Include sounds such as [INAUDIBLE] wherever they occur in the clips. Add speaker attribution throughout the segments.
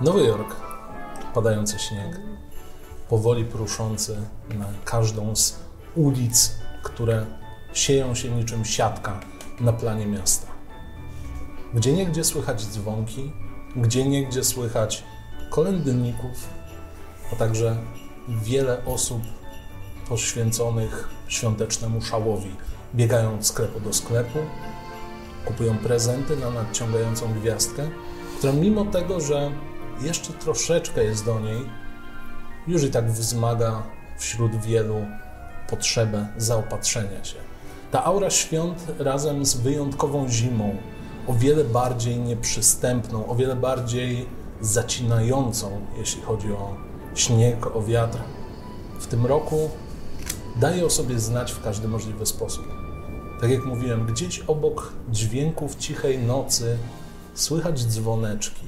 Speaker 1: Nowy Jork, padający śnieg, powoli pruszący na każdą z ulic, które sieją się niczym siatka na planie miasta. Gdzie niegdzie słychać dzwonki, gdzie niegdzie słychać kolędników, a także wiele osób poświęconych świątecznemu szałowi. Biegają od sklepu do sklepu, kupują prezenty na nadciągającą gwiazdkę, która mimo tego, że jeszcze troszeczkę jest do niej, już i tak wzmaga wśród wielu potrzebę zaopatrzenia się. Ta aura świąt razem z wyjątkową zimą, o wiele bardziej nieprzystępną, o wiele bardziej zacinającą, jeśli chodzi o śnieg, o wiatr, w tym roku daje o sobie znać w każdy możliwy sposób. Tak jak mówiłem, gdzieś obok dźwięków cichej nocy słychać dzwoneczki.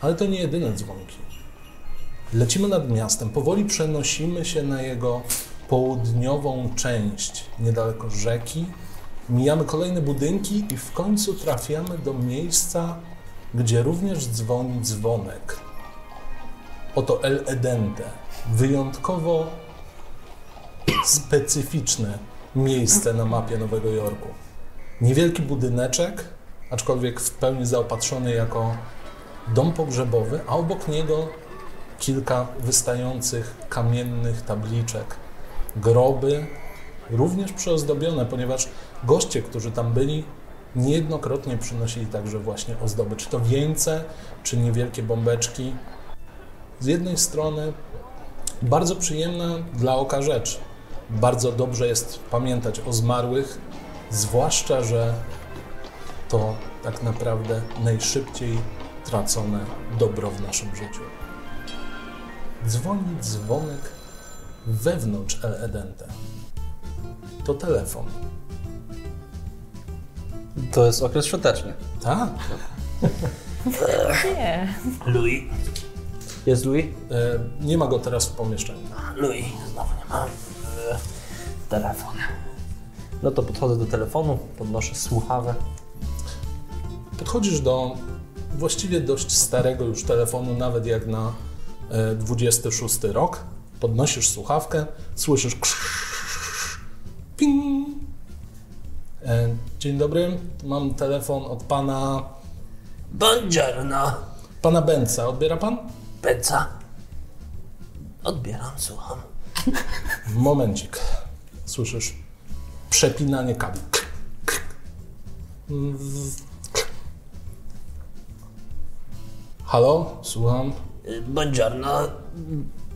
Speaker 1: Ale to nie jedyne dzwonki. Lecimy nad miastem, powoli przenosimy się na jego południową część, niedaleko rzeki. Mijamy kolejne budynki i w końcu trafiamy do miejsca, gdzie również dzwoni dzwonek. Oto El Edente, wyjątkowo specyficzne miejsce na mapie Nowego Jorku. Niewielki budyneczek, aczkolwiek w pełni zaopatrzony jako dom pogrzebowy, a obok niego kilka wystających kamiennych tabliczek, groby, również przyozdobione, ponieważ goście, którzy tam byli, niejednokrotnie przynosili także właśnie ozdoby, czy to wieńce, czy niewielkie bombeczki. Z jednej strony bardzo przyjemna dla oka rzecz. Bardzo dobrze jest pamiętać o zmarłych, zwłaszcza, że to tak naprawdę najszybciej tracone dobro w naszym życiu. Dzwoni dzwonek wewnątrz El Edente. To telefon.
Speaker 2: To jest okres świąteczny.
Speaker 1: Tak.
Speaker 3: Nie.
Speaker 4: Louis.
Speaker 2: Jest Louis?
Speaker 1: E, nie ma go teraz w pomieszczeniu.
Speaker 4: Louis, znowu nie ma. E, Telefon.
Speaker 2: No to podchodzę do telefonu, podnoszę słuchawę.
Speaker 1: Podchodzisz Tak do właściwie dość starego już telefonu, nawet jak na e, 26 rok. Podnosisz słuchawkę, słyszysz krzyż, ping. E, Dzień dobry, mam telefon od pana,
Speaker 4: Buongiorno.
Speaker 1: pana Benca. Odbiera pan?
Speaker 4: Pizza. Odbieram, słucham.
Speaker 1: Momencik. Słyszysz przepinanie kabli. Halo, słucham.
Speaker 4: E, Buongiorno.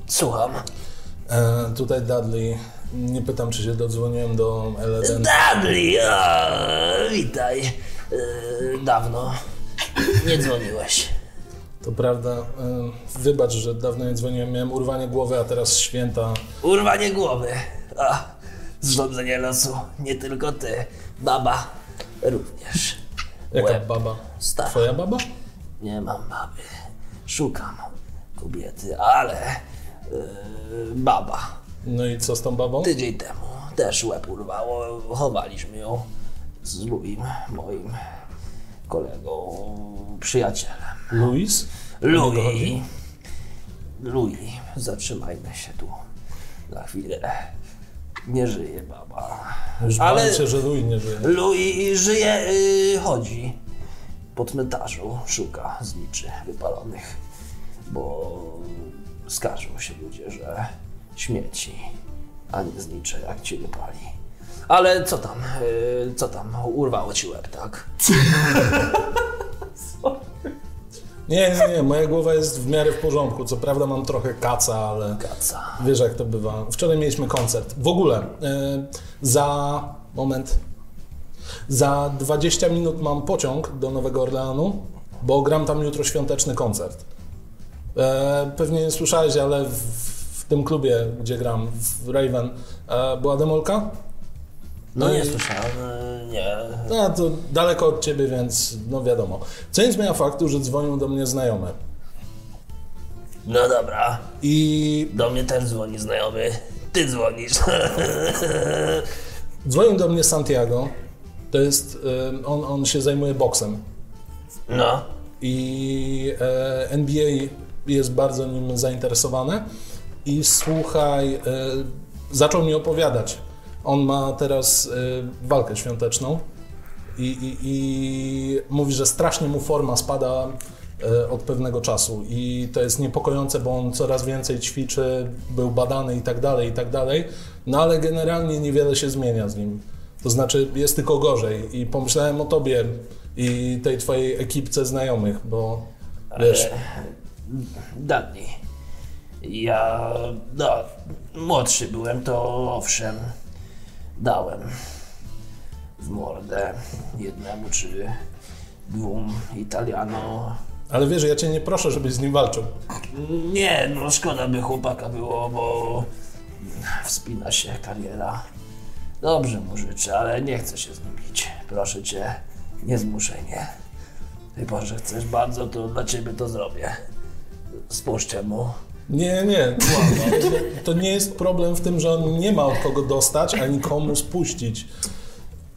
Speaker 4: Słucham.
Speaker 1: E, tutaj Dudley. Nie pytam, czy się dodzwoniłem do
Speaker 4: Y,
Speaker 1: LDN.
Speaker 4: Dudley, o, witaj. E, Dawno nie dzwoniłeś.
Speaker 1: To prawda. E, wybacz, że dawno nie dzwoniłem. Miałem urwanie głowy, a teraz święta.
Speaker 4: Urwanie głowy. O, zrządzenie losu. Nie tylko ty. Baba również.
Speaker 1: Jaka
Speaker 4: Łeb.
Speaker 1: baba?
Speaker 4: Stara.
Speaker 1: Twoja baba?
Speaker 4: Nie mam baby. Szukam kobiety, ale yy, baba.
Speaker 1: No i co z tą babą?
Speaker 4: Tydzień temu też łeb urwało. Chowaliśmy ją z Luim, moim kolegą, przyjacielem.
Speaker 1: Louis? niego chodzi?
Speaker 4: Louis. Louis, zatrzymajmy się tu na chwilę. Nie żyje baba.
Speaker 1: Już
Speaker 4: Ale-
Speaker 1: bałem się, że Louis nie żyje.
Speaker 4: Louis żyje, y, chodzi po cmentarzu, szuka zniczy wypalonych, bo skarżą się ludzie, że śmieci, a nie znicze jak ci wypali. Ale co tam, y, co tam, urwało ci łeb, tak?
Speaker 1: Nie, nie, nie. Moja głowa jest w miarę w porządku. Co prawda mam trochę kaca, ale
Speaker 4: Kaca.
Speaker 1: wiesz jak to bywa. Wczoraj mieliśmy koncert. W ogóle e, za... moment. Za 20 minut mam pociąg do Nowego Orleanu, bo gram tam jutro świąteczny koncert. E, pewnie nie słyszałeś, ale w, w tym klubie, gdzie gram, w Raven, e, była demolka?
Speaker 4: No
Speaker 1: i-
Speaker 4: nie słyszałem, y, nie.
Speaker 1: No, to daleko od ciebie, więc no wiadomo. Co nie zmienia faktu, że dzwonił do mnie znajomy.
Speaker 4: No dobra,
Speaker 1: I
Speaker 4: do mnie też dzwoni znajomy, ty dzwonisz. [LAUGHS]
Speaker 1: Dzwonił do e, mnie Santiago. To jest. ym, On, on się zajmuje boksem.
Speaker 4: No,
Speaker 1: i e, NBA jest bardzo nim zainteresowane i słuchaj, e, zaczął mi opowiadać. On ma teraz e, walkę świąteczną i, i, i mówi, że strasznie mu forma spada e, od pewnego czasu i to jest niepokojące, bo on coraz więcej ćwiczy, był badany i tak dalej, i tak dalej, no ale generalnie niewiele się zmienia z nim. To znaczy jest tylko gorzej i pomyślałem o tobie i tej twojej ekipce znajomych, bo wiesz,
Speaker 4: E, Dawniej. Ja, no, młodszy byłem, to owszem, dałem w mordę jednemu czy dwóm Italianom.
Speaker 1: ale wiesz, ja cię nie proszę, żebyś z nim walczył.
Speaker 4: Nie, no szkoda by chłopaka było, bo wspina się kariera. Dobrze mu życzę, ale nie chcę się z nim bić. Proszę cię, nie zmuszaj mnie. Chyba, że chcesz bardzo, to dla ciebie to zrobię. Spuszczę mu.
Speaker 1: Nie, nie, to, to nie jest problem w tym, że on nie ma od kogo dostać, ani komu spuścić.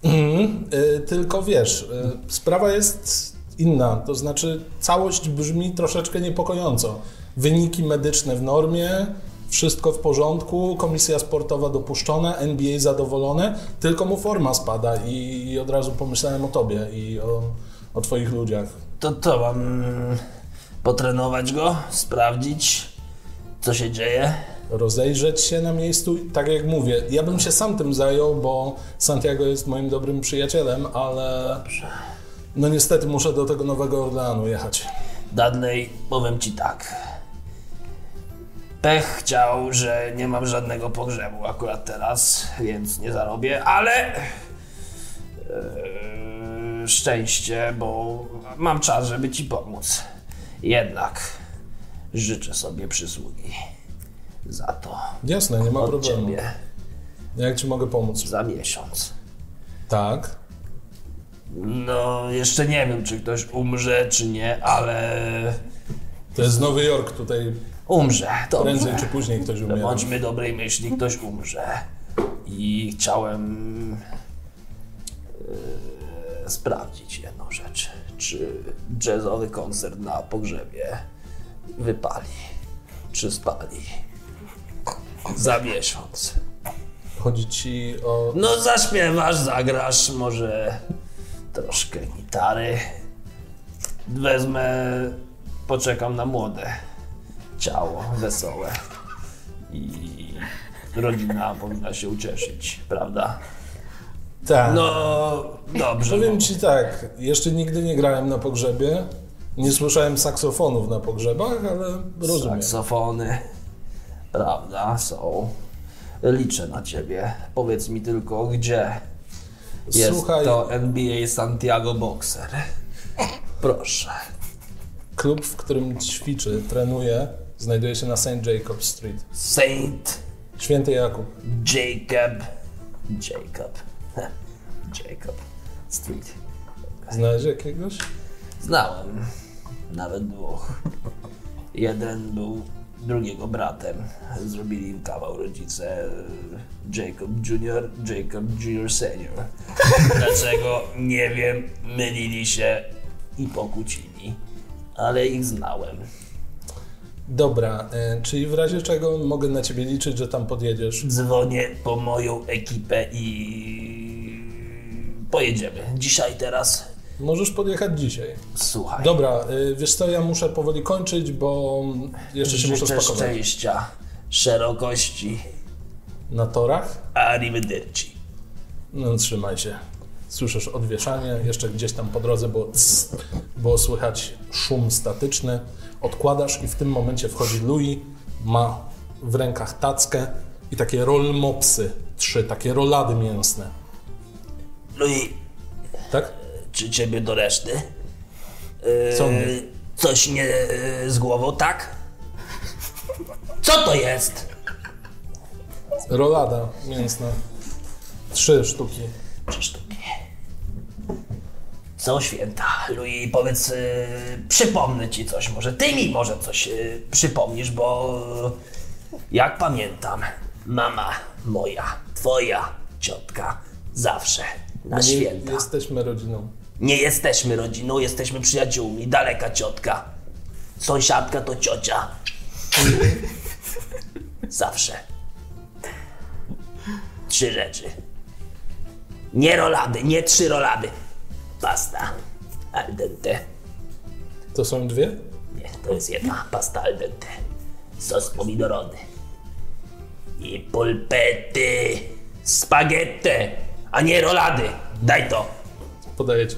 Speaker 1: Mhm, y, tylko wiesz, y, sprawa jest inna, to znaczy całość brzmi troszeczkę niepokojąco. Wyniki medyczne w normie, wszystko w porządku, komisja sportowa dopuszczona, NBA zadowolone, tylko mu forma spada i, i od razu pomyślałem o tobie i o, o twoich ludziach.
Speaker 4: To to mam potrenować go, sprawdzić, co się dzieje.
Speaker 1: rozejrzeć się na miejscu. Tak jak mówię, ja bym się sam tym zajął, bo Santiago jest moim dobrym przyjacielem, ale no niestety muszę do tego Nowego Orleanu jechać.
Speaker 4: Dudley, powiem ci tak. Pech chciał, że nie mam żadnego pogrzebu akurat teraz, więc nie zarobię, ale e, eee, szczęście, bo mam czas, żeby ci pomóc. Jednak życzę sobie przysługi za to
Speaker 1: Jasne, nie ma
Speaker 4: od
Speaker 1: problemu.
Speaker 4: ciebie
Speaker 1: Jak ci mogę pomóc?
Speaker 4: za miesiąc.
Speaker 1: Tak.
Speaker 4: No, jeszcze nie wiem, czy ktoś umrze, czy nie, ale
Speaker 1: To jest Nowy Jork, tutaj
Speaker 4: umrze. Dobrze.
Speaker 1: prędzej czy później ktoś umiera.
Speaker 4: Bądźmy dobrej myśli, ktoś umrze. I chciałem e, sprawdzić jedną rzecz. Czy jazzowy koncert na pogrzebie wypali? Czy spali? Za miesiąc.
Speaker 1: Chodzi ci o...
Speaker 4: No zaśpiewasz, zagrasz, może troszkę gitary. Wezmę, poczekam na młode ciało, wesołe. I rodzina powinna się ucieszyć, prawda?
Speaker 1: Tak.
Speaker 4: No dobrze. no.
Speaker 1: Powiem ci tak, jeszcze nigdy nie grałem na pogrzebie. Nie słyszałem saksofonów na pogrzebach, ale rozumiem.
Speaker 4: Saksofony, prawda, są. Liczę na ciebie. Powiedz mi tylko, gdzie jest
Speaker 1: Słuchaj,
Speaker 4: to NBA Santiago Boxer. Proszę.
Speaker 1: klub, w którym ćwiczy, trenuje, znajduje się na St. Jacob Street.
Speaker 4: Saint
Speaker 1: Święty Jakub.
Speaker 4: Jacob. Jacob. Heh, Jacob Street.
Speaker 1: Znaleźć jakiegoś?
Speaker 4: Znałem nawet dwóch. Jeden był drugiego bratem. Zrobili im kawał rodzice. e, Jacob Junior, Jacob Junior Senior. Dlaczego? Nie wiem. Mylili się i pokłócili. Ale ich znałem.
Speaker 1: Dobra, e, czyli w razie czego mogę na ciebie liczyć, że tam podjedziesz.
Speaker 4: dzwonię po moją ekipę i pojedziemy. Dzisiaj, teraz.
Speaker 1: Możesz podjechać dzisiaj.
Speaker 4: Słuchaj.
Speaker 1: Dobra, y, wiesz co, ja muszę powoli kończyć, bo jeszcze się muszę
Speaker 4: Życzę
Speaker 1: spakować.
Speaker 4: szczęścia, szerokości,
Speaker 1: Na torach?
Speaker 4: arrivederci.
Speaker 1: No trzymaj się. Słyszysz odwieszanie, jeszcze gdzieś tam po drodze było, cs, było słychać szum statyczny. Odkładasz i w tym momencie wchodzi Louis, ma w rękach tackę i takie rollmopsy, trzy, takie rolady mięsne.
Speaker 4: No i
Speaker 1: Tak?
Speaker 4: czy ciebie do reszty? Yy,
Speaker 1: Co mnie?
Speaker 4: Coś nie yy, z głową, tak? Co to jest?
Speaker 1: Rolada mięsna. Trzy sztuki.
Speaker 4: Trzy sztuki. Są święta. Louis, powiedz, y, przypomnę ci coś. Może ty mi może coś y, przypomnisz, bo y, jak pamiętam, mama moja, twoja ciotka zawsze
Speaker 1: No
Speaker 4: na
Speaker 1: Nie
Speaker 4: święta
Speaker 1: Jesteśmy rodziną.
Speaker 4: Nie jesteśmy rodziną, jesteśmy przyjaciółmi. Daleka ciotka. Sąsiadka to ciocia. Zawsze. Trzy rzeczy. Nie rolady, nie trzy rolady. Pasta. Al dente.
Speaker 1: To są dwie?
Speaker 4: Nie, to jest jedna pasta al dente. Sos pomidorowy. I pulpety. Spaghetti. A nie rolady. Daj to.
Speaker 1: Podaję ci.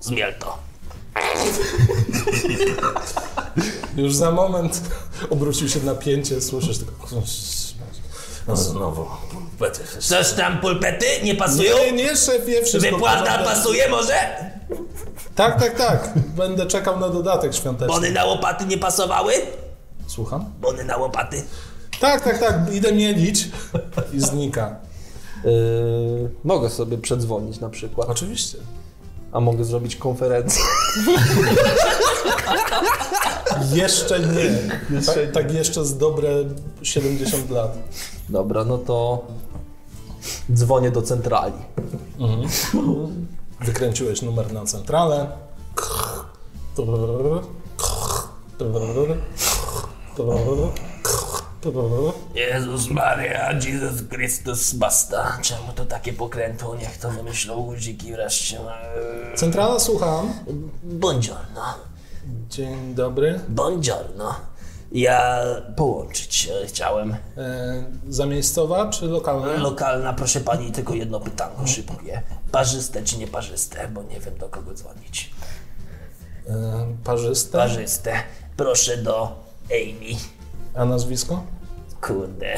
Speaker 4: Zmiel to.
Speaker 1: Już za moment [LAUGHS] obrócił się w napięcie, słyszysz tylko... No znowu.
Speaker 4: Coś tam pulpety nie pasują?
Speaker 1: Nie, nie, szefie, wszystko... w
Speaker 4: Wypłata
Speaker 1: porządku.
Speaker 4: pasuje może?
Speaker 1: Tak, tak, tak. Będę czekał na dodatek świąteczny.
Speaker 4: Bony na łopaty nie pasowały?
Speaker 1: Słucham?
Speaker 4: Bony na łopaty.
Speaker 1: Tak, tak, tak, idę mielić i znika.
Speaker 2: Yy, mogę sobie przedzwonić na przykład,
Speaker 1: Oczywiście.
Speaker 2: a mogę zrobić konferencję. [LAUGHS]
Speaker 1: Jeszcze nie. tak, tak jeszcze z dobre 70 lat.
Speaker 2: Dobra, no to dzwonię do centrali.
Speaker 1: Wykręciłeś numer na centralę. Krr, trrr, krr, trrr, trrr, trrr.
Speaker 4: Jezus Maria, Jesus Christus, basta. Czemu to takie pokrętło? Niech to wymyślą guziki wreszcie. Eee,
Speaker 1: Centrala, słucham.
Speaker 4: Buongiorno.
Speaker 1: Dzień dobry.
Speaker 4: Buongiorno. Ja połączyć się chciałem.
Speaker 1: E, zamiejscowa czy lokalna?
Speaker 4: Lokalna, proszę pani, tylko jedno pytanko szybkie. Parzyste czy nieparzyste? Bo nie wiem do kogo dzwonić.
Speaker 1: E, parzysta.
Speaker 4: Parzyste. Proszę do Amy.
Speaker 1: A nazwisko?
Speaker 4: Kurde.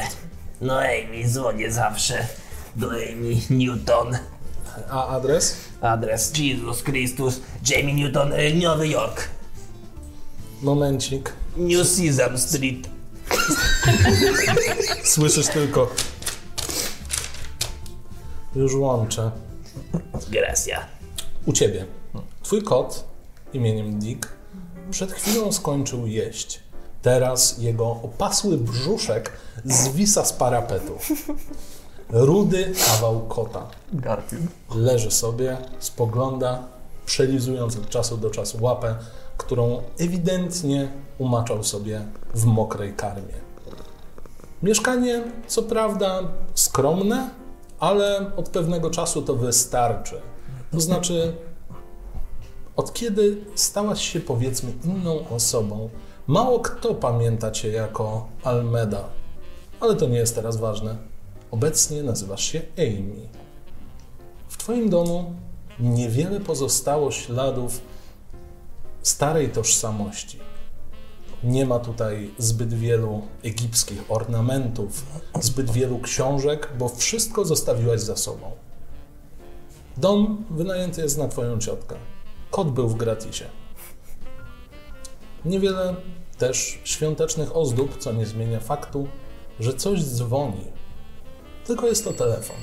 Speaker 4: No Amy, dzwonię zawsze. Do Amy Newton.
Speaker 1: A adres?
Speaker 4: Adres Jezus Chrystus, Jamie Newton, e, Nowy Jork.
Speaker 1: Momencik.
Speaker 4: New Sesame Street.
Speaker 1: Słyszysz tylko. Już łączę.
Speaker 4: Gracia.
Speaker 1: U ciebie. Twój kot imieniem Dick przed chwilą skończył jeść. Teraz jego opasły brzuszek zwisa z parapetu. Rudy kawał kota.
Speaker 2: Garfield.
Speaker 1: Leży sobie, spogląda, przelizując od czasu do czasu łapę, którą ewidentnie umaczał sobie w mokrej karmie. Mieszkanie, co prawda, skromne, ale od pewnego czasu to wystarczy. To znaczy, od kiedy stałaś się, powiedzmy, inną osobą, mało kto pamięta cię jako Almeda. Ale to nie jest teraz ważne. Obecnie nazywasz się Amy. W Twoim domu niewiele pozostało śladów starej tożsamości. Nie ma tutaj zbyt wielu egipskich ornamentów, zbyt wielu książek, bo wszystko zostawiłaś za sobą. Dom wynajęty jest na Twoją ciotkę. Kot był w gratisie. Niewiele też świątecznych ozdób, co nie zmienia faktu, że coś dzwoni. Tylko jest to telefon.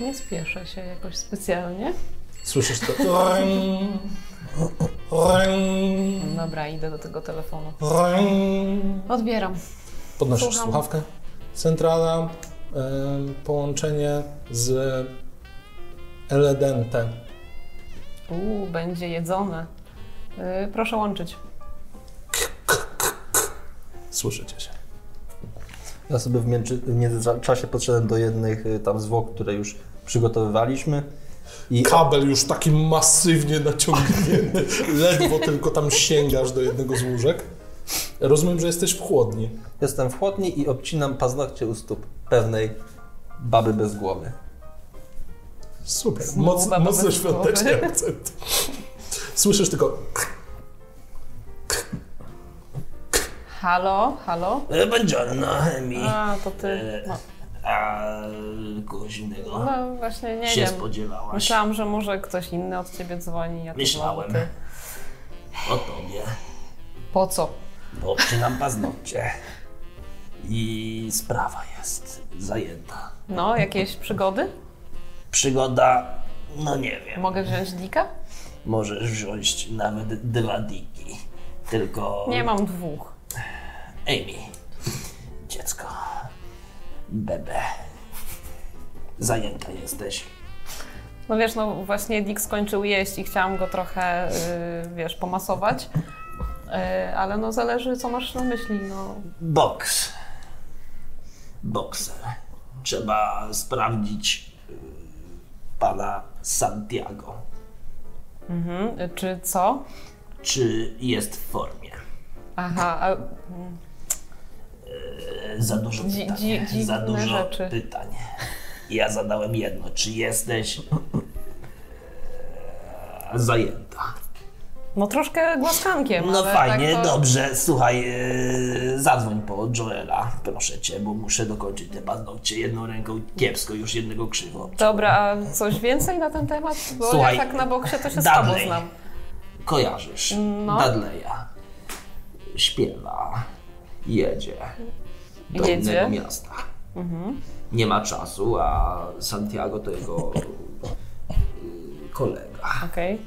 Speaker 5: Nie spieszę się jakoś specjalnie.
Speaker 1: Słyszysz to? [LAUGHS] Ring, ring,
Speaker 5: Dobra, idę do tego telefonu.
Speaker 1: ring.
Speaker 5: Odbieram.
Speaker 1: Podnosisz
Speaker 5: Słucham.
Speaker 1: słuchawkę. Centrala, em, połączenie z Eledente.
Speaker 5: Uuu, będzie jedzone. Yy, proszę łączyć.
Speaker 1: Słyszycie się.
Speaker 2: Ja sobie w mięczy- w międzyczasie podszedłem do jednych y, tam zwłok, które już przygotowywaliśmy. I
Speaker 1: Kabel już taki masywnie [LAUGHS] naciągnięty. Ledwo tylko tam sięgasz do jednego z łóżek. Rozumiem, że jesteś w chłodni.
Speaker 2: jestem w chłodni i obcinam paznokcie u stóp pewnej baby bez głowy.
Speaker 1: Super.
Speaker 5: Znowu
Speaker 1: Moc,
Speaker 5: baba
Speaker 1: mocno
Speaker 5: bez
Speaker 1: świąteczny
Speaker 5: głowy. [LAUGHS]
Speaker 1: akcent. Słyszysz tylko
Speaker 5: Halo, halo?
Speaker 4: E, Buongiorno, Amy.
Speaker 5: A, to ty.
Speaker 4: E,
Speaker 5: No,
Speaker 4: A kogoś innego
Speaker 5: no właśnie, nie
Speaker 4: się
Speaker 5: wiem.
Speaker 4: spodziewałaś.
Speaker 5: Myślałam, że może ktoś inny od ciebie dzwoni. Ja tu
Speaker 4: Myślałem.
Speaker 5: byłam, ty.
Speaker 4: O tobie.
Speaker 5: Po co?
Speaker 4: Bo obcinam paznokcie. I sprawa jest zajęta.
Speaker 5: No, jakieś przygody?
Speaker 4: Przygoda, no nie wiem.
Speaker 5: Mogę wziąć dika?
Speaker 4: Możesz wziąć nawet dwa diki. Tylko
Speaker 5: Nie mam dwóch.
Speaker 4: Amy, dziecko, Bebe. Zajęta jesteś.
Speaker 5: No wiesz, no właśnie Dick skończył jeść i chciałam go trochę, y, wiesz, pomasować. Y, ale no zależy, co masz na myśli, no.
Speaker 4: Boks. Bokser. Trzeba sprawdzić y, pana Santiago,
Speaker 5: Mhm. y, Czy co?
Speaker 4: czy jest w formie.
Speaker 5: Aha, a,
Speaker 4: E, Za dużo
Speaker 5: Dzi-
Speaker 4: pytań.
Speaker 5: dzi- dziwne
Speaker 4: za dużo
Speaker 5: rzeczy.
Speaker 4: pytań. Ja zadałem jedno. Czy jesteś y, e, zajęta?
Speaker 5: no troszkę głaskankiem.
Speaker 4: No
Speaker 5: ale
Speaker 4: fajnie,
Speaker 5: tak to...
Speaker 4: dobrze. Słuchaj, e, zadzwoń po Joela, proszę cię, bo muszę dokończyć te paznokcie jedną ręką kiepsko, już jednego krzywo.
Speaker 5: Dobra, a coś więcej na ten temat? Bo
Speaker 4: Słuchaj,
Speaker 5: ja tak na boksie to się słabo
Speaker 4: Dudley.
Speaker 5: znam.
Speaker 4: Kojarzysz
Speaker 5: No.
Speaker 4: Dudleya. Śpiewa, jedzie do
Speaker 5: Jedzie. Mhm.
Speaker 4: innego miasta. Nie ma czasu, a Santiago to jego y, kolega.
Speaker 5: Okej,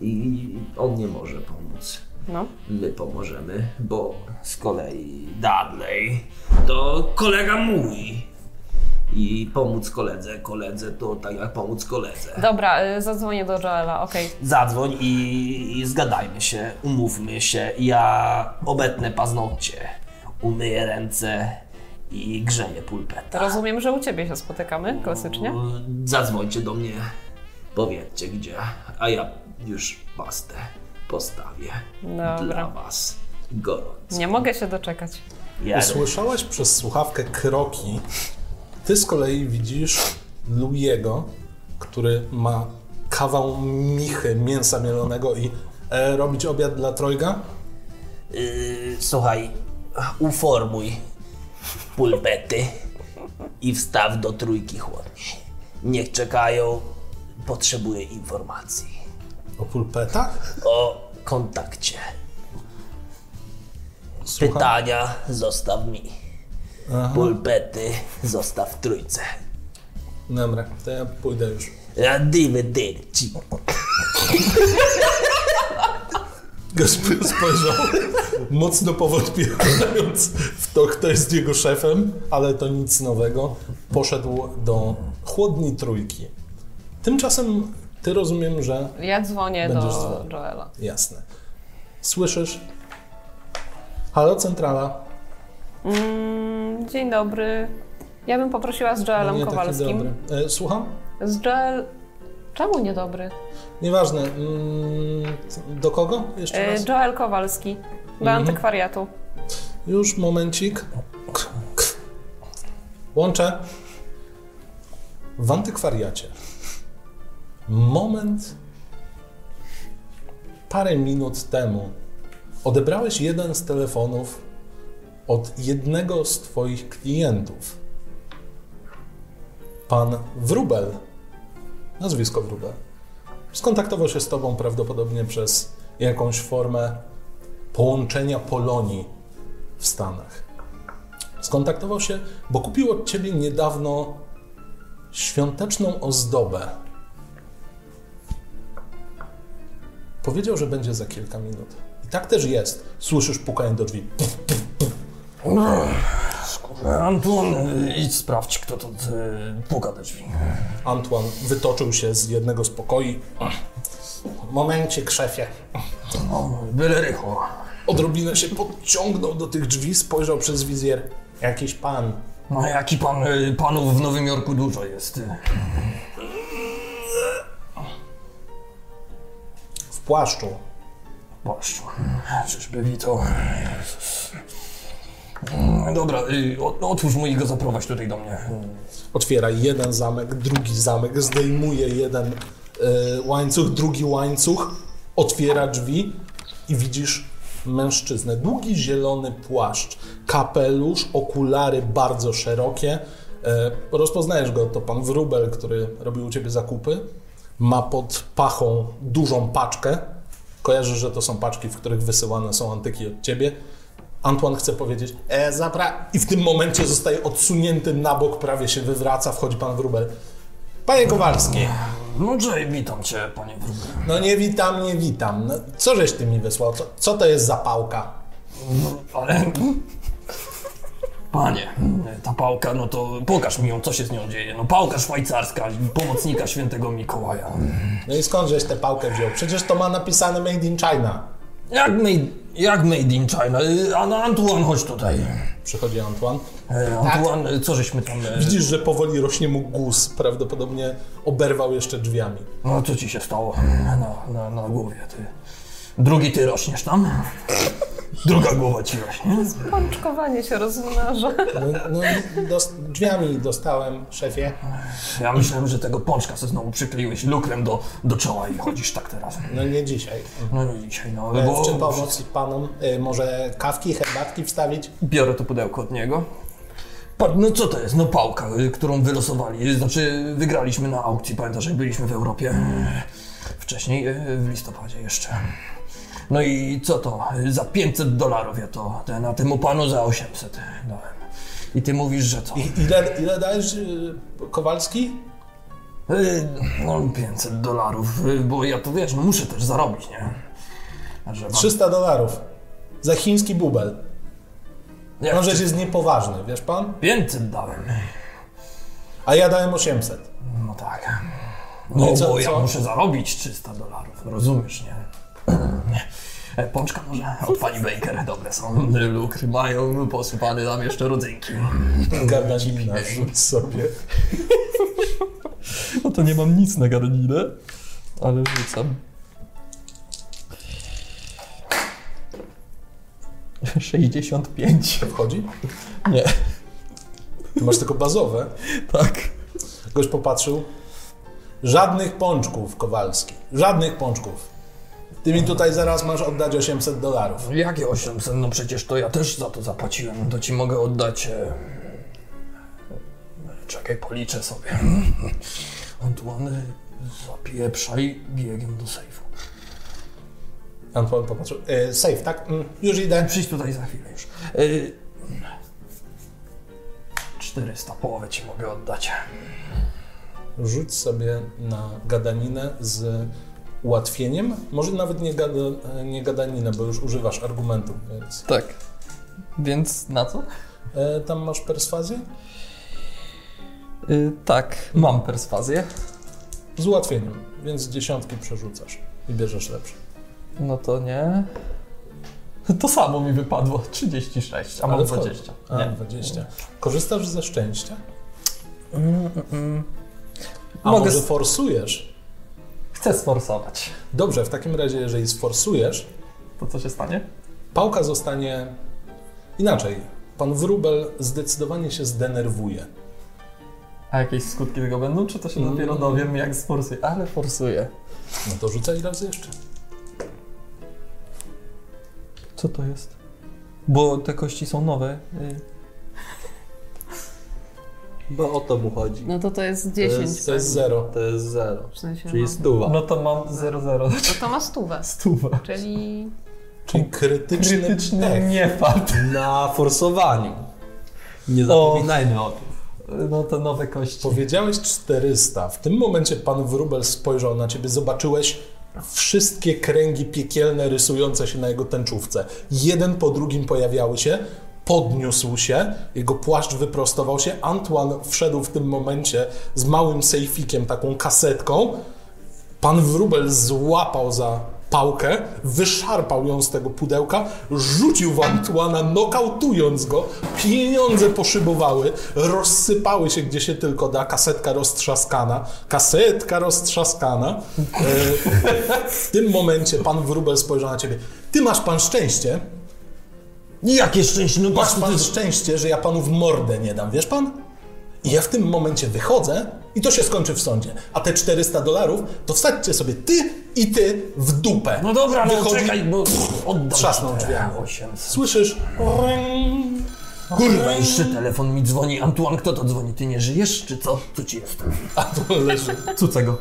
Speaker 4: I on nie może pomóc.
Speaker 5: no.
Speaker 4: My pomożemy, bo z kolei Dudley to kolega mój. I pomóc koledze, koledze to tak jak pomóc koledze.
Speaker 5: Dobra, y, zadzwonię do Joela, okej.
Speaker 4: Zadzwoń i, i zgadajmy się, umówmy się. Ja obetnę paznokcie, umyję ręce i grzeję pulpetę.
Speaker 5: Rozumiem, że u ciebie się spotykamy klasycznie.
Speaker 4: Zadzwońcie do mnie, powiedzcie gdzie, a ja już pastę postawię
Speaker 5: Dobra.
Speaker 4: dla was. Gorąco.
Speaker 5: Nie mogę się doczekać.
Speaker 4: Jadę.
Speaker 1: Usłyszałaś przez słuchawkę kroki. Ty z kolei widzisz Luiego, który ma kawał michy mięsa mielonego i e, robić obiad dla trojga?
Speaker 4: Yy, słuchaj, uformuj pulpety i wstaw do trójki chłodni. Niech czekają, potrzebuję informacji.
Speaker 1: O pulpetach?
Speaker 4: o kontakcie.
Speaker 1: Słucham?
Speaker 4: Pytania zostaw mi.
Speaker 1: Aha.
Speaker 4: Pulpety zostaw trójce.
Speaker 1: Dobra, to ja pójdę już. [LAUGHS]
Speaker 4: Arrivederci.
Speaker 1: Gaspar spojrzał mocno powątpiewając w to, kto jest jego szefem, ale to nic nowego. Poszedł do chłodni trójki. Tymczasem ty rozumiem, że
Speaker 5: Ja dzwonię
Speaker 1: Będziesz
Speaker 5: do
Speaker 1: dzwonił.
Speaker 5: Joela.
Speaker 1: Jasne. Słyszysz? Halo centrala.
Speaker 5: Mm, dzień dobry. Ja bym poprosiła z Joelem
Speaker 1: No nie taki
Speaker 5: Kowalskim.
Speaker 1: dobry. E, słucham?
Speaker 5: Z Joel... Czemu niedobry?
Speaker 1: Nieważne. Mm, do kogo? Jeszcze
Speaker 5: E,
Speaker 1: raz.
Speaker 5: Joel Kowalski do
Speaker 1: Mhm.
Speaker 5: antykwariatu.
Speaker 1: Już momencik. K- k- Łączę. W antykwariacie. Moment. Parę minut temu odebrałeś jeden z telefonów od jednego z Twoich klientów. Pan Wrubel, nazwisko Wrubel, skontaktował się z Tobą prawdopodobnie przez jakąś formę połączenia Polonii w Stanach. Skontaktował się, bo kupił od ciebie niedawno świąteczną ozdobę. Powiedział, że będzie za kilka minut. I tak też jest. Słyszysz pukanie do drzwi.
Speaker 4: Anton, idź sprawdź, kto to puka do drzwi.
Speaker 1: Antoine wytoczył się z jednego z pokoi. Momencie, szefie.
Speaker 4: Byle rychło.
Speaker 1: Odrobinę się podciągnął do tych drzwi, spojrzał przez wizjer. Jakiś pan.
Speaker 2: No jaki pan, y, panów w Nowym Jorku dużo jest. y.
Speaker 1: W płaszczu.
Speaker 2: Płaszczu. Czyżby witał. Mm, Dobra, y, o- otwórz mu i go zaprowadź tutaj do mnie.
Speaker 1: Otwiera jeden zamek, drugi zamek, zdejmuje jeden y, łańcuch, drugi łańcuch, otwiera drzwi i widzisz mężczyznę. Długi zielony płaszcz, kapelusz, okulary bardzo szerokie. Y, rozpoznajesz go, to pan Wrubel, który robił u ciebie zakupy. Ma pod pachą dużą paczkę. Kojarzysz, że to są paczki, w których wysyłane są antyki od ciebie. Antoine chce powiedzieć, e, zapra... I w tym momencie zostaje odsunięty na bok, prawie się wywraca, wchodzi pan Wrubel. Panie Kowalski,
Speaker 2: No Jay, witam cię, panie Wróble.
Speaker 1: no nie witam, nie witam. No, co żeś ty mi wysłał? Co, co to jest za pałka?
Speaker 2: Ale...
Speaker 6: Panie, ta pałka, no to pokaż mi ją, co się z nią dzieje. No pałka szwajcarska, pomocnika świętego Mikołaja.
Speaker 1: No i skądżeś tę pałkę wziął? Przecież to ma napisane Made in China.
Speaker 6: Jak made, jak made in China? Y, A no Antoine, chodź tutaj.
Speaker 1: Przychodzi Antoine.
Speaker 6: E, Antoine, y, co żeśmy tam... e,
Speaker 1: Widzisz, że powoli rośnie mu guz. Prawdopodobnie oberwał jeszcze drzwiami.
Speaker 6: No co ci się stało na, na, na głowie, ty? Drugi ty rośniesz tam? Druga głowa ci rośnie?
Speaker 5: Pączkowanie się rozmnaża.
Speaker 1: No, no i dos- drzwiami dostałem, szefie.
Speaker 6: Ja myślałem, że tego pączka sobie znowu przykleiłeś lukrem do, do czoła i chodzisz tak teraz.
Speaker 1: No nie dzisiaj.
Speaker 6: No nie dzisiaj, no
Speaker 1: E,
Speaker 6: bo...
Speaker 1: Czy pomóc panom? E, Może kawki, herbatki wstawić?
Speaker 6: Biorę to pudełko od niego. Patrz, no co to jest? No pałka, y, którą wylosowali. Y, Znaczy, wygraliśmy na aukcji, pamiętasz, jak byliśmy w Europie. Wcześniej, y, w listopadzie jeszcze. No i co to? Y, Za 500 dolarów ja to ten, a temu panu za 800 dałem. I ty mówisz, że co?
Speaker 1: I- Ile, ile dajesz, e, Kowalski?
Speaker 6: Y, No 500 dolarów, y, bo ja to wiesz, no muszę też zarobić, nie? Że mam-
Speaker 1: 300 dolarów. Za chiński bubel.
Speaker 6: jak
Speaker 1: Mam jest niepoważny, wiesz pan?
Speaker 6: 500 dałem.
Speaker 1: A ja dałem 800.
Speaker 6: No tak. No
Speaker 1: i co-
Speaker 6: bo ja
Speaker 1: co?
Speaker 6: muszę zarobić 300 dolarów, rozumiesz, nie? E, Pączka może od pani Baker, dobre są. Lukry mają posypane tam jeszcze rodzynki.
Speaker 1: Gardanina rzuć sobie.
Speaker 7: No to nie mam nic na garninę, ale rzucam. Sześćdziesiąt pięć.
Speaker 1: Wchodzi?
Speaker 7: Nie,
Speaker 1: Ty masz tylko bazowe.
Speaker 7: tak.
Speaker 1: Goś popatrzył. Żadnych pączków, Kowalski. Żadnych pączków. Ty mi tutaj zaraz masz oddać 800 dolarów.
Speaker 6: Jakie 800? No przecież to ja też za to zapłaciłem. No to ci mogę oddać... E... Czekaj, policzę sobie. Antoine, zapieprzaj biegiem do sejfu.
Speaker 1: Antoine popatrzył. E, safe, tak? Mm, już idę.
Speaker 6: Przyjdź tutaj za chwilę już. Y... 400, połowę ci mogę oddać.
Speaker 1: Rzuć sobie na gadaninę z ułatwieniem. Może nawet nie, gada, nie gadaninę, bo już używasz argumentu, więc...
Speaker 7: Tak. Więc na co?
Speaker 1: E, tam masz perswazję?
Speaker 7: Y, tak, mam perswazję.
Speaker 1: Z ułatwieniem, więc z dziesiątki przerzucasz i bierzesz lepsze.
Speaker 7: No to nie. To samo mi wypadło 36, a mam
Speaker 1: Ale wchodzi.
Speaker 7: 20.
Speaker 1: A,
Speaker 7: Nie.
Speaker 1: 20. Korzystasz ze szczęścia?
Speaker 7: Mm, mm, mm.
Speaker 1: A
Speaker 7: Mogę
Speaker 1: może
Speaker 7: s-
Speaker 1: forsujesz?
Speaker 7: Chcę sforsować.
Speaker 1: Dobrze, w takim razie, jeżeli sforsujesz,
Speaker 7: To co się stanie?
Speaker 1: pałka zostanie inaczej. Pan Wróbel zdecydowanie się zdenerwuje.
Speaker 7: A jakieś skutki tego będą, czy to się
Speaker 1: Mm.
Speaker 7: dopiero dowiem jak sforsuję? Ale forsuję.
Speaker 1: No to rzucaj raz jeszcze.
Speaker 7: Co to jest? Bo te kości są nowe. y.
Speaker 2: Bo o to mu chodzi.
Speaker 5: No to to jest 10.
Speaker 1: To jest zero.
Speaker 2: To jest zero.
Speaker 5: w sensie,
Speaker 2: Czyli
Speaker 5: no.
Speaker 2: stuwa.
Speaker 7: No to mam 00.
Speaker 5: No to ma stówę.
Speaker 7: Stuwa.
Speaker 5: Czyli
Speaker 2: no,
Speaker 1: Czyli krytyczny,
Speaker 7: Krytyczny
Speaker 1: pech.
Speaker 7: niefart.
Speaker 2: Na forsowaniu. Nie zapominajmy o, tym.
Speaker 7: No te nowe kości.
Speaker 1: Powiedziałeś 400. W tym momencie pan Wróbel spojrzał na ciebie, zobaczyłeś wszystkie kręgi piekielne rysujące się na jego tęczówce. Jeden po drugim pojawiały się, podniósł się, jego płaszcz wyprostował się. Antoine wszedł w tym momencie z małym sejfikiem, taką kasetką. Pan Wróbel złapał za pałkę, wyszarpał ją z tego pudełka, rzucił w Antuana, nokautując go. Pieniądze poszybowały, rozsypały się gdzie się tylko da. Kasetka roztrzaskana, kasetka roztrzaskana. E, w tym momencie pan Wróbel spojrzał na ciebie. Ty masz pan szczęście,
Speaker 6: Jakie szczęście, no
Speaker 1: masz
Speaker 6: patrz,
Speaker 1: pan
Speaker 6: ty,
Speaker 1: szczęście, że ja panu w mordę nie dam, wiesz pan? I ja w tym momencie wychodzę i to się skończy w sądzie. A te 400 dolarów, to wsadźcie sobie ty i ty w dupę.
Speaker 6: No dobra, no
Speaker 1: Wychodzi-
Speaker 6: czekaj, bo oddam
Speaker 1: Trzasnął
Speaker 6: ci te
Speaker 1: drzwiami.
Speaker 6: 800.
Speaker 1: Słyszysz? Ring.
Speaker 6: Kurwa, jeszcze telefon mi dzwoni. Antoine, kto to dzwoni? Ty nie żyjesz, czy co? Tu ci jestem.
Speaker 1: A tu leży.
Speaker 7: Cucę go.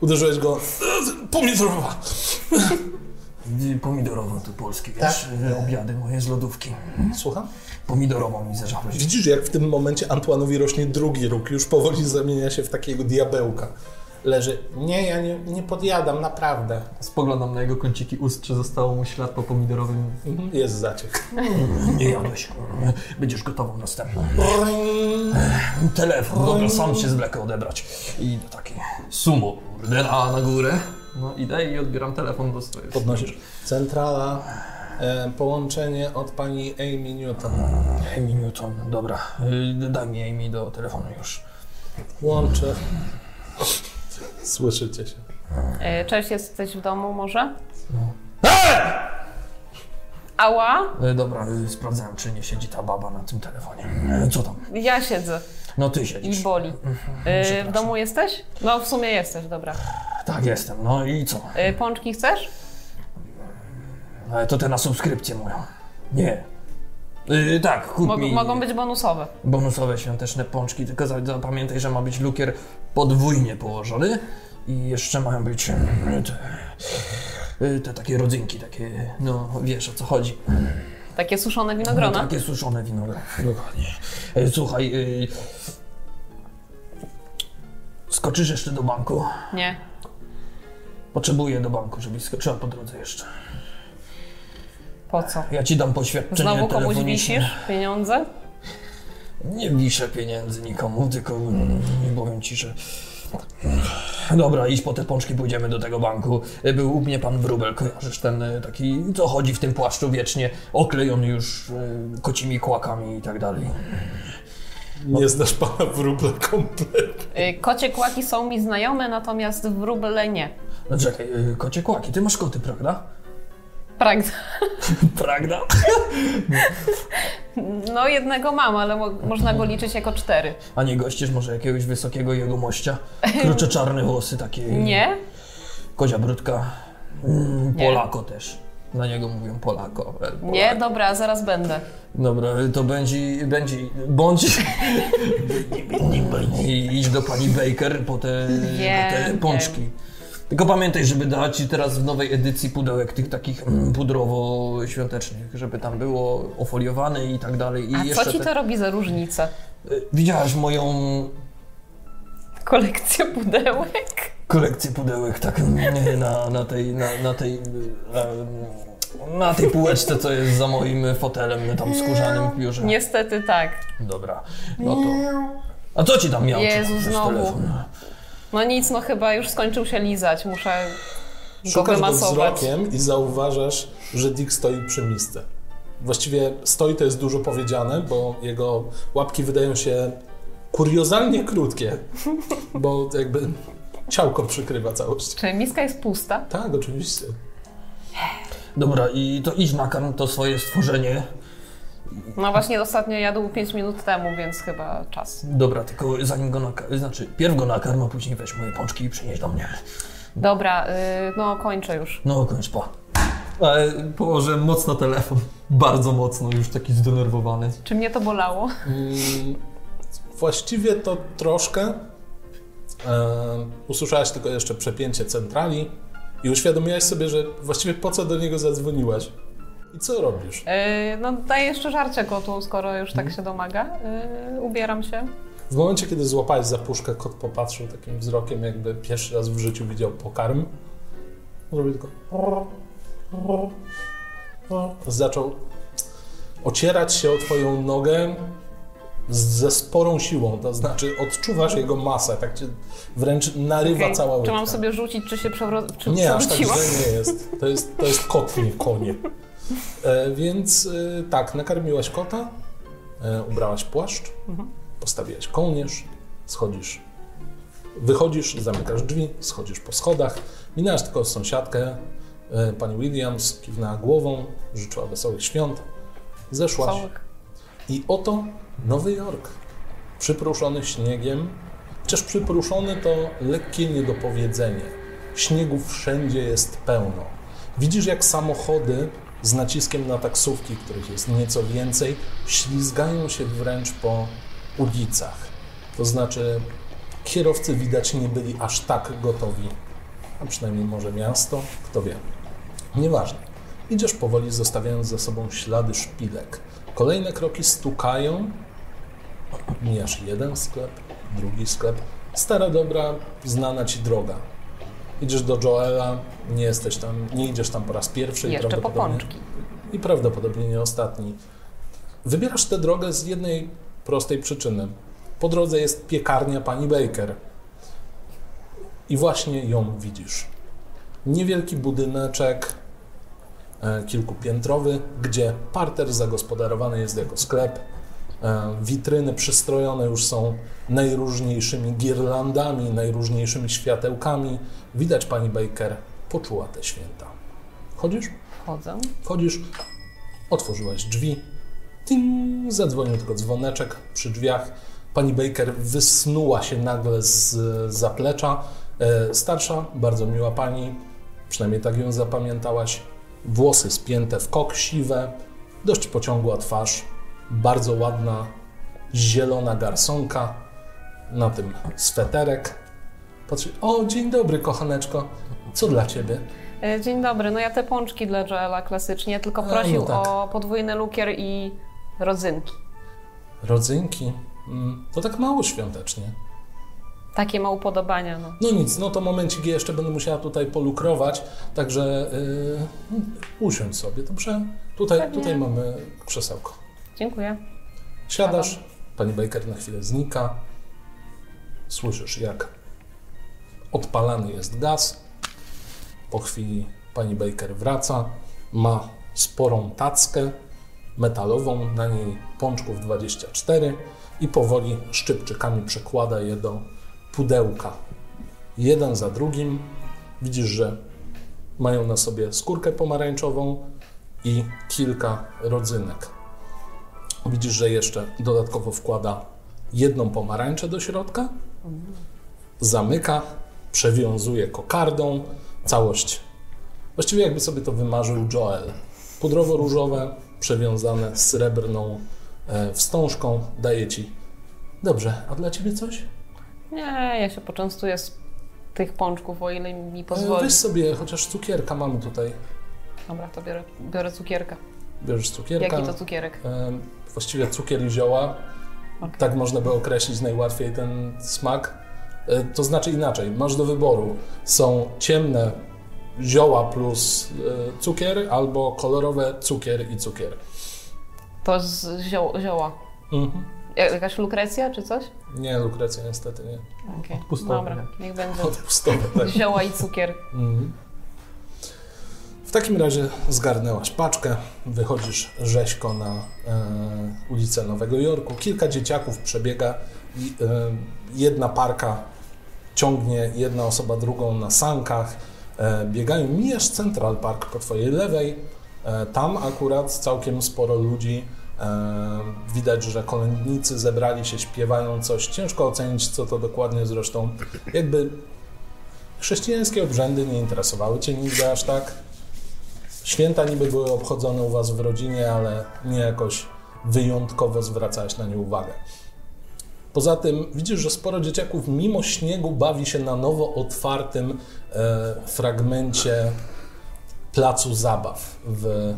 Speaker 1: Uderzyłeś go. Pomidorowa.
Speaker 6: Y, Pomidorową tu polski, wiesz?
Speaker 1: Tak.
Speaker 6: y, Obiady moje z lodówki.
Speaker 1: Słucham?
Speaker 6: Pomidorową mi zeżarłeś.
Speaker 1: Widzisz, jak w tym momencie Antuanowi rośnie drugi róg. Już powoli zamienia się w takiego diabełka. leży. Nie, ja nie, nie podjadam, naprawdę.
Speaker 8: Spoglądam na jego kąciki ust, czy zostało mu ślad po pomidorowym.
Speaker 1: Jest zaciek.
Speaker 6: Nie jadłeś. Będziesz gotował następną. Telefon, dobra, sam się zwlekę odebrać. I taki sumo, kurde, na, na górę.
Speaker 8: No idę i odbieram telefon do swojej.
Speaker 1: Podnosisz. Centrala, e, połączenie od pani Amy Newton.
Speaker 6: Amy Newton, dobra, y, daj mi Amy do telefonu już.
Speaker 1: Łączę. Słyszycie się.
Speaker 5: E, Cześć, jesteś w domu może? Ała,
Speaker 6: Y, Dobra, y, sprawdzałem, czy nie siedzi ta baba na tym telefonie. Y, Co tam?
Speaker 5: ja siedzę
Speaker 6: No ty
Speaker 5: i
Speaker 6: siedzisz.
Speaker 5: boli. E, W domu jesteś? No w sumie jesteś, dobra.
Speaker 6: Tak, jestem, no i co?
Speaker 5: E, Pączki chcesz?
Speaker 6: Ale to te na subskrypcję moją. Nie. Y, tak, kup
Speaker 5: Mog-
Speaker 6: mi
Speaker 5: Mogą być bonusowe.
Speaker 6: bonusowe świąteczne pączki, tylko za- za- pamiętaj, że ma być lukier podwójnie położony i jeszcze mają być y, te, y, te takie rodzynki, takie, no wiesz o co chodzi. No,
Speaker 5: Takie suszone winogrona.
Speaker 6: Takie suszone winogrona. Dokładnie. E, Słuchaj, y, skoczysz jeszcze do banku?
Speaker 5: Nie.
Speaker 6: Potrzebuję do banku, żebyś skoczyła po drodze jeszcze.
Speaker 5: Po co?
Speaker 6: Ja ci dam poświadczenie
Speaker 5: Znowu komuś
Speaker 6: telefoniczne.
Speaker 5: wisisz pieniądze?
Speaker 6: Nie wiszę pieniędzy nikomu, tylko mm, powiem ci, że... Dobra, idź po te pączki, pójdziemy do tego banku. Y, Był u mnie pan Wróbel, kojarzysz ten y, taki, co chodzi w tym płaszczu wiecznie, oklejony już y, kocimi kłakami i tak dalej.
Speaker 1: Nie znasz pana wróble kompletnie.
Speaker 5: E, Kocie kłaki są mi znajome, natomiast wróble nie.
Speaker 6: No czekaj, y, kocie kłaki, ty masz koty, prawda?
Speaker 5: Prawda.
Speaker 6: Prawda?
Speaker 5: [LAUGHS] No jednego mam, ale mo- można go liczyć jako cztery.
Speaker 6: A nie gościsz może jakiegoś wysokiego jegomościa? Krucze czarne włosy takie.
Speaker 5: Nie?
Speaker 6: Kozia brudka. Mm,
Speaker 5: Nie.
Speaker 6: Polako też. Na niego mówią Polako. e, Polak.
Speaker 5: Nie? Dobra, zaraz będę.
Speaker 6: Dobra, to będzie, będzie, bądź i idź do pani Baker po te,
Speaker 5: Wiem,
Speaker 6: te pączki. Tylko pamiętaj, żeby dać ci teraz w nowej edycji pudełek tych takich mm, pudrowo-świątecznych, żeby tam było ofoliowane i tak dalej. I
Speaker 5: A
Speaker 6: jeszcze
Speaker 5: co ci
Speaker 6: te-
Speaker 5: to robi za różnicę?
Speaker 6: y, Widziałaś moją
Speaker 5: Kolekcja pudełek?
Speaker 6: kolekcję pudełek tak nie, na, na tej, na, na tej, na, na tej półeczce, co jest za moim fotelem tam skórzanym w biurze.
Speaker 5: Niestety tak.
Speaker 6: Dobra, no to... A co ci tam miał?
Speaker 5: Jezu, znowu.
Speaker 6: Telefon?
Speaker 5: No nic, no chyba już skończył się lizać, muszę go
Speaker 1: Szukasz go
Speaker 5: wymasować.
Speaker 1: wzrokiem i zauważasz, że Dick stoi przy misce. Właściwie stoi to jest dużo powiedziane, bo jego łapki wydają się kuriozalnie krótkie, bo jakby ciałko przykrywa całość.
Speaker 5: Czy miska jest pusta?
Speaker 1: Tak, oczywiście.
Speaker 6: Dobra, i to idź na karm to swoje stworzenie.
Speaker 5: No właśnie ostatnio jadł 5 minut temu, więc chyba czas.
Speaker 6: Dobra, tylko zanim go nakarm, znaczy pierw go nakarm, a później weź moje pączki i przynieś do mnie.
Speaker 5: Dobra, y, no kończę już.
Speaker 6: No, kończ po.
Speaker 8: Ale położę mocno telefon. Bardzo mocno, już taki zdenerwowany.
Speaker 5: Czy mnie to bolało?
Speaker 1: Mm, Właściwie to troszkę. E, usłyszałaś tylko jeszcze przepięcie centrali i uświadomiłaś sobie, że właściwie po co do niego zadzwoniłaś i co robisz.
Speaker 5: Y, no daję jeszcze żarcie kotu, skoro już tak się domaga. Y, ubieram się.
Speaker 1: W momencie, kiedy złapałeś za puszkę, kot popatrzył takim wzrokiem, jakby pierwszy raz w życiu widział pokarm. Zrobił tylko... Zaczął ocierać się o twoją nogę z- ze sporą siłą, to znaczy odczuwasz jego masę, tak cię wręcz narywa
Speaker 5: Okej,
Speaker 1: cała łydka.
Speaker 5: Czy mam sobie rzucić, czy się przewro- czy
Speaker 1: tak. Nie, aż tak źle
Speaker 5: przewróciłam?
Speaker 1: nie jest. To jest, to jest kot, nie konie. E, więc e, tak, nakarmiłaś kota, e, ubrałaś płaszcz,
Speaker 5: Mhm.
Speaker 1: postawiłaś kołnierz, schodzisz. Wychodzisz, zamykasz drzwi, schodzisz po schodach, minęłaś tylko sąsiadkę, e, pani Williams kiwnęła głową, życzyła wesołych świąt, zeszłaś.
Speaker 5: Cały-
Speaker 1: I oto Nowy Jork, przypruszony śniegiem, chociaż przypruszony to lekkie niedopowiedzenie. Śniegu wszędzie jest pełno. Widzisz, jak samochody z naciskiem na taksówki, których jest nieco więcej, ślizgają się wręcz po ulicach. To znaczy, kierowcy widać nie byli aż tak gotowi, a przynajmniej może miasto, kto wie. Nieważne. Idziesz powoli, zostawiając za sobą ślady szpilek. Kolejne kroki stukają. Mijasz jeden sklep, drugi sklep, Stara dobra, znana ci droga. Idziesz do Joela, nie jesteś tam, nie idziesz tam po raz pierwszy. i
Speaker 5: Jeszcze po
Speaker 1: prawdopodobnie-
Speaker 5: pączki.
Speaker 1: i prawdopodobnie nie ostatni. Wybierasz tę drogę z jednej prostej przyczyny. Po drodze jest piekarnia pani Baker. I właśnie ją widzisz. Niewielki budyneczek, e, kilkupiętrowy, gdzie parter zagospodarowany jest jako sklep. E, Witryny przystrojone już są najróżniejszymi girlandami, najróżniejszymi światełkami. Widać pani Baker poczuła te święta. Chodzisz?
Speaker 5: Chodzę.
Speaker 1: Wchodzisz, otworzyłaś drzwi, ting, zadzwonił tylko dzwoneczek przy drzwiach. Pani Baker wysnuła się nagle z zaplecza. E, Starsza, bardzo miła pani, przynajmniej tak ją zapamiętałaś. Włosy spięte w kok, siwe, dość pociągła twarz, bardzo ładna, zielona garsonka, na tym sweterek. Patrzy, o, dzień dobry, kochaneczko, co dla ciebie?
Speaker 5: E, Dzień dobry, no ja te pączki dla Joela klasycznie, tylko
Speaker 1: A,
Speaker 5: prosił
Speaker 1: no tak.
Speaker 5: o podwójny lukier i rodzynki.
Speaker 1: Rodzynki, Mm, to tak mało świątecznie.
Speaker 5: Takie ma upodobania, no.
Speaker 1: No nic, no to momencik, ja jeszcze będę musiała tutaj polukrować, także yy, usiądź sobie, dobrze? Tutaj,
Speaker 5: Pewnie.
Speaker 1: tutaj mamy krzesełko.
Speaker 5: Dziękuję.
Speaker 1: Siadasz, pani Baker na chwilę znika, słyszysz jak odpalany jest gaz, po chwili pani Baker wraca, ma sporą tackę metalową, na niej pączków 24 i powoli szczypczykami przekłada je do pudełka. Jeden za drugim widzisz, że mają na sobie skórkę pomarańczową i kilka rodzynek. Widzisz, że jeszcze dodatkowo wkłada jedną pomarańczę do środka, zamyka, przewiązuje kokardą całość. Właściwie jakby sobie to wymarzył Joel. Pudrowo-różowe, przewiązane srebrną e, wstążką, daje ci. Dobrze, a dla ciebie coś? E,
Speaker 5: Nie, ja się poczęstuję z tych pączków, o ile mi
Speaker 1: E,
Speaker 5: pozwoli.
Speaker 1: Weź sobie chociaż cukierka, mamy tutaj.
Speaker 5: Dobra, to biorę, biorę cukierka.
Speaker 1: Bierzesz cukierka.
Speaker 6: no.
Speaker 5: Jaki to cukierek?
Speaker 1: E, Właściwie cukier i zioła.
Speaker 5: Okej.
Speaker 1: Tak można by określić najłatwiej ten smak. E, To znaczy inaczej, masz do wyboru. Są ciemne zioła plus e, cukier, albo kolorowe cukier i cukier.
Speaker 5: To z zio zioła.
Speaker 1: Mhm.
Speaker 5: Ja- Jakaś lukrecja czy coś?
Speaker 1: Nie, Lukrecja, niestety nie.
Speaker 5: Okej.
Speaker 6: Odpustowe,
Speaker 5: Dobra, niech będzie.
Speaker 1: Odpustowe, tak.
Speaker 5: Zioła i cukier.
Speaker 1: Mhm. W takim razie zgarnęłaś paczkę, wychodzisz rzeźko na e, ulicę Nowego Jorku. Kilka dzieciaków przebiega i e, jedna parka ciągnie jedna osoba drugą na sankach. E, biegają, mijasz Central Park po twojej lewej. E, tam akurat całkiem sporo ludzi. E, widać, że kolędnicy zebrali się, śpiewają coś. Ciężko ocenić, co to dokładnie zresztą. Jakby Chrześcijańskie obrzędy nie interesowały Cię nigdy aż tak. Święta niby były obchodzone u Was w rodzinie, ale nie jakoś wyjątkowo zwracałeś na nie uwagę. Poza tym widzisz, że sporo dzieciaków mimo śniegu bawi się na nowo otwartym e, fragmencie placu zabaw w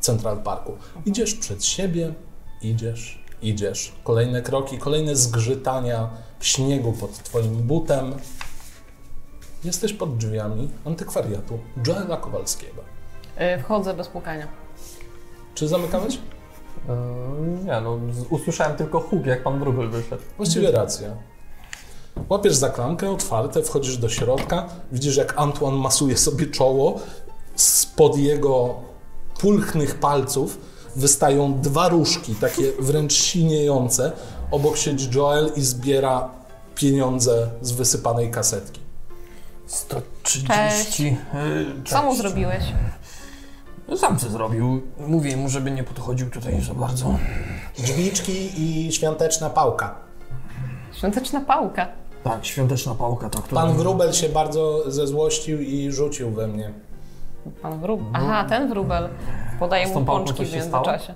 Speaker 1: Central Parku. Idziesz przed siebie, idziesz, idziesz. Kolejne kroki, kolejne zgrzytania śniegu pod Twoim butem. Jesteś pod drzwiami antykwariatu Joela Kowalskiego.
Speaker 5: Y, Wchodzę bez pukania.
Speaker 6: Tak.
Speaker 1: Czy zamykałeś?
Speaker 6: Yy, nie no, z- usłyszałem tylko huk, jak pan wróbel wyszedł.
Speaker 1: Właściwie racja. Łapiesz za klamkę, otwarte, wchodzisz do środka, widzisz jak Antoine masuje sobie czoło, spod jego pulchnych palców wystają dwa różki, takie wręcz siniejące. Obok siedzi Joel i zbiera pieniądze z wysypanej kasetki.
Speaker 9: 130.
Speaker 5: Cześć.
Speaker 9: Yy,
Speaker 5: Co mu
Speaker 9: cześć.
Speaker 5: zrobiłeś?
Speaker 9: Sam co zrobił. Mówię mu, żeby nie podchodził tutaj za bardzo.
Speaker 1: Drzwiczki i świąteczna pałka.
Speaker 5: Świąteczna pałka.
Speaker 9: Tak, świąteczna pałka, tak. którą-
Speaker 6: Mhm.
Speaker 1: Pan Wróbel się bardzo zezłościł i rzucił we mnie.
Speaker 5: Pan wróbel. Aha, ten wróbel. Podaje
Speaker 6: No. Z
Speaker 5: mu
Speaker 6: tą pałką
Speaker 5: pączki
Speaker 6: coś
Speaker 5: w
Speaker 6: się stało?
Speaker 5: międzyczasie.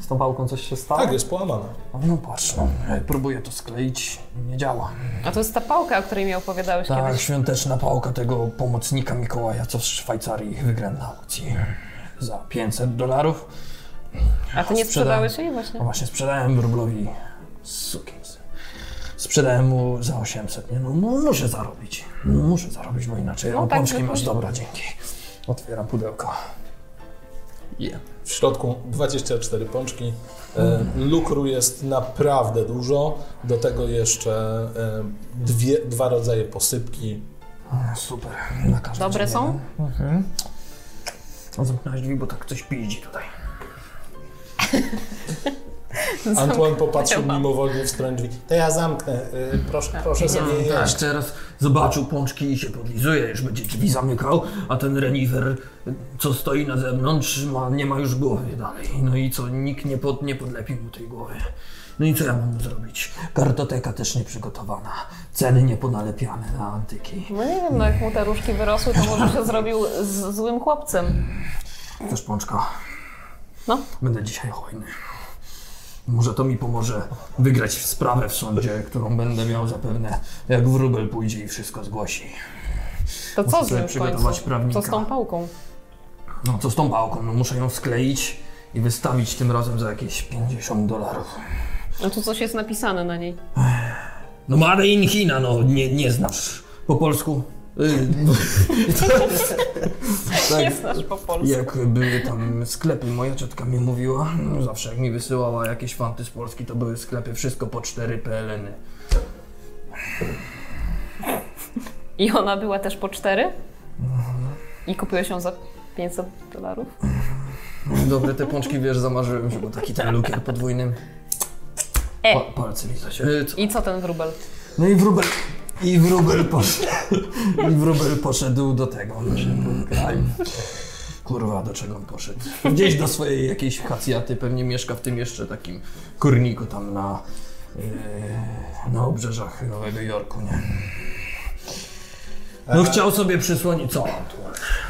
Speaker 6: Z tą pałką coś się stało?
Speaker 1: Tak, jest połamana.
Speaker 9: No patrz, no. próbuję to skleić, nie działa.
Speaker 5: A to jest ta pałka, o której mi opowiadałeś
Speaker 9: Tak,
Speaker 5: kiedyś.
Speaker 9: świąteczna pałka tego pomocnika Mikołaja, co w Szwajcarii wygrałem na aukcji za 500 dolarów.
Speaker 5: A ty nie
Speaker 9: Sprzedałem.
Speaker 5: sprzedałeś jej właśnie?
Speaker 9: No właśnie, sprzedałem wróblowi sukienc. Sprzedałem mu za 800, nie? No, no muszę zarobić. Muszę zarobić, bo inaczej
Speaker 5: No
Speaker 9: no,
Speaker 5: tak,
Speaker 9: pączki
Speaker 5: tak.
Speaker 9: masz dobra, dzięki. Otwieram pudełko.
Speaker 1: W środku 24 pączki. E, Lukru jest naprawdę dużo. Do tego jeszcze e, dwie, dwa rodzaje posypki.
Speaker 9: A, Super, na każdy
Speaker 5: Dobre
Speaker 9: dzień
Speaker 5: są?
Speaker 9: jeden. Mhm. A Zamknąłeś drzwi, bo tak ktoś piździ tutaj.
Speaker 1: Antoine popatrzył
Speaker 5: Chciałam.
Speaker 1: mimowolnie w stronę drzwi. To ja zamknę. e, Proszę, proszę
Speaker 5: nie
Speaker 1: sobie
Speaker 5: mam.
Speaker 9: Aż
Speaker 1: jeść.
Speaker 9: teraz zobaczył pączki i się podlizuje, już będzie drzwi zamykał, a ten renifer, co stoi na zewnątrz, ma, nie ma już głowy dalej. No i co, nikt nie, pod, nie podlepił mu tej głowy. No i co ja mam zrobić? Kartoteka też nie przygotowana, ceny nie ponalepiane na antyki.
Speaker 5: No nie wiem, no jak mu te różki wyrosły, to może się zrobił z złym chłopcem.
Speaker 9: Też pączka.
Speaker 5: No.
Speaker 9: Będę dzisiaj hojny. Może to mi pomoże wygrać sprawę w sądzie, którą będę miał zapewne, jak wróbel pójdzie i wszystko zgłosi.
Speaker 5: To co
Speaker 9: Muszę
Speaker 5: z
Speaker 9: sobie
Speaker 5: nim w
Speaker 9: przygotować
Speaker 5: końcu?
Speaker 9: prawnika.
Speaker 5: Co z tą pałką?
Speaker 9: No co z tą pałką? No muszę ją skleić i wystawić tym razem za jakieś 50 dolarów.
Speaker 5: No tu coś jest napisane na niej.
Speaker 9: No Made in China, no nie, nie znasz po polsku. Y, [LAUGHS] Tak.
Speaker 5: Nie znasz po polsku.
Speaker 9: Jak były tam sklepy, moja ciotka mi mówiła, no zawsze jak mi wysyłała jakieś fanty z Polski, to były sklepy wszystko po 4 PLN.
Speaker 5: I ona była też po cztery?
Speaker 9: Mhm.
Speaker 5: I kupiłeś ją za 500 dolarów?
Speaker 9: Dobre te pączki, wiesz, zamarzyłem, że był taki ten lukier podwójny.
Speaker 5: E.
Speaker 9: Pa, palce mi zaś. Y, co?
Speaker 5: I co ten wróbel?
Speaker 9: No i wróbel. I wróbel poszedł. I wróbel poszedł do tego. Aj, Kurwa, do czego on poszedł? Gdzieś do swojej jakiejś hacjaty, pewnie mieszka w tym jeszcze takim kurniku tam na, yy, na obrzeżach Nowego Jorku, nie? No chciał sobie przysłonić, co on tu?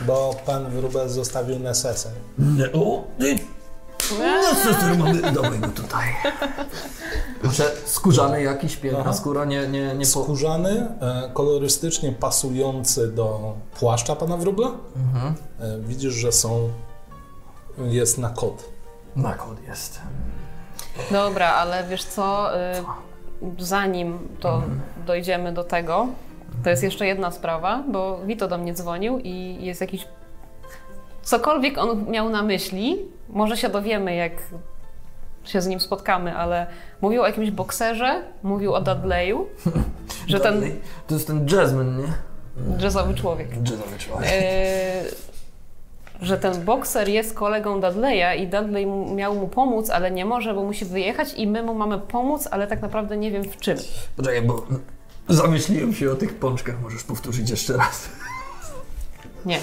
Speaker 1: Bo pan Wróbel zostawił nesesę.
Speaker 9: Nie, O, ty, no co mamy dobrego tutaj? Muszę skórzany jakiś, piękna skóra, nie, nie, nie po...
Speaker 1: Skórzany, e, kolorystycznie pasujący do płaszcza pana Wróbla. E, Widzisz, że są... Jest na kot.
Speaker 9: Na kod jest.
Speaker 5: Dobra, ale wiesz co, y, zanim to dojdziemy do tego, to jest jeszcze jedna sprawa, bo Vito do mnie dzwonił i jest jakiś... Cokolwiek on miał na myśli, może się dowiemy, jak się z nim spotkamy, ale mówił o jakimś bokserze, mówił o Dudley'u, że ten
Speaker 9: Dudley. No To jest ten jazzman, nie?
Speaker 5: jazzowy człowiek.
Speaker 9: Jazzowy człowiek.
Speaker 5: Yy, E, że ten bokser jest kolegą Dudleya i Dudley mu- miał mu pomóc, ale nie może, bo musi wyjechać i my mu mamy pomóc, ale tak naprawdę nie wiem w czym.
Speaker 9: Poczekaj, bo zamyśliłem się o tych pączkach, możesz powtórzyć jeszcze raz.
Speaker 5: Nie.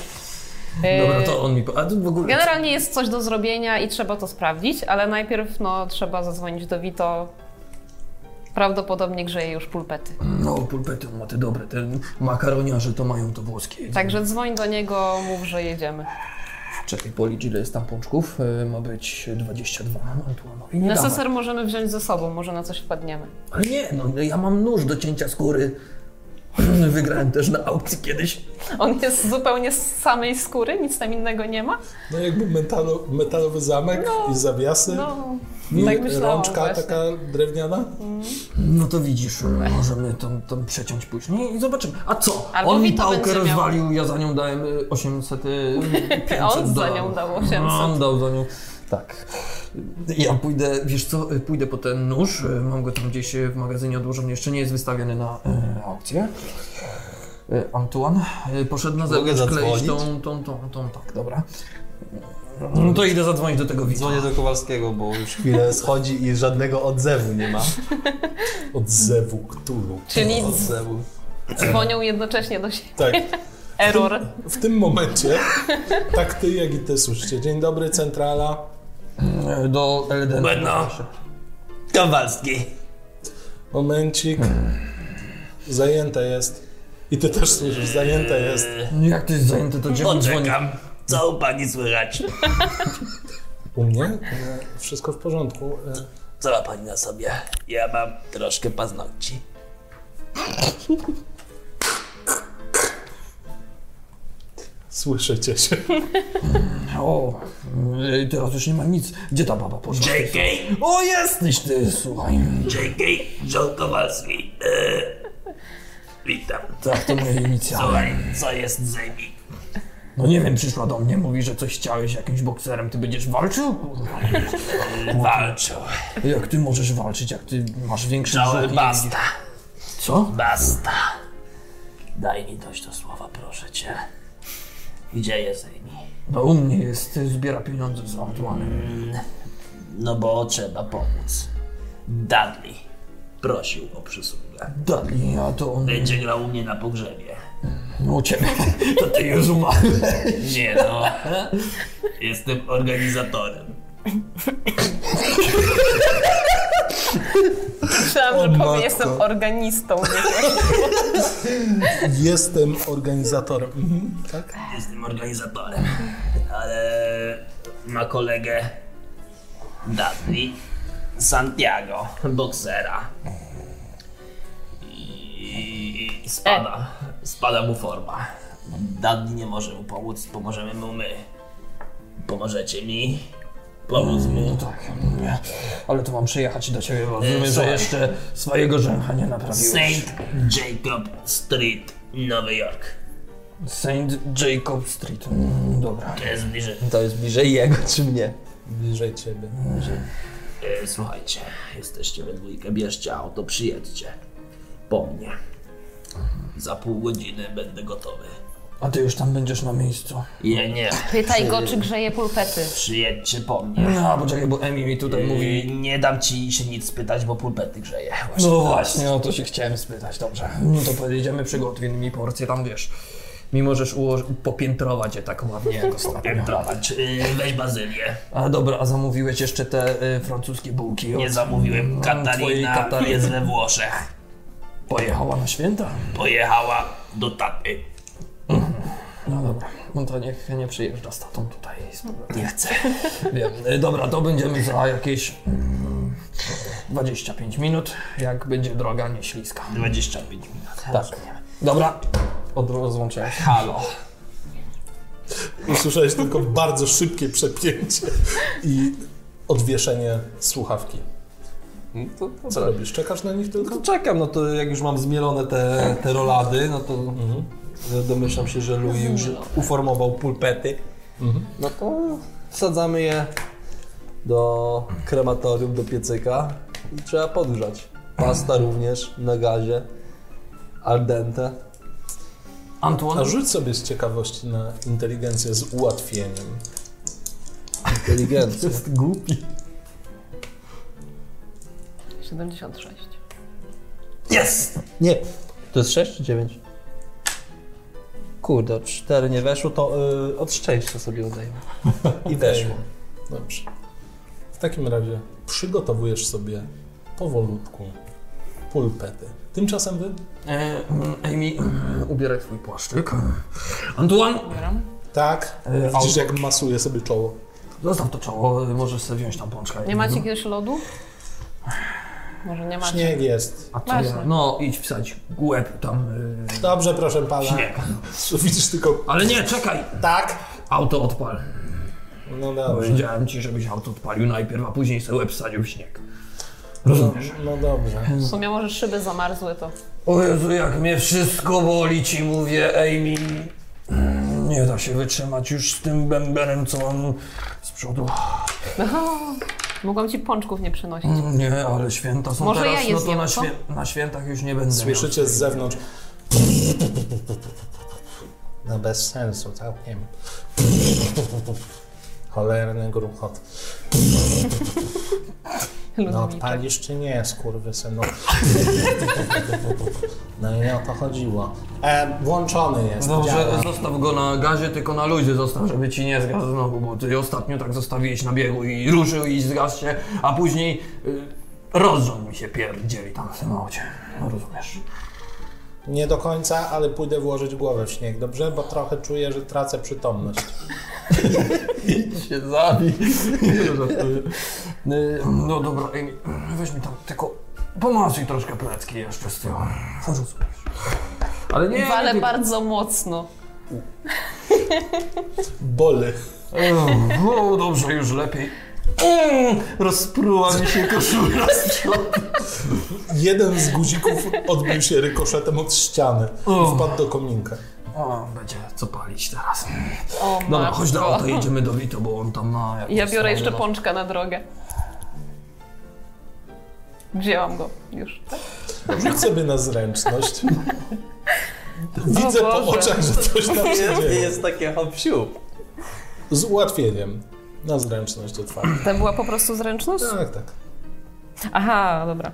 Speaker 9: Dobra,
Speaker 5: Yy,
Speaker 9: to on mi... Po... A to w ogóle...
Speaker 5: Generalnie jest coś do zrobienia i trzeba to sprawdzić, ale najpierw no, trzeba zadzwonić do Vito. Prawdopodobnie grzeje już pulpety.
Speaker 9: No, pulpety on ma te dobre, te makaroniarze to mają to włoskie.
Speaker 5: Także dzwoń do niego, mów, że jedziemy.
Speaker 9: Czekaj, policz ile jest tam pączków. E, ma być no, 22 Antuanowi. Nie dawaj.
Speaker 5: Neseser możemy wziąć ze sobą, może na coś wpadniemy.
Speaker 9: Ale nie, no ja mam nóż do cięcia skóry. [CLEARS THROAT] Wygrałem też na aukcji kiedyś.
Speaker 5: On jest zupełnie z samej skóry, nic tam innego nie ma.
Speaker 1: No jakby metalu, metalowy zamek i zawiasy.
Speaker 5: No,
Speaker 1: I
Speaker 5: tak myślałam
Speaker 1: rączka
Speaker 5: właśnie.
Speaker 1: taka drewniana.
Speaker 9: No to widzisz, możemy tą, tą przeciąć później i zobaczymy. A co?
Speaker 5: Albo
Speaker 9: on mi
Speaker 5: Vito
Speaker 9: pałkę
Speaker 5: będzie miał.
Speaker 9: rozwalił, ja za nią dałem y,
Speaker 5: [LAUGHS]
Speaker 9: 800, y, 500
Speaker 5: On za nią
Speaker 9: dolarów.
Speaker 5: dał 800.
Speaker 9: No, On dał za nią, tak. Ja pójdę, wiesz co, y, pójdę po ten nóż, y, mam go tam gdzieś y, w magazynie odłożony, jeszcze nie jest wystawiony na y, aukcję. Y, Antoine y, poszedł na
Speaker 2: Mogę
Speaker 9: zewnątrz kleić tą,
Speaker 2: zadzwonić?
Speaker 9: tą, tą, tą, tak, dobra. No to idę zadzwonić do tego widza.
Speaker 2: Dzwonię do Kowalskiego, bo już chwilę schodzi i żadnego odzewu nie ma.
Speaker 1: Odzewu Cthulhu.
Speaker 5: Czyli
Speaker 2: Odzewu.
Speaker 5: dzwonią jednocześnie do siebie. [LAUGHS]
Speaker 1: Tak.
Speaker 5: Error. [LAUGHS]
Speaker 1: W tym momencie, tak ty jak i ty słyszycie. Dzień dobry, centrala.
Speaker 9: Y, Do Elden.
Speaker 10: Bedno! Kowalski!
Speaker 1: Momencik. Zajęte jest. I ty też słyszysz, zajęte jest.
Speaker 9: Jak ty jest zajęty, to gdzie on dzwoni?
Speaker 10: Poczekam. Co u pani słychać?
Speaker 1: U mnie? E, Wszystko w porządku. E,
Speaker 10: Co ma pani na sobie? Ja mam troszkę paznokci.
Speaker 1: Słyszycie się.
Speaker 9: O, y, teraz już nie ma nic. Gdzie ta baba poszła? J.K. O, jesteś ty, słuchaj.
Speaker 4: J.K. John Kowalski. Eee, witam.
Speaker 9: Tak, to moje inicjały.
Speaker 4: Słuchaj, co jest z nimi?
Speaker 9: No nie wiem, przyszła do mnie, mówi, że coś chciałeś jakimś bokserem. Ty będziesz walczył? Kurwa,
Speaker 4: Walczą.
Speaker 9: Jak ty możesz walczyć, jak ty masz większy
Speaker 4: Cały
Speaker 9: brzuch i-
Speaker 4: basta.
Speaker 9: Co?
Speaker 4: Basta. Daj mi dość do słowa, proszę cię. Gdzie jest Amy?
Speaker 9: No u mnie jest, y, zbiera pieniądze z Antoinem.
Speaker 4: No bo trzeba pomóc. Dudley prosił o przysługę.
Speaker 9: Dali, a to on...
Speaker 4: Będzie grał u mnie na pogrzebie.
Speaker 9: No
Speaker 4: [LAUGHS]
Speaker 9: u ciebie, to ty już umarłeś.
Speaker 4: Nie no. [LAUGHS] Jestem organizatorem.
Speaker 5: Myślałam, że powie, jestem organistą.
Speaker 1: Jestem organizatorem. Mhm, tak?
Speaker 4: Jestem organizatorem. Ale ma kolegę Dudley Santiago, boksera. I spada. Spada mu forma. Dudley nie może mu pomóc, pomożemy mu my. Pomożecie mi pomóc mu.
Speaker 9: Tak, nie. Ale to mam przyjechać do ciebie, bo rozumiem, że
Speaker 4: słuchaj.
Speaker 9: jeszcze swojego rzęcha nie naprawiłeś.
Speaker 4: St. Jacob Street, Nowy Jork.
Speaker 9: Saint Jacob Street. Mm, Dobra.
Speaker 4: To jest bliżej.
Speaker 2: To jest bliżej jego Tak, czy mnie.
Speaker 1: Bliżej ciebie.
Speaker 4: E, Słuchajcie, jesteście we dwójkę, bierzcie auto, przyjedźcie. Po mnie. Za pół godziny będę gotowy.
Speaker 9: A ty już tam będziesz na miejscu.
Speaker 4: Nie, nie,
Speaker 5: Pytaj go, czy grzeje pulpety.
Speaker 4: przyjedźcie po mnie.
Speaker 9: No, poczekaj, bo Emi mi tutaj mówi.
Speaker 4: Mówi, nie dam ci się nic spytać, bo pulpety grzeje. Właśnie
Speaker 9: No
Speaker 4: teraz.
Speaker 9: właśnie, o to się chciałem spytać, dobrze. No to pojedziemy, przygotuj mi porcję, tam wiesz. Mi możesz ułożyć, popiętrować je tak ładnie jak ostatnio.
Speaker 4: Pierdolać. E, Weź bazylię.
Speaker 9: A dobra, a zamówiłeś jeszcze te y, francuskie bułki.
Speaker 4: Nie zamówiłem.
Speaker 9: No, twojej
Speaker 4: Katarina
Speaker 9: Katariny.
Speaker 4: jest we Włoszech.
Speaker 9: Pojechała na święta.
Speaker 4: Pojechała do taty.
Speaker 9: No dobra, no to niech nie przyjeżdża z tatą tutaj. i z powrotem.
Speaker 4: Nie chcę.
Speaker 9: Wiem. Y, Dobra, to będziemy za jakieś mm, 25 minut, jak będzie droga nieśliska.
Speaker 4: 25 minut.
Speaker 9: Tak. Dobra, od rozłączenia się.
Speaker 4: Halo.
Speaker 1: Usłyszałeś tylko bardzo szybkie przepięcie i odwieszenie słuchawki.
Speaker 2: No to, to
Speaker 1: Co robisz? Czekasz na nich tylko?
Speaker 2: No czekam, no to jak już mam zmielone te, te rolady, no to domyślam się, że Louis już uformował pulpety. No to wsadzamy je do krematorium, do piecyka i trzeba podgrzać. Pasta również na gazie, al dente.
Speaker 9: Antoine,
Speaker 1: A rzuć sobie z ciekawości na inteligencję z ułatwieniem.
Speaker 2: Inteligencja.
Speaker 5: 76.
Speaker 4: Jest!
Speaker 2: Nie, to jest 6 czy 9? Kurde, 4 nie weszło, to y, od szczęścia sobie odejmę. I weszło.
Speaker 1: Dobrze. W takim razie przygotowujesz sobie powolutku pulpety. Tymczasem wy?
Speaker 9: e, mm, Amy, mm, ubieraj swój płaszczyk. Antoine,
Speaker 5: Ubieram.
Speaker 1: Tak.
Speaker 9: E,
Speaker 1: Widzisz, jak masuje sobie czoło.
Speaker 9: zostaw to czoło, y, możesz sobie wziąć tam pączka.
Speaker 5: Nie macie jakiegoś lodu? Może nie macie.
Speaker 1: Śnieg jest.
Speaker 9: A co ja?
Speaker 5: Właśnie.
Speaker 9: No, idź wsadź łeb tam. y,
Speaker 1: Dobrze, proszę pana.
Speaker 9: Śnieg.
Speaker 1: [LAUGHS] Widzisz tylko
Speaker 9: Ale nie, czekaj!
Speaker 1: tak.
Speaker 9: Auto odpal.
Speaker 1: No dobrze.
Speaker 9: Powiedziałem ci, żebyś auto odpalił najpierw, a później sobie łeb wsadził w śnieg. Rozumiesz?
Speaker 1: No dobrze.
Speaker 5: W sumie może szyby zamarzły to. [LAUGHS]
Speaker 9: O Jezu, jak mnie wszystko boli, ci mówię, Amy. Mm, Nie da się wytrzymać już z tym bębenem, co mam z przodu.
Speaker 5: Mogłam ci pączków nie przynosić.
Speaker 9: Mm, Nie, ale święta są
Speaker 5: Może ja
Speaker 9: teraz,
Speaker 5: je
Speaker 9: no to
Speaker 5: zjem,
Speaker 9: na,
Speaker 5: co?
Speaker 9: świę- na świętach już nie będę
Speaker 1: Słyszycie z zewnątrz. No bez sensu, całkiem. Cholerny gruchot. No
Speaker 5: Ludowicza.
Speaker 1: odpalisz czy nie, skurwysynu? No i nie o to chodziło. E, włączony jest,
Speaker 9: miał. Dobrze,
Speaker 1: działa.
Speaker 9: zostaw go na gazie, tylko na luzie zostaw, żeby ci nie zgasł znowu, bo ty ostatnio tak zostawiłeś na biegu i ruszył i zgasł się, a później y, rozrząd mi się pierdzieli tam w tym aucie. No, rozumiesz?
Speaker 1: Nie do końca, ale pójdę włożyć głowę w śnieg, dobrze? Bo trochę czuję, że tracę przytomność.
Speaker 9: się zabi. no dobra, Amy, weź mi tam tylko pomasuj troszkę plecki jeszcze z tyłu. Rozumiesz. Ale nie,
Speaker 5: Walę
Speaker 9: nie,
Speaker 5: bardzo mocno.
Speaker 1: Boli.
Speaker 9: No dobrze, już lepiej. Mm, Rozpruła mi się koszula.
Speaker 1: Jeden z guzików odbił się rykoszetem od ściany. Wpadł do kominka.
Speaker 9: O, będzie co palić teraz.
Speaker 5: O,
Speaker 9: Dobra,
Speaker 5: matko.
Speaker 9: No, chodź do auta, jedziemy do Vito, bo on tam ma jakąś
Speaker 5: Ja biorę
Speaker 9: stronę,
Speaker 5: jeszcze
Speaker 9: no.
Speaker 5: pączka na drogę. Wzięłam go już. tak?
Speaker 1: Rzuć sobie na zręczność. Widzę
Speaker 5: [LAUGHS] O
Speaker 1: po
Speaker 5: Boże.
Speaker 1: oczach, że coś tam się dzieje.
Speaker 2: takie hopsiu.
Speaker 1: Z ułatwieniem. Na zręczność otwarta.
Speaker 5: To była po prostu zręczność?
Speaker 1: Tak, tak.
Speaker 5: Aha, dobra.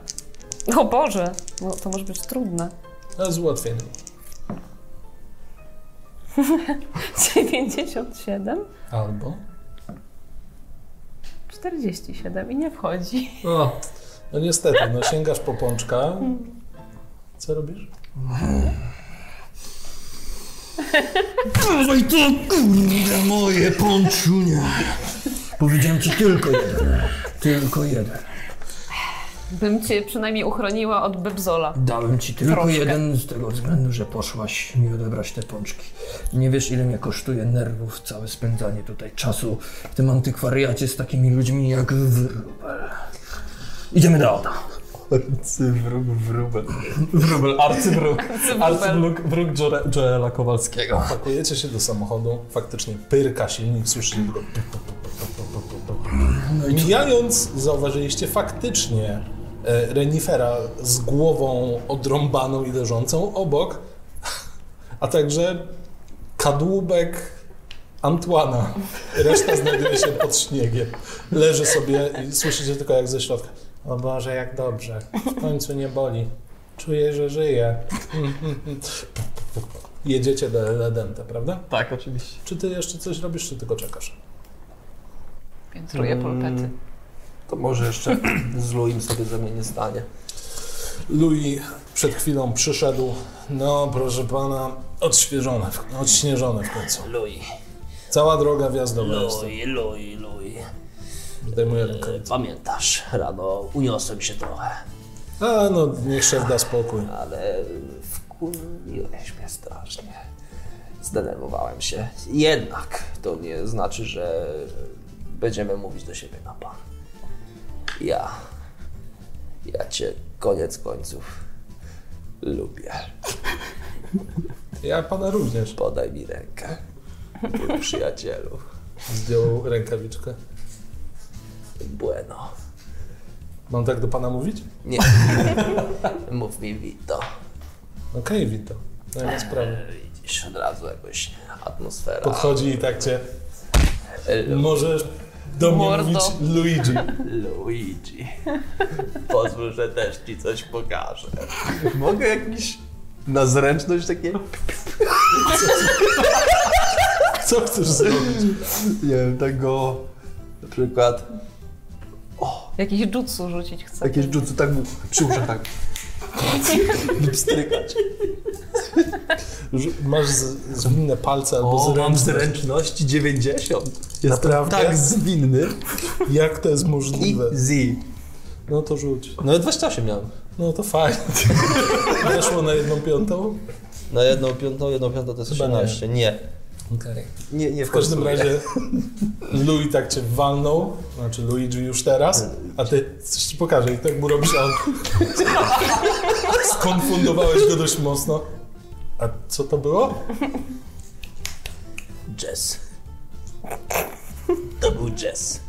Speaker 5: O Boże, no, to może być trudne. [LAUGHS]
Speaker 1: No, z ułatwieniem.
Speaker 5: 97,
Speaker 1: Albo.
Speaker 5: 47 i nie wchodzi.
Speaker 1: No, no niestety, no sięgasz po pączka.
Speaker 5: Hmm.
Speaker 1: Co robisz?
Speaker 9: Dawaj to, kurde, moje ponczunie. Powiedziałem ci tylko jeden. Tylko jeden.
Speaker 5: Bym cię przynajmniej uchroniła od Bebzola.
Speaker 9: Dałem ci tylko
Speaker 5: Troszkę.
Speaker 9: jeden z tego względu, że poszłaś mi odebrać te pączki. Nie wiesz, ile mnie kosztuje nerwów całe spędzanie tutaj czasu w tym antykwariacie z takimi ludźmi jak Wrubel. Idziemy do auta.
Speaker 2: Wróg, wróbel.
Speaker 6: Wróbel, arcywróg.
Speaker 5: Arcywróg.
Speaker 6: Arcywróg wróg Jore- Joela Kowalskiego.
Speaker 1: Pakujecie się do samochodu, faktycznie pyrka silnik, słyszycie go. Mijając, zauważyliście faktycznie e, renifera z głową odrąbaną i leżącą obok, a także kadłubek Antuana. Reszta znajduje się pod śniegiem. Leży sobie i słyszycie tylko jak ze środka. O Boże, jak dobrze. W końcu nie boli. Czuję, że żyje. Jedziecie do Ledente, prawda?
Speaker 6: Tak, oczywiście.
Speaker 1: Czy ty jeszcze coś robisz, czy tylko czekasz?
Speaker 5: Piętruję pulpety.
Speaker 2: To może jeszcze z Luim sobie ze mnie nie stanie.
Speaker 1: Louis przed chwilą przyszedł. No, proszę pana, odświeżone, w- odśnieżone w końcu.
Speaker 4: Luj,
Speaker 1: Cała droga wjazdowa jest.
Speaker 4: luj, luj, luj.
Speaker 1: Zdejmuję rękawice.
Speaker 4: Pamiętasz, rano uniosłem się trochę,
Speaker 1: A no, niech szef da spokój.
Speaker 4: ale wkurwiłeś mnie strasznie. Zdenerwowałem się. Jednak to nie znaczy, że będziemy mówić do siebie na pan. Ja, ja cię koniec końców lubię.
Speaker 1: Ja pana również.
Speaker 4: Podaj mi rękę, mój przyjacielu.
Speaker 1: Zdjął rękawiczkę.
Speaker 4: Bueno.
Speaker 1: Mam tak do pana mówić?
Speaker 4: Nie. Mów mi Vito.
Speaker 1: Okej, Wito. No nie ma sprawy.
Speaker 4: Widzisz, od razu jakoś atmosfera.
Speaker 1: Podchodzi i tak cię.
Speaker 4: Lu-
Speaker 1: Możesz do mnie
Speaker 5: Mordo.
Speaker 1: mówić Luigi.
Speaker 4: Luigi. Pozwól, że też ci coś pokażę.
Speaker 2: Mogę jakiś na zręczność takie?
Speaker 1: Co chcesz zrobić?
Speaker 2: Nie wiem, tego na przykład
Speaker 5: Jakiś jutsu rzucić chcę.
Speaker 2: jakieś jutsu tak mu przy uszach tak strykać.
Speaker 1: Rzu- Masz z- zwinne palce albo
Speaker 2: O, mam
Speaker 1: zręczne.
Speaker 2: zręczności 90. Jestem
Speaker 1: Naprawdę?
Speaker 2: tak zwinny.
Speaker 1: Jak to jest
Speaker 2: I
Speaker 1: możliwe?
Speaker 2: Z.
Speaker 1: No to rzuć.
Speaker 2: No 28 miałem.
Speaker 1: No to fajnie. [LAUGHS] Weszło na jedną piątą?
Speaker 2: Na jedną piątą, jedną piątą to jest
Speaker 1: Chyba nie.
Speaker 2: 18. Nie.
Speaker 1: Okej.
Speaker 2: Nie, nie
Speaker 1: W każdym razie Louis tak cię walnął, znaczy Luigi już teraz, a ty coś ci pokażę i tak mu robisz, a on... Skonfundowałeś go dość mocno. A co to było?
Speaker 4: Jazz. To był jazz.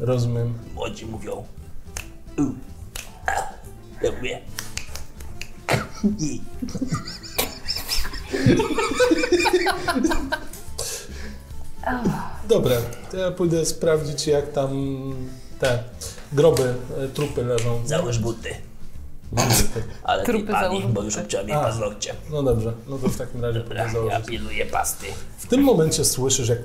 Speaker 1: Rozumiem.
Speaker 4: Młodzi mówią. "U". Ja mówię.
Speaker 1: Dobra, to ja pójdę sprawdzić jak tam te groby, e, trupy leżą. tak.
Speaker 4: Załóż buty. Ale
Speaker 5: Trupy
Speaker 4: Trupy pani,
Speaker 5: załóż
Speaker 4: bo już
Speaker 5: buty.
Speaker 4: obcięła mi
Speaker 1: A.
Speaker 4: paznokcie.
Speaker 1: No dobrze, no to w takim razie pójdę
Speaker 4: Ja
Speaker 1: założyć.
Speaker 4: pilnuję pasty.
Speaker 1: W tym momencie słyszysz, jak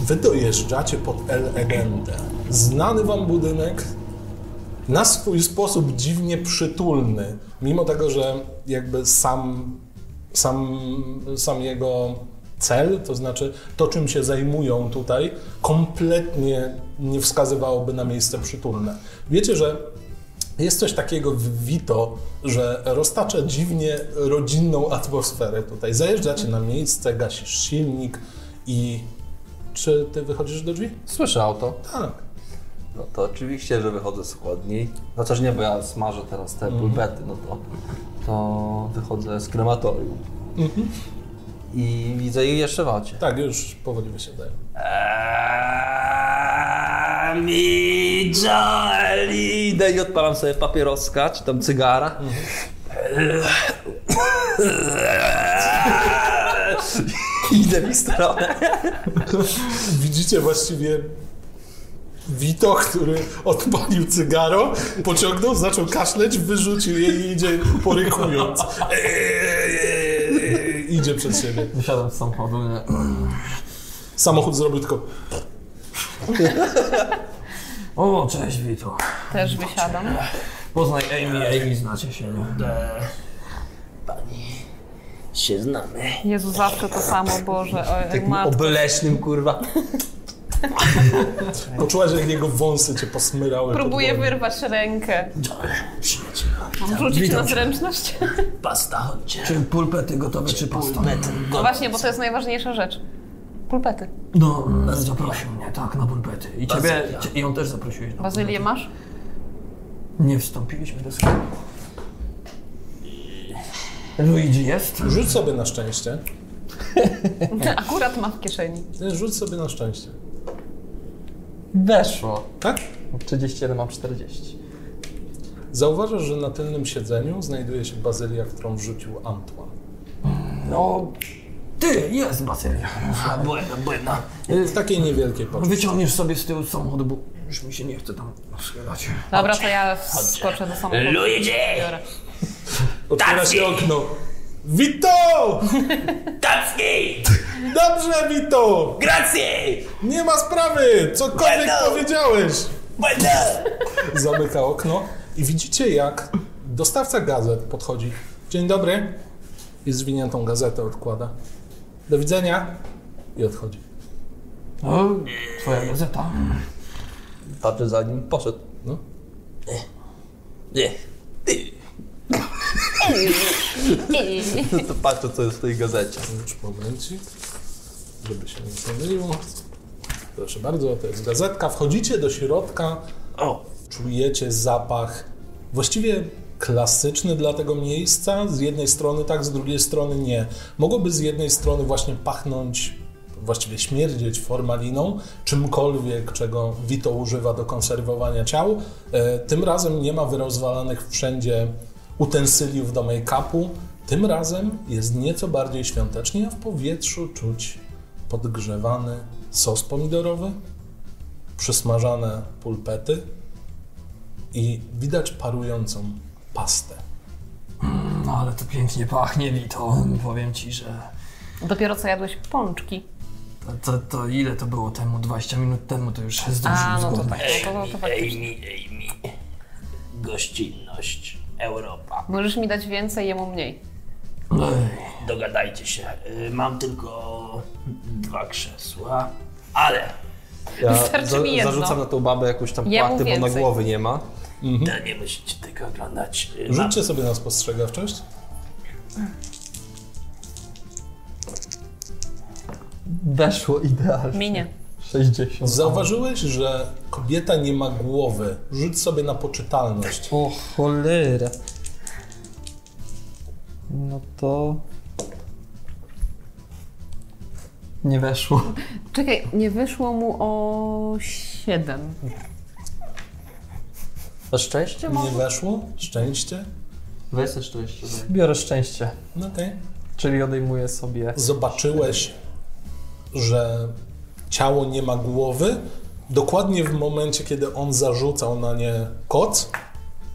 Speaker 1: wy dojeżdżacie pod El Edende. Znany wam budynek, na swój sposób dziwnie przytulny, mimo tego, że jakby sam, sam, sam jego cel, to znaczy to, czym się zajmują tutaj, kompletnie nie wskazywałoby na miejsce przytulne. Wiecie, że Jest coś takiego w Vito, że roztacza dziwnie rodzinną atmosferę tutaj. Zajeżdżacie na miejsce, gasisz silnik i... Czy ty wychodzisz do drzwi?
Speaker 2: Słyszę auto.
Speaker 1: Tak.
Speaker 2: No to oczywiście, że wychodzę z chłodni. Chociaż nie, bo ja smażę teraz te pulpety, no to, to wychodzę z krematorium. Mhm. I widzę ich jeszcze w aucie.
Speaker 1: Tak, już powoli wysiadają. [LAUGHS]
Speaker 2: Mi Jolly! Idę i odpalam sobie papieroska, czy tam cygara. Idę w ich stronę.
Speaker 1: Widzicie właściwie Wito, który odpalił cygaro, pociągnął, zaczął kaszleć, wyrzucił je i idzie E, porykując. Eee, Idzie przed siebie.
Speaker 6: Wysiadam z samochodu. nie?
Speaker 1: Samochód zrobił tylko...
Speaker 9: O, cześć Wito.
Speaker 5: Też wysiadam.
Speaker 9: Poznaj Amy, Amy znacie się. nie?
Speaker 10: Się znamy.
Speaker 5: Jezu, zawsze to samo, Boże. O, jak
Speaker 2: Takim
Speaker 5: matko.
Speaker 2: obleśnym, kurwa.
Speaker 1: Poczułaś, jak jego wąsy cię posmyrały. pod
Speaker 5: Próbuję
Speaker 1: wodą.
Speaker 5: wyrwać rękę.
Speaker 10: Przyjaciel,
Speaker 5: Mam rzucić na zręczność?
Speaker 10: pasta, chodźcie.
Speaker 9: Czy pulpety gotowe, czy pasta?
Speaker 10: Pulpety.
Speaker 5: No właśnie, bo to jest najważniejsza rzecz. Pulpety.
Speaker 9: No, zaprosił mnie, tak, na pulpety. I ciebie,
Speaker 10: Bazylia.
Speaker 9: cie- i on też zaprosiłeś no. na
Speaker 5: Bazylię masz?
Speaker 9: Nie wstąpiliśmy do sklepu. Luigi jest?
Speaker 1: Rzuć sobie na szczęście.
Speaker 5: [LAUGHS] Akurat ma w kieszeni.
Speaker 1: Rzuć sobie na szczęście.
Speaker 6: Weszło.
Speaker 1: Tak?
Speaker 6: 31 mam 40.
Speaker 1: Zauważasz, że na tylnym siedzeniu znajduje się bazylia, którą rzucił Antoine.
Speaker 9: No, ty, jest bateria.
Speaker 10: A, bueno, bueno.
Speaker 1: W takiej niewielkiej paczce.
Speaker 9: Wyciągniesz sobie z tyłu z samochodu, bo już mi się nie chce tam schylać.
Speaker 5: Dobra, to ja skoczę do samochodu.
Speaker 4: Luigi!
Speaker 5: Biorę.
Speaker 1: Otwiera się okno. Wito!
Speaker 4: Tacki!
Speaker 1: Dobrze, Wito!
Speaker 4: Grazie!
Speaker 1: Nie ma sprawy! Cokolwiek
Speaker 4: Będą!
Speaker 1: powiedziałeś!
Speaker 4: Będę!
Speaker 1: Zamyka okno i widzicie, jak dostawca gazet podchodzi. Dzień dobry. I zwiniętą gazetę odkłada. Do widzenia. I odchodzi.
Speaker 9: No, twoja gazeta.
Speaker 2: Patrzę za nim, poszedł.
Speaker 1: No.
Speaker 2: Nie. To patrzę, co jest w tej gazecie.
Speaker 1: Już momencik, żeby się nie pomyliło. Proszę bardzo, to jest gazetka. Wchodzicie do środka,
Speaker 10: O,
Speaker 1: czujecie zapach właściwie klasyczny dla tego miejsca. Z jednej strony tak, z drugiej strony nie. Mogłoby z jednej strony właśnie pachnąć, właściwie śmierdzieć formaliną, czymkolwiek, czego Vito używa do konserwowania ciał. E, Tym razem nie ma wyrozwalanych wszędzie utensyliów do make-upu. Tym razem jest nieco bardziej świątecznie, a w powietrzu czuć podgrzewany sos pomidorowy, przysmażane pulpety, i widać parującą pastę.
Speaker 9: No, ale to pięknie pachnie, Wito. Powiem ci, że
Speaker 5: Dopiero co jadłeś pączki.
Speaker 9: to, to, to ile to było temu? 20 minut temu to już zdążyłem
Speaker 5: A, no to tak.
Speaker 9: zgodnie.
Speaker 5: No to, to faktycznie.
Speaker 4: Amy, Amy. Gościnność. Europa.
Speaker 5: Możesz mi dać więcej, jemu mniej.
Speaker 9: Ej,
Speaker 4: Dogadajcie się. Y, Mam tylko dwa krzesła, ale
Speaker 2: Ja
Speaker 5: Wystarczy mi jedno.
Speaker 2: zarzucam na tą babę jakąś tam
Speaker 5: Jemu
Speaker 2: płachtę, bo na
Speaker 5: więcej.
Speaker 2: głowy nie ma.
Speaker 4: to nie musicie tego oglądać. Y, mam-
Speaker 1: Rzućcie sobie na spostrzegawczość.
Speaker 6: Weszło idealnie.
Speaker 5: Minie.
Speaker 6: 60.
Speaker 1: Zauważyłeś, że kobieta nie ma głowy. Rzuć sobie na poczytalność.
Speaker 6: O cholera. No to... Nie weszło.
Speaker 5: Czekaj, nie wyszło mu o 7.
Speaker 2: To szczęście?
Speaker 1: Nie weszło? Szczęście?
Speaker 2: Weź se szczęście.
Speaker 6: Biorę szczęście.
Speaker 1: No okej.
Speaker 6: Czyli odejmuję sobie...
Speaker 1: Zobaczyłeś, że ciało nie ma głowy dokładnie w momencie, kiedy on zarzucał na nie koc,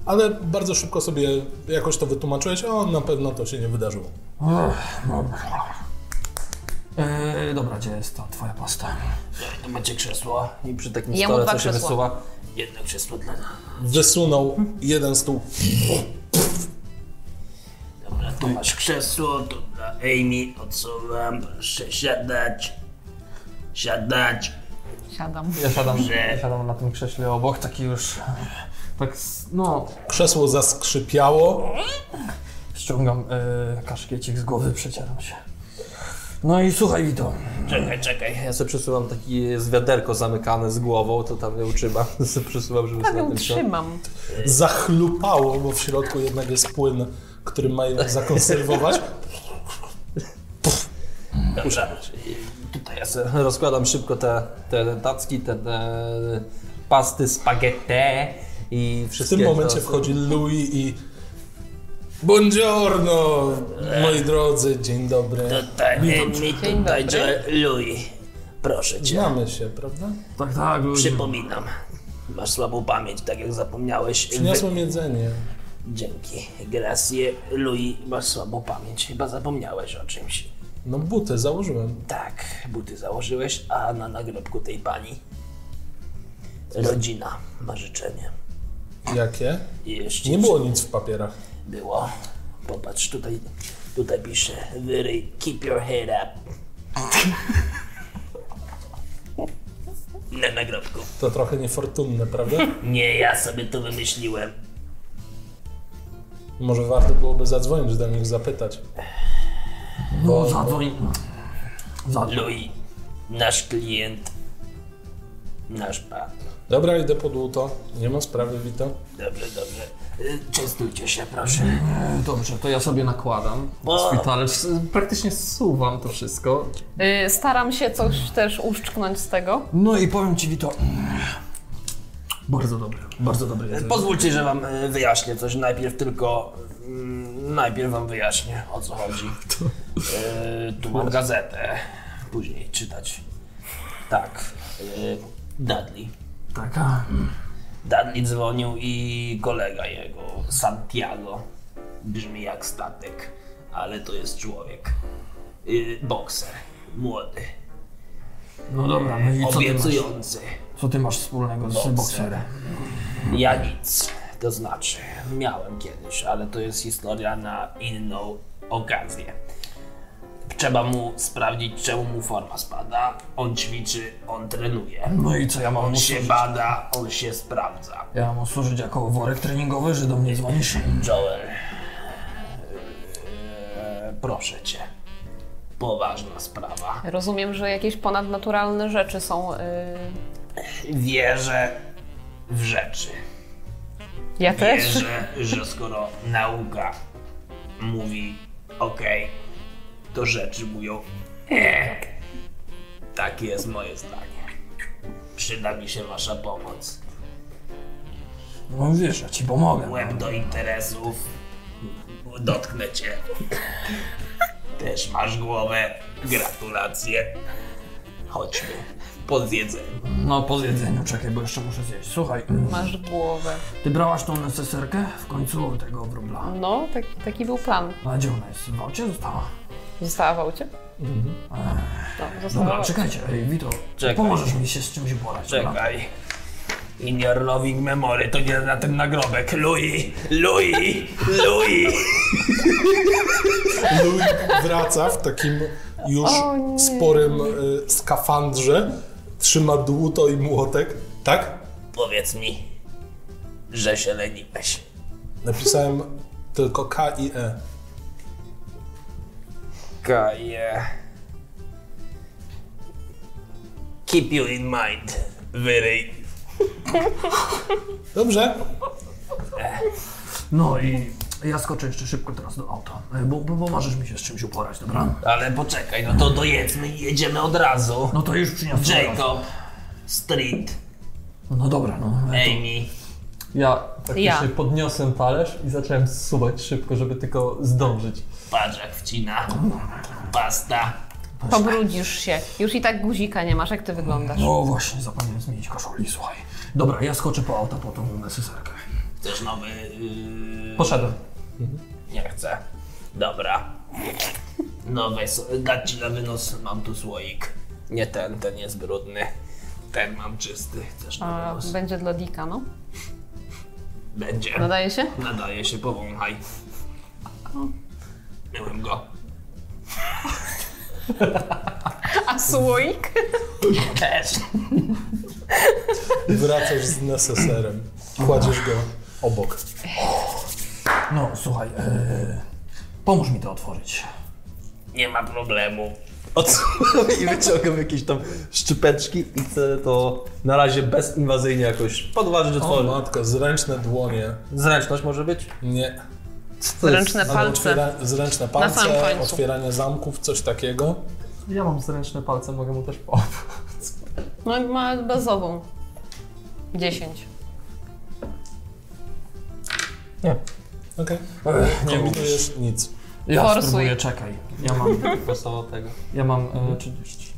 Speaker 1: ale bardzo szybko sobie jakoś to wytłumaczyłeś, a na pewno to się nie wydarzyło.
Speaker 9: Ej, dobra, gdzie jest ta twoja pasta?
Speaker 4: To macie krzesło.
Speaker 2: I przy takim
Speaker 5: Jemu
Speaker 2: stole,
Speaker 5: tak dwa
Speaker 2: co się
Speaker 5: krzesła.
Speaker 2: wysuwa.
Speaker 4: Jedno krzesło dla nas.
Speaker 1: Wysunął jeden stół.
Speaker 4: Dobra, tu masz krzesło, tu dla Amy. Odsuwam, proszę siadać. Siadać.
Speaker 5: Siadam.
Speaker 6: Ja siadam,
Speaker 4: Dobrze.
Speaker 6: siadam na tym krześle obok, taki już Tak, s- no,
Speaker 1: Krzesło zaskrzypiało.
Speaker 9: Ściągam e, kaszkiecik z głowy, przecieram się. No i słuchaj, Wito.
Speaker 4: Czekaj, czekaj.
Speaker 2: Ja sobie przesuwam takie z wiaderko zamykane z głową, to tam nie utrzyma. [LAUGHS] Sobie przesuwam, żeby
Speaker 5: Tak
Speaker 2: sobie
Speaker 5: ją
Speaker 2: na tym siadł.
Speaker 5: trzymam.
Speaker 1: Zachlupało, bo w środku jednak jest płyn, który ma ją zakonserwować.
Speaker 4: Dobrze.
Speaker 2: Ja sobie rozkładam szybko te, te tacki, te, te pasty, spaghetti i
Speaker 1: W
Speaker 2: wszystkie.
Speaker 1: tym momencie
Speaker 2: to-
Speaker 1: wchodzi Louis i... Buongiorno, moi drodzy, dzień dobry.
Speaker 4: Tajemni
Speaker 5: Dzień
Speaker 4: tutaj,
Speaker 5: dobry.
Speaker 4: Joe- Louis. Proszę cię,
Speaker 1: Znamy się, prawda?
Speaker 6: tak, tak.
Speaker 4: przypominam. Masz słabą pamięć, tak jak zapomniałeś. Wy...
Speaker 1: Przyniosłem jedzenie.
Speaker 4: Dzięki. Gracie, Louis, masz słabą pamięć. Chyba zapomniałeś o czymś.
Speaker 1: No buty założyłem.
Speaker 4: Tak, buty założyłeś, a na nagrobku tej pani rodzina ma życzenie.
Speaker 1: Jakie?
Speaker 4: I Jeszcze
Speaker 1: Nie było nic w papierach.
Speaker 4: było. Popatrz, tutaj, tutaj pisze wyryj, keep your head up. Na nagrobku.
Speaker 1: To trochę niefortunne, prawda?
Speaker 4: Nie, ja sobie to wymyśliłem.
Speaker 1: Może warto byłoby zadzwonić do nich, zapytać.
Speaker 9: No, zadzwoń.
Speaker 4: Louis, nasz klient, nasz pan.
Speaker 1: Dobra, idę pod łuto. Nie ma sprawy, Wito.
Speaker 4: Dobrze, dobrze. Y, Częstujcie się, proszę.
Speaker 6: Dobrze, to ja sobie nakładam
Speaker 4: O!
Speaker 6: swój talerz. S- Praktycznie zsuwam to wszystko.
Speaker 5: Y, Staram się coś też uszczknąć z tego.
Speaker 9: No i powiem ci, Wito.
Speaker 6: Bardzo dobre, bardzo dobre jedzenie.
Speaker 4: Pozwólcie, że wam e, wyjaśnię coś. Najpierw tylko. mm, Najpierw wam wyjaśnię o co chodzi. E, tu mam gazetę. Później czytać. Tak. e, Dudley.
Speaker 9: Tak, a,
Speaker 4: Dudley dzwonił i kolega jego, Santiago. Brzmi jak statek, ale to jest człowiek. E, Bokser. Młody.
Speaker 9: no dobra, no i co ty, masz,
Speaker 4: Obiecujący.
Speaker 9: co ty masz wspólnego z bokserem?
Speaker 4: Ja nic. To znaczy, miałem kiedyś, ale to jest historia na inną okazję. Trzeba mu sprawdzić, czemu mu forma spada. On ćwiczy, on trenuje.
Speaker 9: No i co, ja mam
Speaker 4: On
Speaker 9: mu
Speaker 4: się
Speaker 9: służyć?
Speaker 4: bada, on się sprawdza.
Speaker 9: Ja mam mu służyć jako worek treningowy, że do mnie dzwonisz?
Speaker 4: Joel, eee, proszę cię. Poważna sprawa.
Speaker 5: Rozumiem, że jakieś ponadnaturalne rzeczy są. y,
Speaker 4: Wierzę w rzeczy.
Speaker 5: Ja też.
Speaker 4: Wierzę, że skoro nauka mówi okej, to rzeczy mówią nie. Takie jest moje zdanie. Przyda mi się wasza pomoc.
Speaker 9: No wiesz, ja ci pomogę.
Speaker 4: Łeb do interesów. Dotknę cię. Też masz głowę. Gratulacje. Chodźmy. Pod jedzenie.
Speaker 9: No po zjedzeniu, czekaj, bo jeszcze muszę zjeść. Słuchaj, mm,
Speaker 5: Masz głowę.
Speaker 9: ty brałaś tą neseserkę w końcu tego wróbla.
Speaker 5: No, tak, taki był plan.
Speaker 9: A gdzie ona jest? W aucie została?
Speaker 5: Została w aucie?
Speaker 2: Mhm.
Speaker 5: No, została w
Speaker 9: Dobra,
Speaker 5: aucie.
Speaker 9: czekajcie, ej, Wito,
Speaker 4: Tak. Czekaj.
Speaker 9: pomożesz mi się z czymś borać, dobra?
Speaker 4: Czekaj. In your loving memory to nie na ten nagrobek. Louis! Louis! Louis!
Speaker 1: Louis wraca w takim już
Speaker 5: O nie.
Speaker 1: sporym y, skafandrze. Trzyma dłuto i młotek. Tak?
Speaker 4: Powiedz mi, że się leniłeś.
Speaker 1: Napisałem tylko K i E.
Speaker 4: Kaje. Keep you in mind. Wyryj.
Speaker 1: Dobrze.
Speaker 9: No i ja skoczę jeszcze szybko teraz do auta, e, bo, bo pomożesz mi się z czymś uporać, dobra?
Speaker 4: Ale poczekaj, no to dojedzmy i jedziemy od razu.
Speaker 9: No to już przyniosłem.
Speaker 4: Jacob, Street,
Speaker 9: No dobra, no.
Speaker 4: Amy.
Speaker 6: Ja praktycznie
Speaker 5: Ja.
Speaker 6: podniosłem talerz i zacząłem zsuwać szybko, żeby tylko zdążyć.
Speaker 4: Patrz jak wcina. Pasta.
Speaker 5: Pobrudzisz się. Już i tak guzika nie masz, jak ty wyglądasz.
Speaker 9: O właśnie, zapomniałem zmienić koszuli, słuchaj. Dobra, ja skoczę po auta po tą neseserkę.
Speaker 4: Chcesz nowy... Yy... Mhm.
Speaker 6: Poszedłem.
Speaker 4: Nie chcę. Dobra. No weź, so- dać ci na wynos, mam tu słoik. Nie ten, ten jest brudny. Ten mam czysty, chcesz na
Speaker 5: A,
Speaker 4: wynos.
Speaker 5: będzie dla Dika, no.
Speaker 4: Będzie.
Speaker 5: Nadaje się?
Speaker 4: Nadaje się, powąchaj. Myłem go.
Speaker 5: A słoik?
Speaker 4: Też.
Speaker 1: Wracasz z neseserem. Kładziesz go obok.
Speaker 9: No, słuchaj, e, pomóż mi to otworzyć.
Speaker 4: Nie ma problemu.
Speaker 2: Odsuwam i wyciągam jakieś tam szczypeczki i chcę to na razie bezinwazyjnie jakoś podważyć,
Speaker 1: O
Speaker 2: otworzyć.
Speaker 1: matko, zręczne dłonie.
Speaker 2: Zręczność może być?
Speaker 1: Nie.
Speaker 2: To jest-
Speaker 5: Ręczne
Speaker 1: Albo
Speaker 5: palce.
Speaker 1: otwiera, zręczne
Speaker 5: samym
Speaker 1: palce,
Speaker 5: końcu.
Speaker 1: otwieranie zamków, coś takiego.
Speaker 6: Ja mam zręczne palce, mogę mu też pomóc.
Speaker 5: No i ma bazową. 10.
Speaker 1: Okej.
Speaker 9: Ech,
Speaker 1: Nie
Speaker 9: nie
Speaker 1: widujesz nic.
Speaker 9: Ja
Speaker 5: Forsuj.
Speaker 9: spróbuję, czekaj.
Speaker 6: Ja [LAUGHS] mam,
Speaker 2: Wesoło tego.
Speaker 6: ja mam e, 30.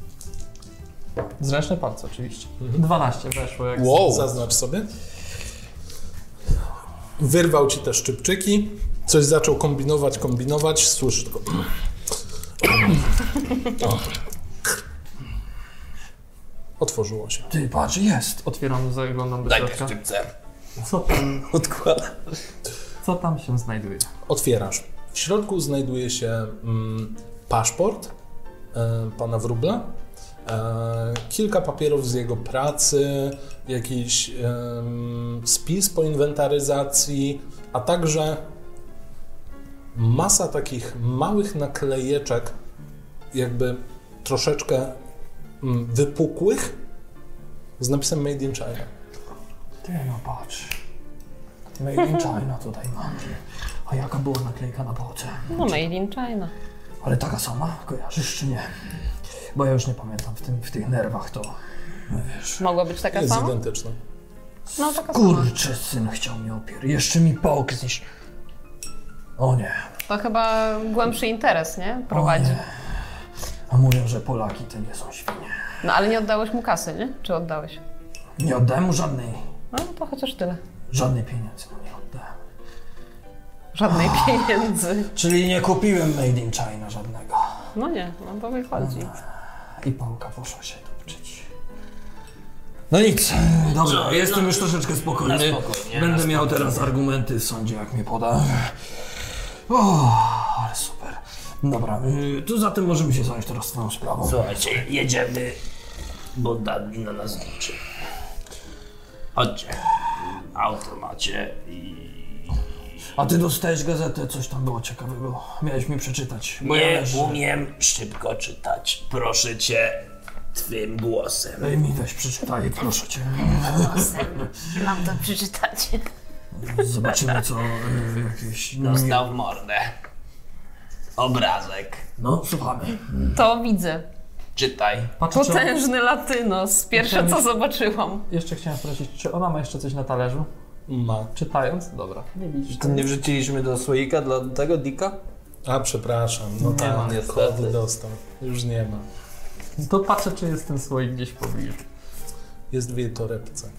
Speaker 6: Zręczne palce oczywiście.
Speaker 9: Mhm.
Speaker 6: 12 weszło jak
Speaker 1: Zaznacz sobie. Wyrwał ci te szczypczyki. Coś zaczął kombinować, kombinować. Słyszysz tylko... Otworzyło się.
Speaker 9: Ty, patrz, jest.
Speaker 6: Otwieram, zaglądam do
Speaker 9: Tak,
Speaker 4: Daj te
Speaker 6: środka.
Speaker 4: szczypce.
Speaker 6: Co tam,
Speaker 2: Odkładam.
Speaker 6: co tam się znajduje?
Speaker 1: Otwierasz. W środku znajduje się mm, paszport e, pana Wróbla, e, kilka papierów z jego pracy, jakiś em, spis po inwentaryzacji, a także masa takich małych naklejeczek, jakby troszeczkę mm, wypukłych, z napisem Made in China.
Speaker 9: Ty, no patrz. Made in China tutaj mam. A jaka była naklejka na pałce?
Speaker 5: No, made in China.
Speaker 9: Ale taka sama? Kojarzysz czy nie? Bo ja już nie pamiętam, w, tym, w tych nerwach to... no Wiesz...
Speaker 5: Mogła być taka
Speaker 1: Jest
Speaker 5: sama?
Speaker 1: identyczna.
Speaker 5: No, taka sama.
Speaker 9: Kurczę, syn chciał mnie opier... Jeszcze mi pałkę zniszczył. O nie.
Speaker 5: To chyba głębszy interes, nie? Prowadzi.
Speaker 9: O nie. A mówią, że Polaki to nie są świnie.
Speaker 5: No, ale nie oddałeś mu kasy, nie? Czy oddałeś?
Speaker 9: Nie oddałem mu żadnej...
Speaker 5: No, to chociaż tyle.
Speaker 9: Żadnej pieniędzy mu nie oddałem.
Speaker 5: Żadnej pieniędzy.
Speaker 9: Czyli nie kupiłem Made in China żadnego.
Speaker 5: No nie, no to wychodzi.
Speaker 9: I pałka poszła się dupczyć. No nic, dobra, jestem już troszeczkę spokojny.
Speaker 4: na spokojnie,
Speaker 9: Będę
Speaker 4: na
Speaker 9: miał teraz argumenty w sądzie, jak mnie poda. O, ale super. Dobra, y, to zatem możemy się zająć teraz twoją sprawą.
Speaker 4: Słuchajcie, jedziemy, bo Dudley na nas liczy. Chodźcie. Auto macie i...
Speaker 9: A ty dostałeś gazetę, coś tam było ciekawego. Miałeś mi przeczytać. Bo ja
Speaker 4: Nie
Speaker 9: też...
Speaker 4: umiem szybko czytać. Proszę cię, twym głosem.
Speaker 9: Ej, mi weź przeczytaj, proszę cię.
Speaker 5: Mam to przeczytać.
Speaker 9: Zobaczymy co y, jakieś...
Speaker 4: Dostał w mordę. Obrazek.
Speaker 9: No, słuchamy.
Speaker 5: To widzę.
Speaker 4: Czytaj.
Speaker 6: Patrzę,
Speaker 4: No
Speaker 6: czy
Speaker 4: tak.
Speaker 6: on,
Speaker 5: Potężny latynos. Pierwsze co zobaczyłam.
Speaker 6: jeszcze chciałem sprawdzić, czy ona ma jeszcze coś na talerzu?
Speaker 1: Ma.
Speaker 6: Czytając? Dobra, nie widzisz.
Speaker 2: To nie wrzuciliśmy do słoika dla tego Dika?
Speaker 1: A przepraszam, no
Speaker 2: ma
Speaker 1: tak,
Speaker 2: niestety.
Speaker 1: kod dostał. Już nie ma.
Speaker 6: To patrzę, czy jest ten słoik gdzieś w pobliżu.
Speaker 1: Jest w jej torebce.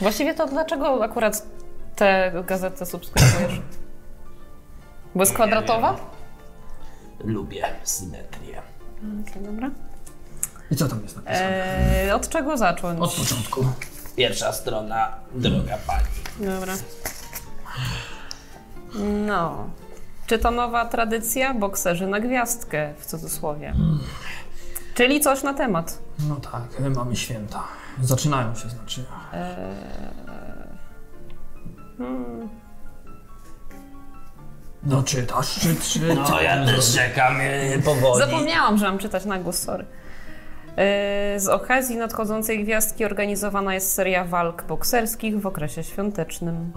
Speaker 5: Właściwie to dlaczego akurat tę gazetę subskrybujesz? Bo jest kwadratowa?
Speaker 4: Lubię symetrię.
Speaker 5: Okej, dobra.
Speaker 9: I co tam jest napisane?
Speaker 5: Eee, od czego zacząć?
Speaker 9: Od początku.
Speaker 4: Pierwsza strona, droga pani.
Speaker 5: Dobra. No. Czy to nowa tradycja? Bokserzy na gwiazdkę, w cudzysłowie. Czyli coś na temat.
Speaker 9: No tak, e, mamy święta. Zaczynają się znaczy.
Speaker 5: Eee,
Speaker 9: No czytasz, czy, czy,
Speaker 4: No ja też czekam e, powoli.
Speaker 5: Zapomniałam, że mam czytać na głos, sorry. E, Z okazji nadchodzącej gwiazdki organizowana jest seria walk bokserskich w okresie świątecznym.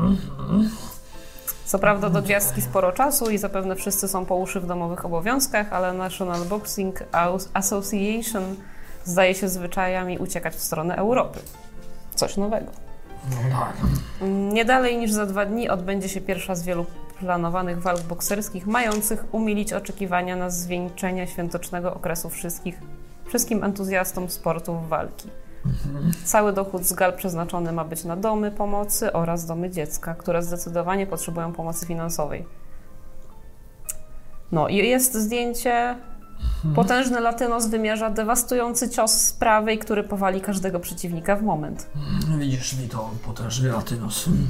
Speaker 5: Co prawda do gwiazdki sporo czasu i zapewne wszyscy są po uszy w domowych obowiązkach, ale National Boxing Aus- Association zdaje się zwyczajami uciekać w stronę Europy. Coś nowego.
Speaker 9: No tak.
Speaker 5: Nie dalej niż za dwa dni odbędzie się pierwsza z wielu planowanych walk bokserskich, mających umilić oczekiwania na zwieńczenie świątecznego okresu wszystkich, wszystkim entuzjastom sportów walki. Cały dochód z gal przeznaczony ma być na domy pomocy oraz domy dziecka, które zdecydowanie potrzebują pomocy finansowej. No i jest zdjęcie. Potężny latynos wymierza dewastujący cios z prawej, który powali każdego przeciwnika w moment.
Speaker 9: Widzisz mi to potężny latynos. Mm.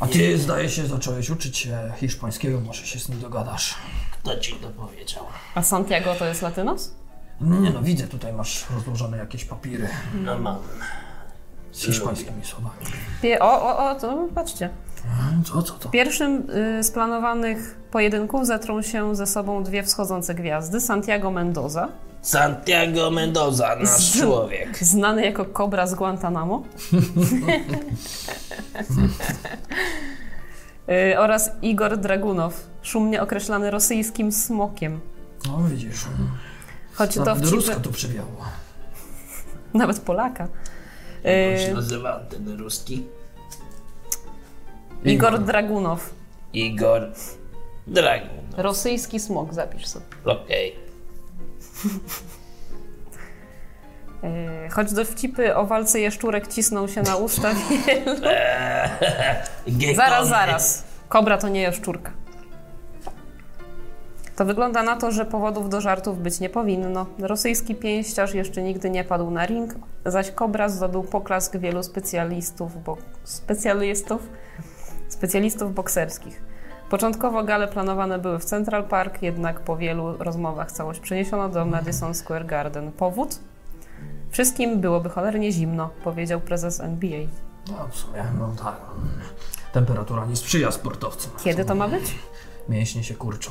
Speaker 9: A ty zdaje się zacząłeś uczyć się hiszpańskiego, może się z nim dogadasz.
Speaker 4: Kto ci to powiedział?
Speaker 5: A Santiago to jest latynos?
Speaker 9: Nie no, widzę, tutaj masz rozłożone jakieś papiry
Speaker 4: No mam.
Speaker 9: z hiszpańskimi słowami.
Speaker 5: Pie- o, o, o, to patrzcie.
Speaker 9: Co, co to?
Speaker 5: W pierwszym y, z planowanych pojedynków zetrą się ze sobą dwie wschodzące gwiazdy. Santiago Mendoza,
Speaker 4: Santiago Mendoza, nasz [LAUGHS]
Speaker 5: Z-
Speaker 9: Tak.
Speaker 4: człowiek.
Speaker 5: znany jako Kobra z Guantanamo. [LAUGHS] y, oraz Igor Dragunow, szumnie określany rosyjskim smokiem.
Speaker 9: No widzisz,
Speaker 5: Choć to
Speaker 9: nawet
Speaker 5: wcipy,
Speaker 9: Ruska tu przywiało.
Speaker 5: nawet Polaka.
Speaker 4: On się
Speaker 5: Y,
Speaker 4: nazywa ten ruski?
Speaker 5: Igor Dragunow,
Speaker 4: Igor Dragun.
Speaker 5: rosyjski smok, zapisz sobie.
Speaker 4: Okej.
Speaker 5: Yy, Choć dowcipy o walce jaszczurek cisną się na usta wielu.
Speaker 4: Okay.
Speaker 5: Zaraz, zaraz. Kobra to nie jaszczurka. To wygląda na to, że powodów do żartów być nie powinno. Rosyjski pięściarz jeszcze nigdy nie padł na ring, zaś Kobra zdobył poklask wielu specjalistów, bo... specjalistów, specjalistów bokserskich. Początkowo gale planowane były w Central Park, jednak po wielu rozmowach całość przeniesiono do Madison Square Garden. Powód? Wszystkim byłoby cholernie zimno, powiedział prezes NBA.
Speaker 9: No w sumie, no tak. Temperatura nie sprzyja sportowcom.
Speaker 5: Kiedy to ma być?
Speaker 9: Mięśnie się kurczą.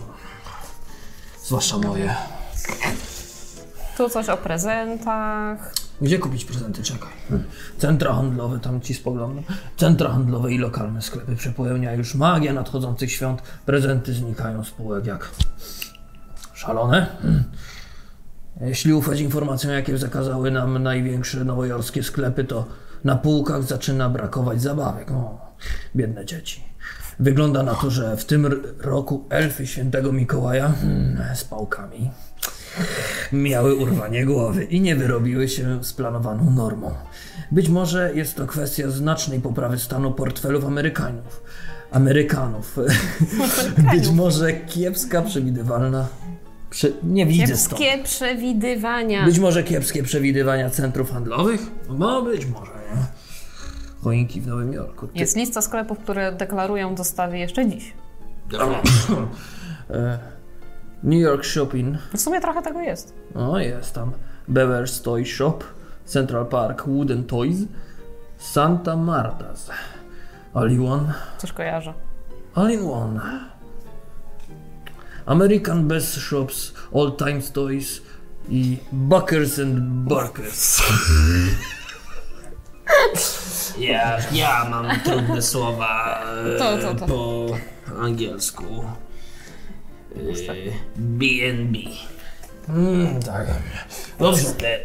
Speaker 9: Zwłaszcza moje.
Speaker 5: Tu coś o prezentach.
Speaker 9: Gdzie kupić prezenty? Czekaj. Hmm. Centra handlowe, tam ci spoglądam. Centra handlowe i lokalne sklepy przepełnia już magia nadchodzących świąt. Prezenty znikają z półek jak szalone. Hmm. E, Jeśli ufać informacjom, jakie zakazały nam największe nowojorskie sklepy, to na półkach zaczyna brakować zabawek. O, biedne dzieci. Wygląda na to, że w tym r- roku elfy świętego Mikołaja mm, z pałkami miały urwanie głowy i nie wyrobiły się z planowaną normą. Być może jest to kwestia znacznej poprawy stanu portfelów Amerykanów. Amerykanów. [LAUGHS] Być może kiepska, przewidywalna. Prze... Nie widzę stąd.
Speaker 5: Kiepskie przewidywania.
Speaker 9: Być może kiepskie przewidywania centrów handlowych? No być może, nie? Choinki w Nowym Jorku. Ty...
Speaker 5: Jest lista sklepów, które deklarują dostawy jeszcze dziś.
Speaker 9: [CLEARS THROAT] E, New York Shopping.
Speaker 5: W sumie trochę tego jest.
Speaker 9: O, jest tam. Bever's Toy Shop. Central Park Wooden Toys. Santa Marta's. All in one.
Speaker 5: Coś kojarzę.
Speaker 9: All in one. American Best Shops. All Time Toys. I Buckers and Barkers.
Speaker 4: Ja, ja mam trudne słowa e,
Speaker 5: To, to, to.
Speaker 4: po angielsku. E, BNB.
Speaker 9: tak.
Speaker 4: Dobrze. E, te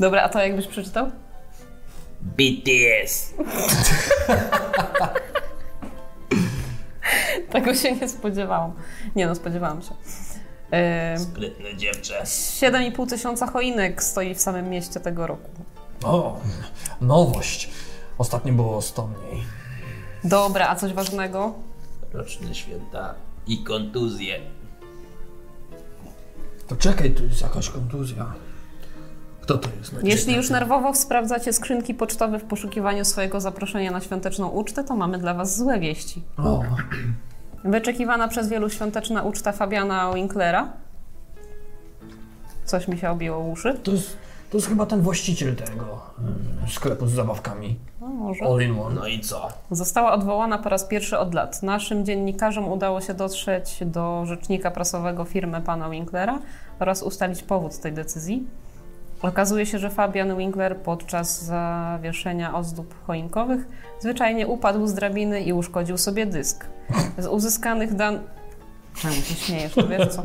Speaker 5: Dobra, a to jakbyś przeczytał? [LAUGHS]
Speaker 4: BTS.
Speaker 5: Tego się nie spodziewałam. Nie no, spodziewałam się. Yy,
Speaker 4: Sprytne dziewczę.
Speaker 5: 7,5 tysiąca choinek stoi w samym mieście tego roku.
Speaker 6: O, nowość. Ostatnio było 100 mniej.
Speaker 5: Dobra, a coś ważnego?
Speaker 4: Roczne święta i kontuzje.
Speaker 9: To czekaj, tu jest jakaś kontuzja. Kto to jest? Znaczy-
Speaker 5: Jeśli już nerwowo sprawdzacie skrzynki pocztowe w poszukiwaniu swojego zaproszenia na świąteczną ucztę, to mamy dla Was złe wieści.
Speaker 9: O,
Speaker 5: Wyczekiwana przez wielu świąteczna uczta Fabiana Winklera. Coś mi się obiło uszy.
Speaker 9: to jest, to jest chyba ten właściciel tego mm, sklepu z zabawkami.
Speaker 5: No, może.
Speaker 9: All in one.
Speaker 4: No i co?
Speaker 5: Została odwołana po raz pierwszy od lat. Naszym dziennikarzom udało się dotrzeć do rzecznika prasowego firmy pana Winklera oraz ustalić powód tej decyzji. Okazuje się, że Fabian Winkler podczas zawieszenia ozdób choinkowych zwyczajnie upadł z drabiny i uszkodził sobie dysk. Z uzyskanych dan... Czemu się śmiejesz, to wiesz co?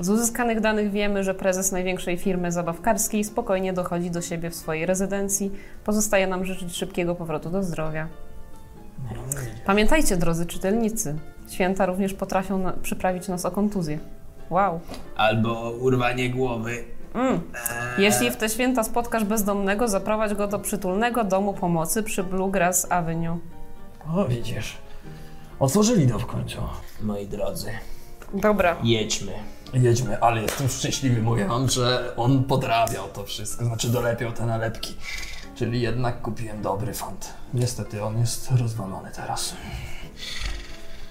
Speaker 5: Z uzyskanych danych wiemy, że prezes największej firmy zabawkarskiej spokojnie dochodzi do siebie w swojej rezydencji. Pozostaje nam życzyć szybkiego powrotu do zdrowia.
Speaker 1: No
Speaker 5: Pamiętajcie, drodzy czytelnicy, święta również potrafią na, przyprawić nas o kontuzję. Wow.
Speaker 4: Albo urwanie głowy.
Speaker 5: Mm. Jeśli w te święta spotkasz bezdomnego, zaprowadź go do przytulnego domu pomocy przy Bluegrass Avenue.
Speaker 9: O, widzisz. Otworzyli to w końcu.
Speaker 4: Moi drodzy,
Speaker 5: Dobra.
Speaker 4: jedźmy.
Speaker 6: Jedźmy, ale jestem szczęśliwy, mówię wam, że on podrabiał to wszystko, znaczy dolepiał te nalepki. Czyli jednak kupiłem dobry fant. Niestety on jest rozwalony teraz.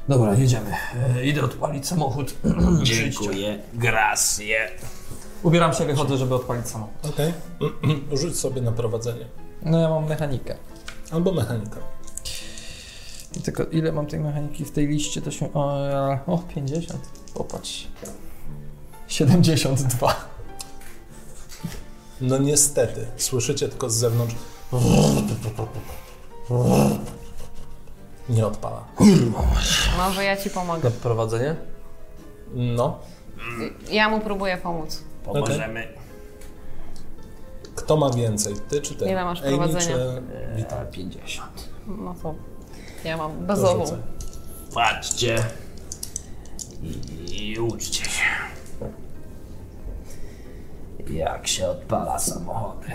Speaker 9: Dobra, jedziemy. E, Idę odpalić samochód. [CLEARS THROAT] Przyjdźcie.
Speaker 4: Dziękuję. Grazie.
Speaker 9: Ubieram się, wychodzę, żeby odpalić samochód.
Speaker 1: Okej. [CLEARS THROAT] Rzuć sobie na prowadzenie.
Speaker 9: No ja mam mechanikę.
Speaker 1: Albo mechanika.
Speaker 9: I tylko ile mam tej mechaniki w tej liście, to się... O, ja- o 50. Popatrz. 72.
Speaker 1: No niestety, słyszycie tylko z zewnątrz. Nie odpala.
Speaker 5: Może ja ci pomogę.
Speaker 2: Na prowadzenie?
Speaker 1: No.
Speaker 5: Ja mu próbuję pomóc.
Speaker 4: Pomożemy.
Speaker 1: Kto ma więcej? Ty czy ty?
Speaker 5: Ile masz
Speaker 1: Amy,
Speaker 5: prowadzenia?
Speaker 1: czy
Speaker 4: Witam 50.
Speaker 5: No to ja mam
Speaker 1: to
Speaker 5: bazową.
Speaker 1: rzucaj?
Speaker 4: Patrzcie i uczcie się. Jak się odpala samochody.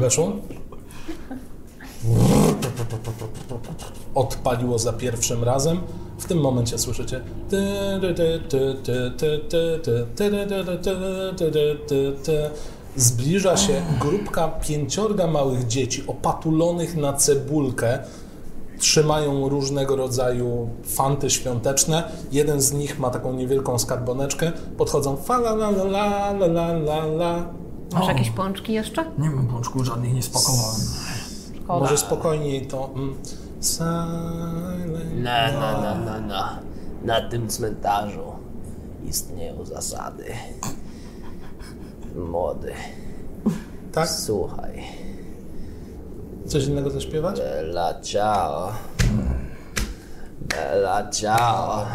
Speaker 1: Weszło? Odpaliło za pierwszym razem. W tym momencie słyszycie. Zbliża się grupka pięciorga małych dzieci opatulonych na cebulkę. Trzymają różnego rodzaju fanty świąteczne. Jeden z nich ma taką niewielką skarboneczkę. Podchodzą fa la la la la la la la la.
Speaker 5: Masz jakieś pączki jeszcze?
Speaker 9: Nie mam pączku, żadnych nie spakowałem.
Speaker 5: Szkoda.
Speaker 1: Może spokojniej to. Mm, silent.
Speaker 4: Na, na, na, na, na. Na tym cmentarzu istnieją zasady. Młody,
Speaker 1: Tak?
Speaker 4: słuchaj.
Speaker 1: Coś innego zaśpiewać?
Speaker 4: E. Bella ciao. Bella ciao.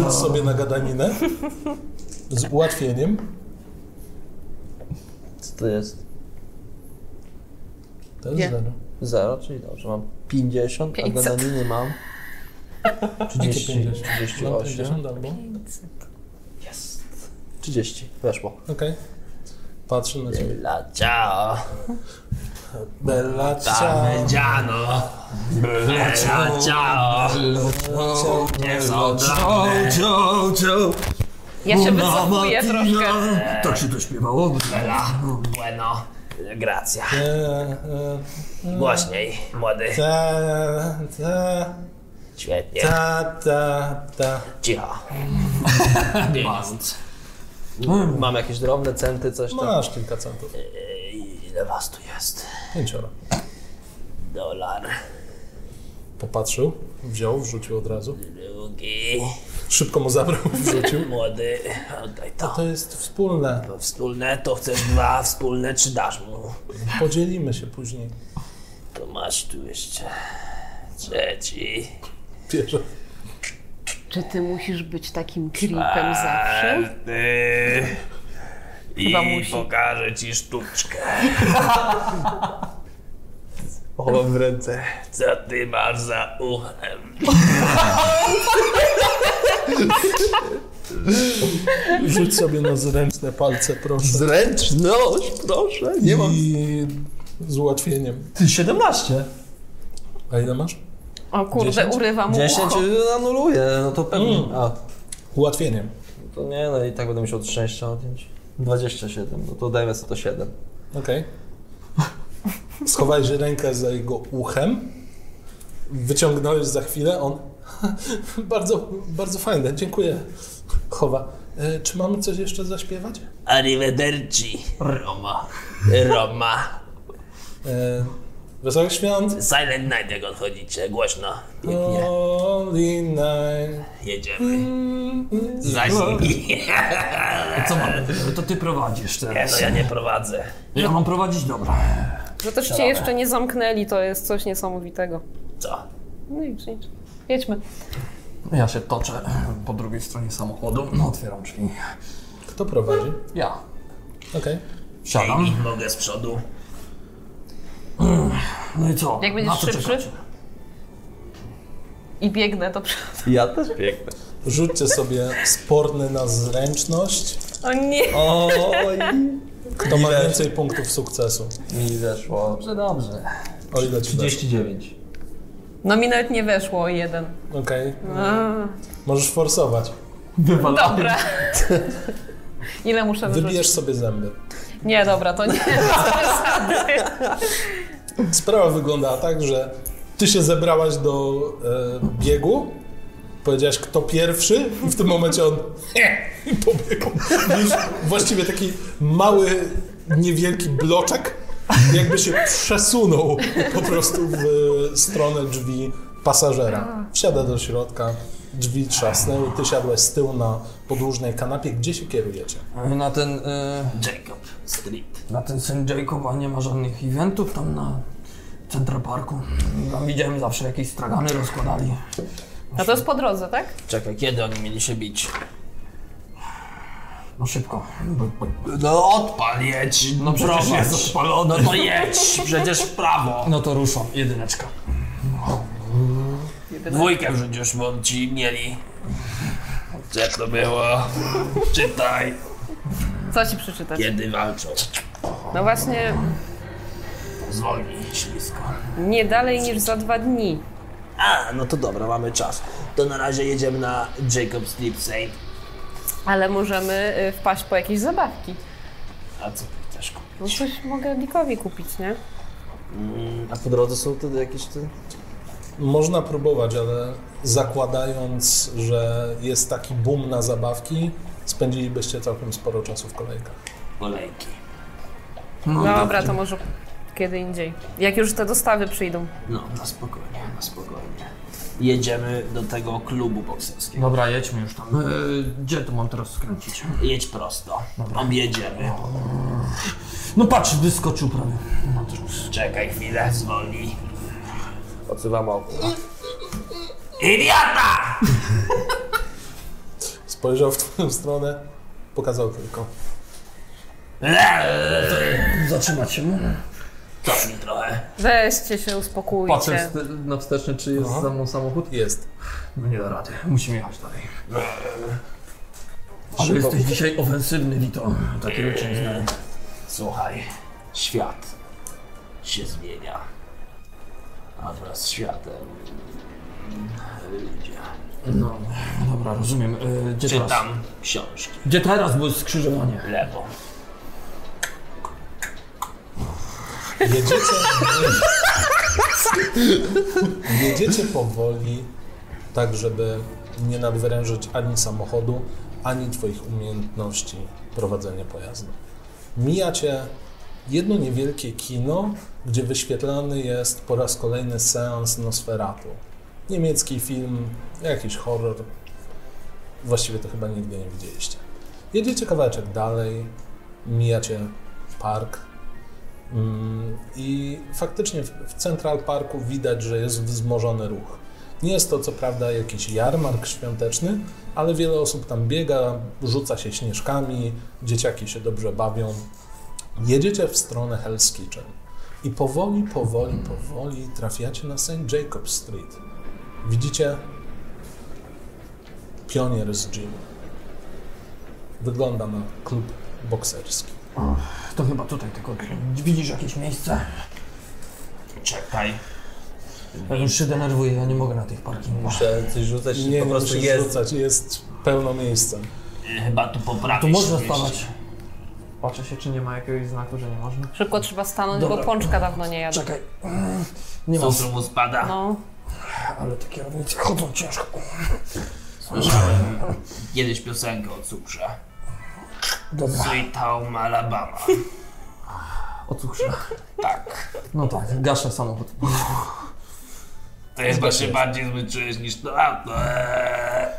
Speaker 1: Rzuć sobie na gadaninę. Z ułatwieniem.
Speaker 2: Co to jest?
Speaker 1: To jest
Speaker 5: Nie.
Speaker 1: zero.
Speaker 2: Zero, czyli dobrze, mam 50, a
Speaker 5: 500.
Speaker 2: gadaniny mam 30,
Speaker 1: 50.
Speaker 2: 38,
Speaker 1: 50 albo. Okej.
Speaker 2: 30, weszło.
Speaker 1: Patrzę na ciebie.
Speaker 4: Bella ciao.
Speaker 1: Bella ciao.
Speaker 4: Dame giano. Bella ciao. Nie są
Speaker 9: O,
Speaker 4: drobne.
Speaker 9: ciao, ciao.
Speaker 5: Ja
Speaker 1: No,
Speaker 5: się
Speaker 9: Una
Speaker 5: wycofuję
Speaker 9: mattina.
Speaker 5: troszkę.
Speaker 9: Tak się to śpiewało.
Speaker 4: Bella, Ah, bueno. Gracja.
Speaker 1: E, e,
Speaker 4: Głośniej, młody.
Speaker 1: Ta, ta,
Speaker 4: Świetnie.
Speaker 1: ta, ta, ta.
Speaker 4: [LAUGHS] Cicho. Pieniądz.
Speaker 2: Mam jakieś drobne centy, coś tam.
Speaker 1: No, Masz kilka centów.
Speaker 4: Ile was tu jest?
Speaker 1: Pięcioro.
Speaker 4: Dolar.
Speaker 1: Popatrzył, wziął, wrzucił od razu.
Speaker 4: Drugi.
Speaker 1: Szybko mu zabrał,
Speaker 4: [LAUGHS]
Speaker 1: wrzucił.
Speaker 4: Młody. Oddaj to.
Speaker 1: To jest wspólne.
Speaker 4: To wspólne, to chcesz dwa wspólne, czy dasz mu?
Speaker 1: Podzielimy się później.
Speaker 4: To masz tu jeszcze trzeci.
Speaker 1: Bierze.
Speaker 5: Czy ty musisz być takim creepem zawsze?
Speaker 4: Czwarty. E, I
Speaker 5: Chyba musi.
Speaker 4: pokażę ci sztuczkę.
Speaker 2: Chowam w ręce.
Speaker 4: Co ty masz za uchem?
Speaker 1: Rzuć sobie na zręczne palce, proszę.
Speaker 2: Zręczność, proszę, nie mam.
Speaker 1: I z ułatwieniem.
Speaker 2: Ty 17.
Speaker 1: A ile masz?
Speaker 5: O kurde,
Speaker 1: Dziesięć?
Speaker 5: urywa mu
Speaker 2: 10
Speaker 5: ucho.
Speaker 2: anuluję, no to pewnie. A,
Speaker 1: Ułatwieniem.
Speaker 2: to nie, no i tak będę musiał od szczęścia odjąć. 27, no to dajmy sobie to 7.
Speaker 1: Okej. Schowałeś rękę za jego uchem. Wyciągnąłeś za chwilę. On. [LAUGHS] bardzo, bardzo fajne, dziękuję. Chowa. E, Czy mamy coś jeszcze zaśpiewać?
Speaker 4: Arrivederci. Roma. Roma.
Speaker 1: E, Wesołych świąt.
Speaker 4: Silent Night jak odchodzicie, głośno.
Speaker 1: Holy night.
Speaker 4: Jedziemy. Zaś...
Speaker 9: Co mamy? To ty prowadzisz teraz.
Speaker 4: Jeszcze ja nie prowadzę.
Speaker 9: Ja mam prowadzić? Dobra.
Speaker 5: Że też cię jeszcze nie zamknęli, to jest coś niesamowitego.
Speaker 4: Co?
Speaker 5: No i nic. Jedźmy.
Speaker 9: Ja się toczę po drugiej stronie samochodu. No, otwieram drzwi.
Speaker 1: Kto prowadzi?
Speaker 9: Ja.
Speaker 1: Okej.
Speaker 9: Siadam.
Speaker 4: Ej, mogę z przodu.
Speaker 9: No i co?
Speaker 5: Jak
Speaker 9: Na
Speaker 5: będziesz
Speaker 9: co czekać?
Speaker 5: szybszy i biegnę do przodu.
Speaker 2: Ja też biegnę.
Speaker 1: Rzućcie sobie sporny na zręczność.
Speaker 5: [LAUGHS] O nie!
Speaker 2: Oj,
Speaker 1: Kto ma więcej punktów sukcesu?
Speaker 2: mi weszło.
Speaker 9: Dobrze, dobrze.
Speaker 1: O ile ci weszło?
Speaker 2: 39.
Speaker 5: No mi nawet nie weszło o jeden.
Speaker 1: Okej.
Speaker 5: A,
Speaker 1: Możesz forsować.
Speaker 9: [LAUGHS]
Speaker 5: dobra. Ile muszę wyrzucić?
Speaker 1: Wybijesz sobie zęby.
Speaker 5: [LAUGHS] Nie, dobra, to nie.
Speaker 1: Sprawa wyglądała tak, że Ty się zebrałaś do e, biegu, powiedziałaś kto pierwszy i w tym momencie on [LAUGHS] i pobiegł. Już właściwie taki mały, niewielki bloczek jakby się przesunął po prostu w e, stronę drzwi pasażera. Wsiada do środka, drzwi trzasnęły, ty siadłeś z tyłu na podłużnej kanapie. Gdzie się kierujecie?
Speaker 9: Na ten, y,
Speaker 4: Jacob Street.
Speaker 9: na ten St. Jacoba nie ma żadnych eventów tam na Central Parku. Tam widziałem zawsze jakieś stragany rozkładali.
Speaker 5: No to jest po drodze, tak?
Speaker 4: Czekaj, kiedy oni mieli się bić?
Speaker 9: No szybko.
Speaker 4: No odpal, jedź. No
Speaker 9: przecież jest
Speaker 4: odpalone. No to jedź, przecież w prawo.
Speaker 9: No to ruszam. Jedyneczka.
Speaker 4: Dwójkę przecież bo ci mieli. Gdzie to było? Czytaj.
Speaker 5: Co ci przeczytać?
Speaker 4: Kiedy walczą?
Speaker 5: No właśnie,
Speaker 4: Zwolnij ślisko.
Speaker 5: nie dalej niż za dwa dni.
Speaker 10: A, no to dobra, mamy czas. To na razie jedziemy na Jacob Sleep Saint.
Speaker 5: Ale możemy y, wpaść po jakieś zabawki.
Speaker 4: A co ty chcesz kupić?
Speaker 5: No coś mogę Dickowi kupić, nie?
Speaker 10: A po drodze są wtedy jakieś te...
Speaker 1: Można próbować, ale zakładając, że jest taki boom na zabawki, spędzilibyście całkiem sporo czasu w kolejkach.
Speaker 4: Kolejki.
Speaker 5: Dobra, to może kiedy indziej. Jak już te dostawy przyjdą.
Speaker 4: No, na spokojnie, na spokojnie. Jedziemy do tego klubu bokserskiego.
Speaker 9: Dobra, jedźmy już tam. E, gdzie to mam teraz skręcić?
Speaker 4: Jedź prosto. Objedziemy.
Speaker 9: No patrz, wyskoczył prawie.
Speaker 4: Czekaj chwilę, zwolnij.
Speaker 2: Odzywam oko.
Speaker 4: Idiota!
Speaker 1: Spojrzał w twoją stronę, pokazał tylko.
Speaker 9: Zatrzymać się.
Speaker 4: Cofnij trochę.
Speaker 5: Weźcie się, uspokójcie.
Speaker 9: Patrzę wste- na wsteczny, czy jest za mną samochód.
Speaker 1: Jest.
Speaker 9: No nie da rady. Musimy jechać dalej. Ale jesteś dzisiaj ofensywny, Tak Vito. Takiego cię nie znałem.
Speaker 4: Słuchaj, świat się zmienia. A wraz z światem ludzie.
Speaker 9: No, dobra, rozumiem. E, gdzie teraz?
Speaker 4: Czytam książki.
Speaker 9: Gdzie teraz, bo jest skrzyżowanie.
Speaker 4: Lewo.
Speaker 1: Jedziecie. [LAUGHS] Jedziecie powoli, tak żeby nie nadwyrężyć ani samochodu, ani twoich umiejętności prowadzenia pojazdu. Mijacie jedno niewielkie kino, gdzie wyświetlany jest po raz kolejny seans Nosferatu. Niemiecki film, jakiś horror. Właściwie to chyba nigdy nie widzieliście. Jedziecie kawałeczek dalej, mijacie park, Mm, I faktycznie w w Central Parku widać, że jest wzmożony ruch. Nie jest to co prawda jakiś jarmark świąteczny, ale wiele osób tam biega, rzuca się śnieżkami, dzieciaki się dobrze bawią. Jedziecie w stronę Hell's Kitchen i powoli, powoli, powoli trafiacie na St. Jacob Street. Widzicie pionier z gym. Wygląda na klub bokserski.
Speaker 9: To chyba tutaj tylko. Widzisz jakieś miejsce?
Speaker 4: Czekaj.
Speaker 9: Ja już się denerwuję, ja nie mogę na tych parkingach.
Speaker 2: Muszę coś rzucać,
Speaker 1: Nie,
Speaker 2: po
Speaker 1: nie
Speaker 2: prostu
Speaker 1: musisz
Speaker 2: jest.
Speaker 1: rzucać, jest pełno miejsca.
Speaker 4: Y, Chyba tu poprawić.
Speaker 9: To można
Speaker 4: jeszcze.
Speaker 9: stawać.
Speaker 11: Patrzę się, czy nie ma jakiegoś znaku, że nie można.
Speaker 5: Szybko trzeba stanąć, bo
Speaker 9: Dobra.
Speaker 5: pączka dawno nie jadła.
Speaker 9: Czekaj. Nie ma,
Speaker 4: Cukru mu spada.
Speaker 5: No,
Speaker 9: ale te kierownice chodzą ciężko. [LAUGHS]
Speaker 4: Słyszałem kiedyś piosenkę o cukrze.
Speaker 9: Dobra,
Speaker 4: Sweet Home
Speaker 9: [LAUGHS]
Speaker 4: Alabama.
Speaker 9: o cukrze.
Speaker 4: Tak.
Speaker 9: No tak, gaszę samochód.
Speaker 4: To jest właśnie bardziej zły czynnik niż to auto. Eee.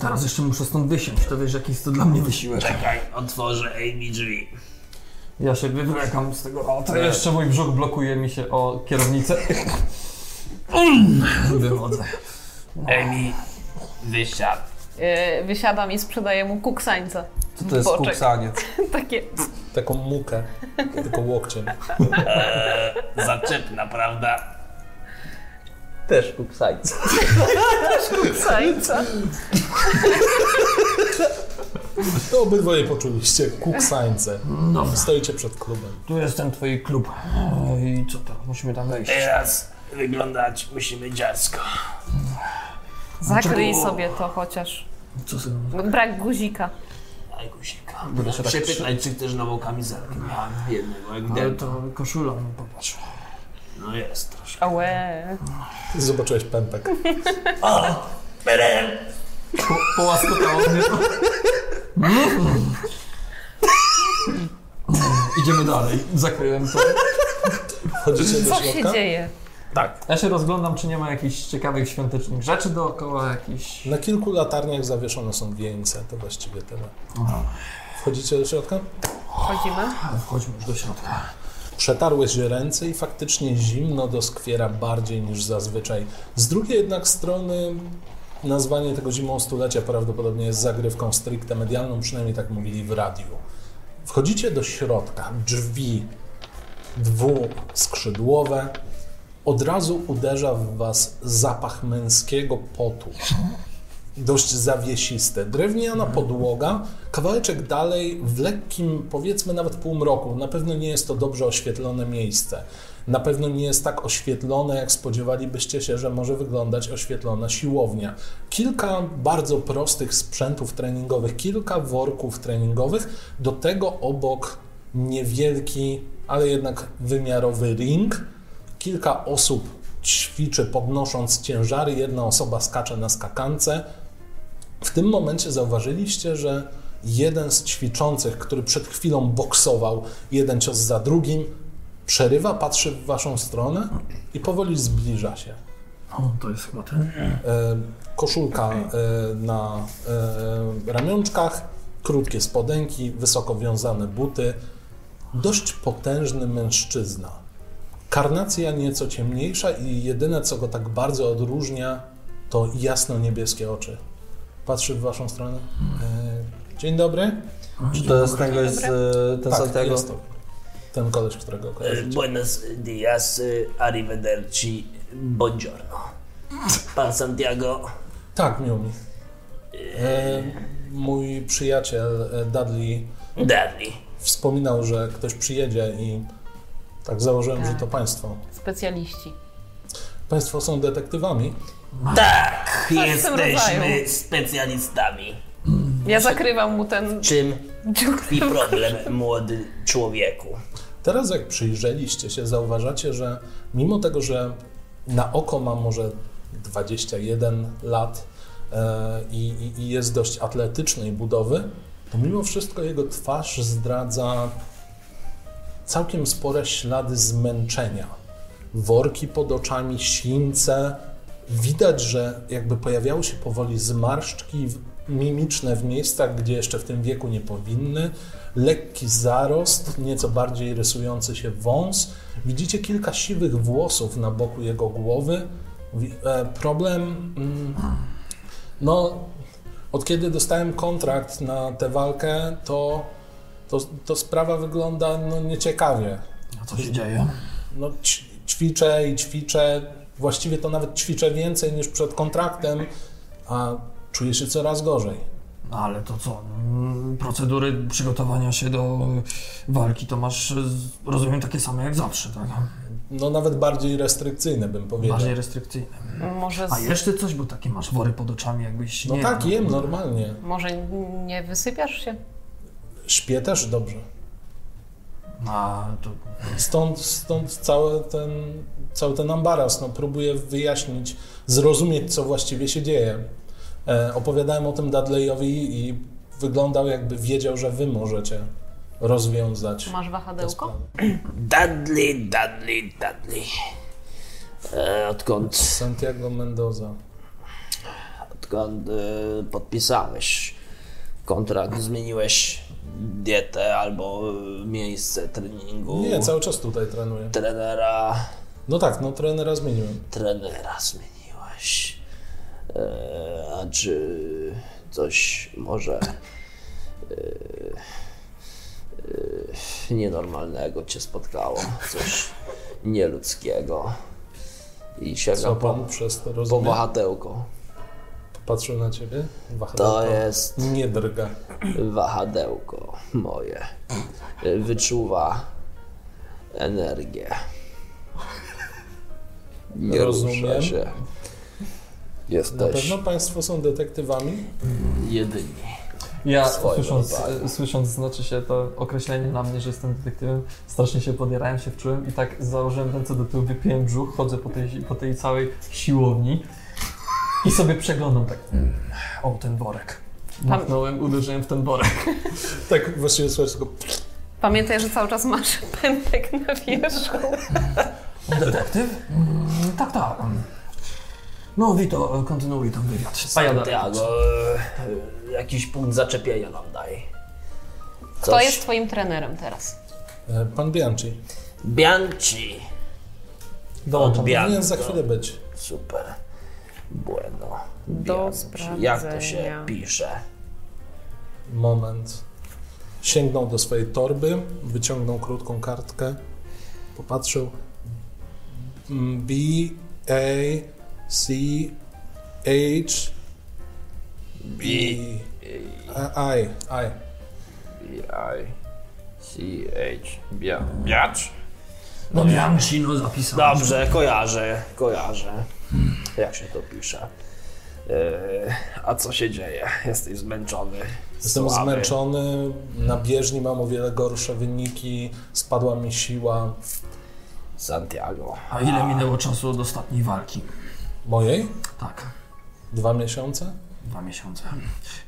Speaker 9: Teraz jeszcze muszę stąd wysiąść, to wiesz jaki jest to dla mnie wysiłek.
Speaker 4: Czekaj, otworzę Amy drzwi.
Speaker 9: Ja się wywlekam z tego auta. Jeszcze mój brzuch blokuje mi się o kierownicę. Wychodzę. No.
Speaker 4: Amy, wysiadł.
Speaker 5: yy, wysiadam i sprzedaję mu kuksańca.
Speaker 2: Co to jest
Speaker 5: Boczek.
Speaker 2: kuksaniec?
Speaker 5: Takie,
Speaker 1: Taką mukę, tylko łokciem.
Speaker 4: Zaczepna, prawda?
Speaker 2: Też kuksaniec.
Speaker 5: kuksańca.
Speaker 1: To obydwoje poczuliście kuksańce.
Speaker 2: No.
Speaker 1: Stoicie przed klubem.
Speaker 9: Tu jest ten twój klub. E, I co to? Musimy tam wejść.
Speaker 4: Teraz wyglądać musimy dziecko.
Speaker 5: Zakryj sobie to chociaż.
Speaker 9: Co sobie?
Speaker 5: Brak guzika.
Speaker 4: Daj guzika.
Speaker 9: Będę się tak No.
Speaker 4: Przepytaj, czy chcesz nową kamizelkę. Miałem jednego, jak
Speaker 9: Ale
Speaker 4: den.
Speaker 9: to koszula, no popatrz.
Speaker 4: No jest troszkę.
Speaker 5: Ałe.
Speaker 1: Zobaczyłeś pępek.
Speaker 2: Połaskotało mnie
Speaker 9: [LAUGHS]
Speaker 2: to. Idziemy dalej. Zakryłem to.
Speaker 1: Chodzicie do
Speaker 5: Co się
Speaker 1: środka?
Speaker 5: dzieje?
Speaker 11: Ja się rozglądam, czy nie ma jakichś ciekawych świątecznych rzeczy dookoła, jakichś...
Speaker 1: Na kilku latarniach zawieszone są wieńce, to właściwie tyle. Wchodzicie do środka?
Speaker 5: Chodzimy?
Speaker 2: Wchodźmy już do środka.
Speaker 1: Przetarłeś ręce i faktycznie zimno doskwiera bardziej niż zazwyczaj. Z drugiej jednak strony nazwanie tego zimą stulecia prawdopodobnie jest zagrywką stricte medialną, przynajmniej tak mówili w radiu. Wchodzicie do środka, drzwi dwuskrzydłowe. Od razu uderza w was zapach męskiego potu. Dość zawiesiste. Drewniana podłoga, kawałeczek dalej w lekkim, powiedzmy nawet półmroku. Na pewno nie jest to dobrze oświetlone miejsce. Na pewno nie jest tak oświetlone, jak spodziewalibyście się, że może wyglądać oświetlona siłownia. Kilka bardzo prostych sprzętów treningowych, kilka worków treningowych, do tego obok niewielki, ale jednak wymiarowy ring, Kilka osób ćwiczy podnosząc ciężary, jedna osoba skacze na skakance. W tym momencie zauważyliście, że jeden z ćwiczących, który przed chwilą boksował jeden cios za drugim, przerywa, patrzy w waszą stronę i powoli zbliża się.
Speaker 6: O, to jest chyba ten.
Speaker 1: E, Koszulka e, na e, ramionczkach, krótkie spodenki, wysoko wiązane buty. Dość potężny mężczyzna. Karnacja nieco ciemniejsza i jedyne, co go tak bardzo odróżnia, to jasno niebieskie oczy. Patrzy w waszą stronę. E, Dzień dobry.
Speaker 2: Czy to jest tego jest e, ten
Speaker 1: Tak,
Speaker 2: Santiago?
Speaker 1: jest to. Ten koleś, którego
Speaker 4: E,
Speaker 1: kojarzycie.
Speaker 4: Buenos dias, e, arrivederci, buongiorno. Pan Santiago,
Speaker 1: Tak, miło mi. E, Mój przyjaciel e, Dudley
Speaker 4: Darli.
Speaker 1: wspominał, że ktoś przyjedzie i tak założyłem, że to państwo.
Speaker 5: Specjaliści.
Speaker 1: Państwo są detektywami.
Speaker 4: Tak,
Speaker 5: Coś w tym
Speaker 4: jesteśmy
Speaker 5: rodzaju.
Speaker 4: specjalistami.
Speaker 5: Ja zakrywam mu ten
Speaker 4: Czym tkwi problem, młody człowieku?
Speaker 1: Teraz jak przyjrzeliście się, zauważacie, że mimo tego, że na oko ma może 21 lat e, i, i- i jest dość atletycznej budowy, to mimo wszystko jego twarz zdradza całkiem spore ślady zmęczenia. Worki pod oczami, sińce. Widać, że jakby pojawiały się powoli zmarszczki w- mimiczne w miejscach, gdzie jeszcze w tym wieku nie powinny. Lekki zarost, nieco bardziej rysujący się wąs. Widzicie kilka siwych włosów na boku jego głowy. Mówi, e, Problem. Mm, no, od kiedy dostałem kontrakt na tę walkę, to to, to sprawa wygląda no, nieciekawie.
Speaker 6: A co się dzieje?
Speaker 1: No, ć- ćwiczę i ćwiczę, właściwie to nawet ćwiczę więcej niż przed kontraktem, a czuję się coraz gorzej.
Speaker 6: Ale to co? mm, Procedury przygotowania się do walki to masz, z- rozumiem, takie same jak zawsze, tak?
Speaker 1: No nawet bardziej restrykcyjne bym powiedział.
Speaker 6: Bardziej restrykcyjne.
Speaker 5: może,
Speaker 6: A
Speaker 5: z,
Speaker 6: jeszcze coś, bo takie masz wory pod oczami, jakbyś
Speaker 1: No
Speaker 6: nie...
Speaker 1: tak, jem normalnie.
Speaker 5: może nie wysypiasz się?
Speaker 1: Śpię też dobrze.
Speaker 6: A, to...
Speaker 1: No Stąd, stąd cały, ten, cały ten ambaras. No, próbuję wyjaśnić, zrozumieć, co właściwie się dzieje. E, opowiadałem o tym Dudleyowi i wyglądał, jakby wiedział, że wy możecie rozwiązać.
Speaker 5: Masz wahadełko?
Speaker 4: Dudley, Dudley, Dudley. E, odkąd
Speaker 1: Santiago Mendoza.
Speaker 4: odkąd e, podpisałeś kontrakt, zmieniłeś dietę albo e, miejsce treningu?
Speaker 1: Nie, cały czas tutaj trenuję.
Speaker 4: Trenera,
Speaker 1: No tak, no trenera zmieniłem.
Speaker 4: trenera zmieniłeś. E, a czy coś może e, e, nienormalnego cię spotkało? Coś nieludzkiego? I sięga
Speaker 1: Co
Speaker 4: po,
Speaker 1: pan przez to
Speaker 4: po
Speaker 1: rozumie?
Speaker 4: wahadełko.
Speaker 1: Patrzył na ciebie? Wahadełko.
Speaker 4: To jest
Speaker 1: Nie drga.
Speaker 4: wahadełko moje E, wyczuwa energię. Nie
Speaker 1: Rozumiem.
Speaker 4: rusza się.
Speaker 1: Na
Speaker 4: Jesteś
Speaker 1: pewno państwo są detektywami?
Speaker 4: jedyni.
Speaker 6: Ja
Speaker 4: Swoje
Speaker 6: słysząc,
Speaker 4: wyobraźnie.
Speaker 6: słysząc, znaczy się to określenie na mnie, że jestem detektywem, strasznie się podjarałem, się wczułem i tak założyłem ręce do tyłu, wypiłem brzuch, chodzę po tej, po tej całej siłowni i sobie przeglądam tak, mm, o ten worek. Machnąłem, uderzyłem w ten worek.
Speaker 1: Tak właściwie słuchaj tylko...
Speaker 5: Pamiętaj, że cały czas masz pępek na wierzchu.
Speaker 9: Detektyw? Mm, tak, tak. No, Wito, kontynuuj ten wywiad.
Speaker 4: Santiago, No, e, jakiś punkt zaczepienia nam daj.
Speaker 5: Kto jest twoim trenerem teraz?
Speaker 1: E, Pan Bianchi.
Speaker 4: Bianchi.
Speaker 5: No,
Speaker 1: Dołączam. Powinien za
Speaker 4: no.
Speaker 1: chwilę być.
Speaker 4: Super. Bueno.
Speaker 5: Do
Speaker 4: Bianchi. Jak to się
Speaker 5: sprawdzenia.
Speaker 4: pisze?
Speaker 1: Moment. Sięgnął do swojej torby, wyciągnął krótką kartkę, popatrzył. Mm, B, A, C, H, B, A, I, I.
Speaker 12: B-I-C-H. Biacz?
Speaker 9: No, Bianchi, no, zapisał.
Speaker 4: Dobrze, kojarzę, kojarzę. Jak się to pisze? E, a co się dzieje? Jesteś zmęczony.
Speaker 1: Jestem
Speaker 4: słaby.
Speaker 1: zmęczony, na bieżni mam o wiele gorsze wyniki, spadła mi siła.
Speaker 4: Santiago.
Speaker 9: A ile minęło czasu od ostatniej walki?
Speaker 1: Mojej?
Speaker 9: Tak,
Speaker 1: Dwa miesiące?
Speaker 9: dwa miesiące.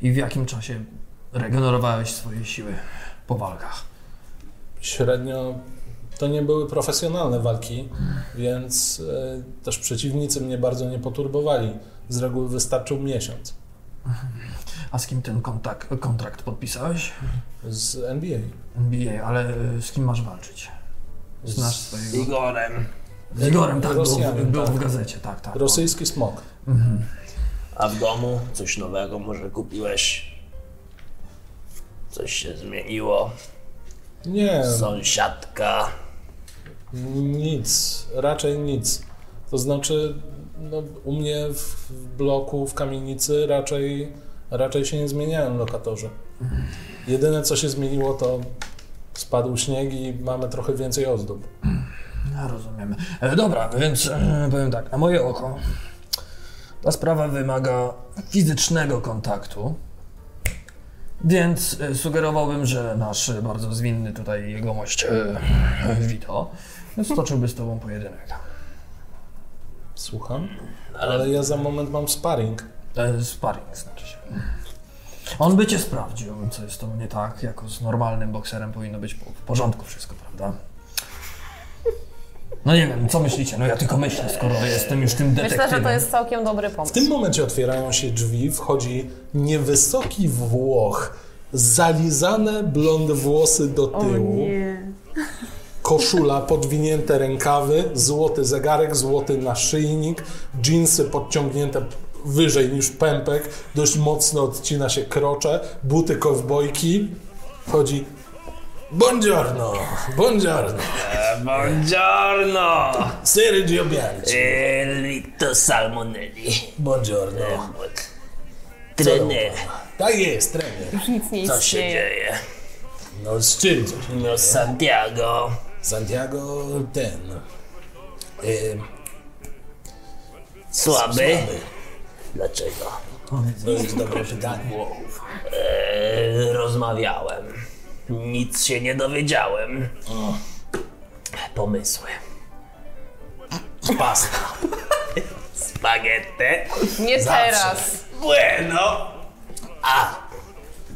Speaker 9: I w jakim czasie regenerowałeś swoje siły po walkach?
Speaker 1: średnio to nie były profesjonalne walki, więc e, też przeciwnicy mnie bardzo nie poturbowali. Z reguły wystarczył miesiąc
Speaker 9: A z kim ten kontakt, kontrakt podpisałeś?
Speaker 1: z NBA.
Speaker 9: NBA, ale y, z kim masz walczyć? Znasz swojego...
Speaker 12: Igorem.
Speaker 9: Z Igorem, tak, było,
Speaker 1: Rosjanin,
Speaker 9: było
Speaker 1: tak.
Speaker 9: w gazecie, tak, tak.
Speaker 1: Rosyjski smok.
Speaker 4: A w domu coś nowego może kupiłeś? Coś się zmieniło?
Speaker 1: Nie,
Speaker 4: Sąsiadka.
Speaker 1: nic, raczej nic. To znaczy, no, u mnie w, w bloku, w kamienicy raczej, raczej się nie zmieniają lokatorzy. Jedyne co się zmieniło to spadł śnieg i mamy trochę więcej ozdób.
Speaker 9: Ja rozumiem. E, dobra, więc e, powiem tak, na moje oko ta sprawa wymaga fizycznego kontaktu, więc e, sugerowałbym, że nasz e, bardzo zwinny tutaj jegomość e, e, Wito stoczyłby z tobą pojedynek.
Speaker 1: Słucham? Ale ja za moment mam sparring.
Speaker 9: E, sparring znaczy się. On by cię sprawdził, co jest to nie tak, jako z normalnym bokserem powinno być po- w porządku wszystko, prawda? No nie wiem, co myślicie? No ja tylko myślę, skoro jestem już tym detektywem.
Speaker 5: Myślę, że to jest całkiem dobry
Speaker 1: W
Speaker 5: pomysł.
Speaker 1: tym momencie otwierają się drzwi, wchodzi niewysoki Włoch, zalizane blond włosy do tyłu, koszula podwinięte rękawy, złoty zegarek, złoty naszyjnik, dżinsy podciągnięte wyżej niż pępek, dość mocno odcina się krocze, buty kowbojki, wchodzi Buongiorno, buongiorno,
Speaker 12: Buongiorno!
Speaker 1: Sergio Bianchi,
Speaker 4: Elito Salmonelli.
Speaker 1: buongiorno.
Speaker 4: Trener.
Speaker 1: Tak jest, trener.
Speaker 5: Już nic nie
Speaker 4: Co się
Speaker 5: istnieje.
Speaker 4: dzieje?
Speaker 1: No z czym?
Speaker 4: No Santiago.
Speaker 1: Santiago ten. y,
Speaker 4: Słaby? Dlaczego?
Speaker 1: To jest dobre pytanie.
Speaker 4: Eee, rozmawiałem. Nic się nie dowiedziałem. Pomysły. Pasta. [LAUGHS] Spaghetti.
Speaker 5: Nie teraz.
Speaker 4: Bueno.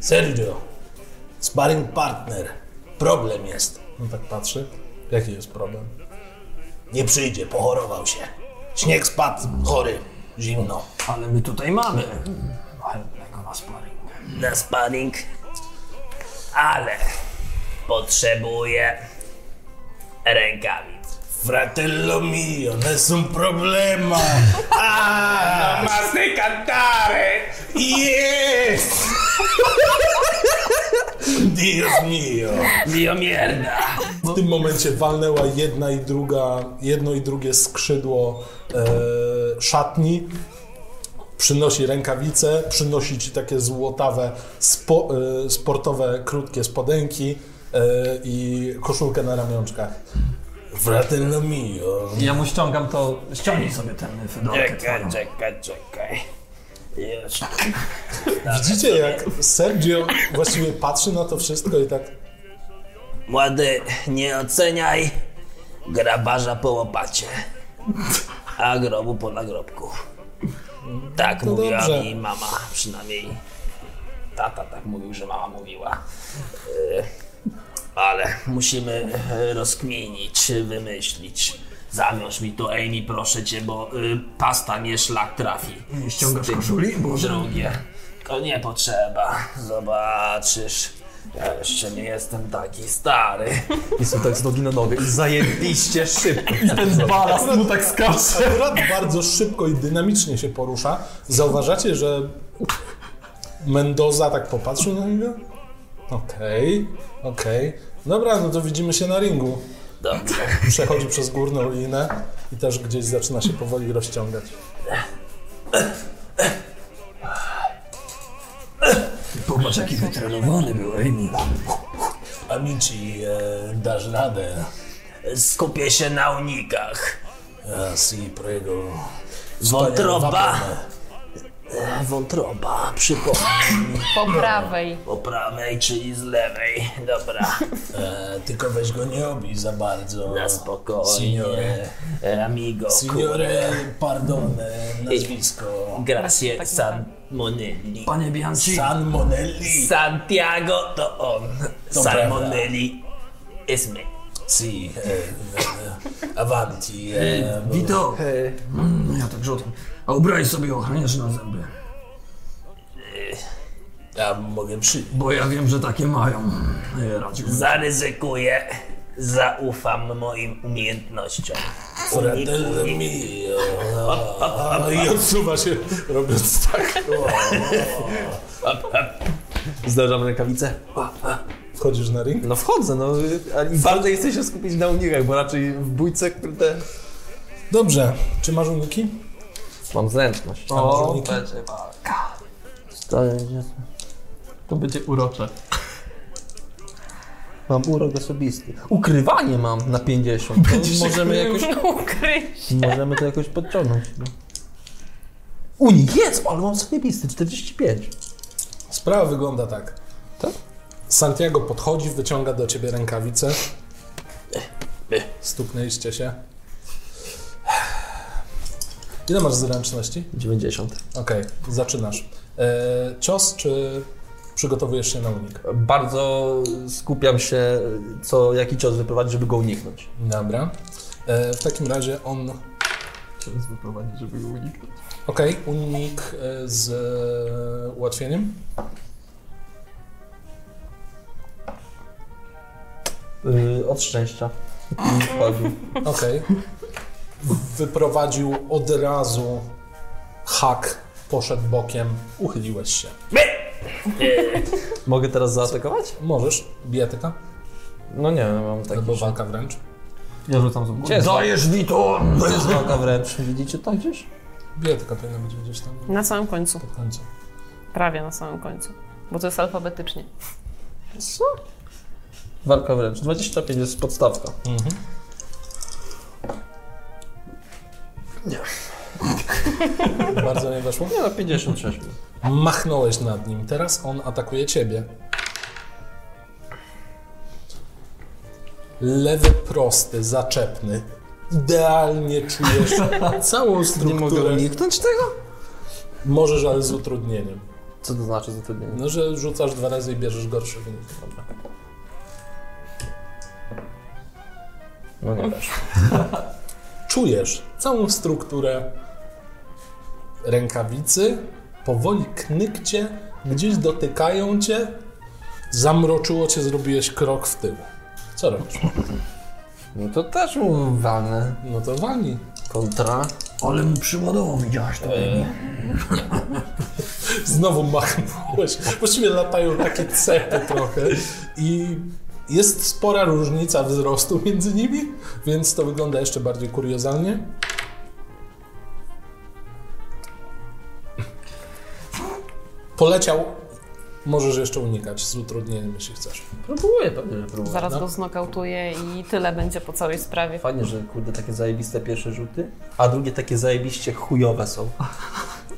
Speaker 1: Sergio, sparring partner. Problem jest. No tak patrzy. Jaki jest problem?
Speaker 4: Nie przyjdzie, pochorował się. Śnieg spadł, chory.
Speaker 1: No.
Speaker 4: Zimno.
Speaker 9: Ale my tutaj mamy. Alnego na sparring.
Speaker 4: Na sparring. Ale potrzebuję rękawic.
Speaker 1: Fratello mio, nessun problema.
Speaker 12: Masy cantare!
Speaker 1: Yes! Dios mio.
Speaker 4: Mio mierda.
Speaker 1: W tym momencie walnęła jedna i druga, jedno i drugie skrzydło e, szatni. Przynosi rękawice, przynosi ci takie złotawe, spo, e, sportowe, krótkie spodenki e, i koszulkę na ramionczkach. Fratello mio.
Speaker 6: Ja mu ściągam to,
Speaker 9: Ściągnij sobie ten fedorek.
Speaker 12: Czekaj, czekaj, czekaj.
Speaker 4: Jest.
Speaker 1: Widzicie, jak Sergio właściwie patrzy na to wszystko i tak
Speaker 4: Młody, nie oceniaj grabarza po łopacie, a grobu po nagrobku. Tak
Speaker 1: To
Speaker 4: mówiła
Speaker 1: dobrze.
Speaker 4: mi mama, przynajmniej tata tak mówił, że mama mówiła. Y, Ale musimy y, rozkminić, wymyślić. Zamiąż mi to, Amy, proszę cię, bo y, pasta nie szlak trafi.
Speaker 9: Nie ściągasz
Speaker 4: Z tym
Speaker 9: koszuli? Boże.
Speaker 4: Drugie. To nie potrzeba. Zobaczysz. Ja jeszcze nie jestem taki stary.
Speaker 2: I są tak z nogi na nogę. I zajebiście szybko.
Speaker 6: Ten balast mu tak skacze.
Speaker 1: akurat bardzo szybko i dynamicznie się porusza. Zauważacie, że Mendoza tak popatrzył na niego? Okej, okej. Dobra, no to widzimy się na ringu.
Speaker 4: Dobrze.
Speaker 1: Przechodzi przez górną linę i też gdzieś zaczyna się powoli rozciągać.
Speaker 9: Popatrz jaki wytrenowany był Amy.
Speaker 4: Amici, e, dasz radę. Skupię się na unikach.
Speaker 1: A si, prego.
Speaker 4: Wątroba. E, Wątroba, przypomnij.
Speaker 5: Po prawej.
Speaker 4: Po prawej, czyli z lewej. Dobra,
Speaker 1: E, tylko weź go nie obi za bardzo.
Speaker 4: na spokojnie.
Speaker 1: Signore.
Speaker 4: E, Amigo,
Speaker 1: Signore,
Speaker 4: kurde.
Speaker 1: pardon, e, nazwisko.
Speaker 4: Grazie,
Speaker 5: Tak, tak,
Speaker 4: San Monelli.
Speaker 9: Panie Bianci,
Speaker 1: San Monelli.
Speaker 4: Santiago to on.
Speaker 1: To
Speaker 4: San
Speaker 1: prawda.
Speaker 4: Monelli is me.
Speaker 1: Si, e, e, avanti. E,
Speaker 9: Wito. Mm, ja tak rzucam. A ubraj sobie ochroniarz na zęby.
Speaker 4: Ja mogę przy...
Speaker 9: Bo ja wiem, że takie mają. E, Radziłbym.
Speaker 4: Zaryzykuję. Zaufam moim umiejętnościom. Unik, unik.
Speaker 1: mio. No i odsuwa się, robiąc tak.
Speaker 2: Zdarzam rękawice.
Speaker 1: Wchodzisz na ring?
Speaker 2: No wchodzę, no. Ale bardziej chcę się skupić na unikach, bo raczej w bójce, kurde...
Speaker 1: Dobrze. Czy masz uniki?
Speaker 2: Mam zręczność.
Speaker 1: O,
Speaker 6: będzie walka. To będzie urocze.
Speaker 2: Mam urok osobisty. Ukrywanie mam na 50. To możemy, jakoś,
Speaker 5: [LAUGHS] Ukryj.
Speaker 2: możemy to jakoś podciągnąć. No. Unik jest, ale mam osobisty, 45.
Speaker 1: Sprawa wygląda tak.
Speaker 2: Tak?
Speaker 1: Santiago podchodzi, wyciąga do ciebie rękawice. Stuknęliście się. Ile masz zręczności?
Speaker 2: 90.
Speaker 1: Okej, zaczynasz. E, cios czy przygotowujesz się na unik?
Speaker 2: Bardzo skupiam się, co jaki cios wyprowadzić, żeby go uniknąć.
Speaker 1: Dobra. E, w takim razie on
Speaker 6: Chciałem wyprowadzić, żeby go uniknąć.
Speaker 1: Okej, unik e, z e, ułatwieniem.
Speaker 2: Yy, od szczęścia. [LAUGHS] Wpadł.
Speaker 1: Okej. Wyprowadził od razu hak, poszedł bokiem, uchyliłeś się.
Speaker 2: Mogę teraz zaatakować?
Speaker 1: Możesz, bijatyka
Speaker 2: No nie, mam taki.
Speaker 1: albo walka wręcz.
Speaker 6: Ja rzucam z góry.
Speaker 9: Dajesz Wito!
Speaker 2: To jest walka wręcz. Widzicie to gdzieś?
Speaker 1: Bijatyka powinna być gdzieś tam
Speaker 5: Na samym końcu.
Speaker 1: pod końcem.
Speaker 5: Prawie na samym końcu. Bo to jest alfabetycznie.
Speaker 2: Walka wręcz. 25 jest podstawka.
Speaker 1: Mhm. Bardzo nie weszło.
Speaker 2: Nie no, 56.
Speaker 1: Machnąłeś nad nim, teraz on atakuje ciebie. Lewy prosty, zaczepny. Idealnie czujesz
Speaker 2: [LAUGHS]
Speaker 1: całą strukturę.
Speaker 2: uniknąć tego?
Speaker 1: Możesz, ale z utrudnieniem.
Speaker 2: Co to znaczy zatrudnienie?
Speaker 1: No, że rzucasz dwa razy i bierzesz gorszy wynik.
Speaker 2: No nie wiesz.
Speaker 1: [LAUGHS] Czujesz całą strukturę rękawicy, powoli knyk cię, gdzieś dotykają cię, zamroczyło cię, zrobiłeś krok w tył. Co robisz?
Speaker 2: No to też mu walnę.
Speaker 1: No to wani.
Speaker 2: Kontra.
Speaker 9: Ale mu przyładował, widziałaś to Amy.
Speaker 1: [LAUGHS] Znowu machnąłeś. Właściwie latają takie cepy trochę i jest spora różnica wzrostu między nimi, więc to wygląda jeszcze bardziej kuriozalnie. Poleciał. Możesz jeszcze unikać z utrudnieniem, jeśli chcesz.
Speaker 2: Próbuję, pewnie, że próbuję.
Speaker 5: Zaraz
Speaker 1: No.
Speaker 5: go znokautuję i tyle będzie po całej sprawie.
Speaker 2: Fajnie, że kurde takie zajebiste pierwsze rzuty, a drugie takie zajebiście chujowe są.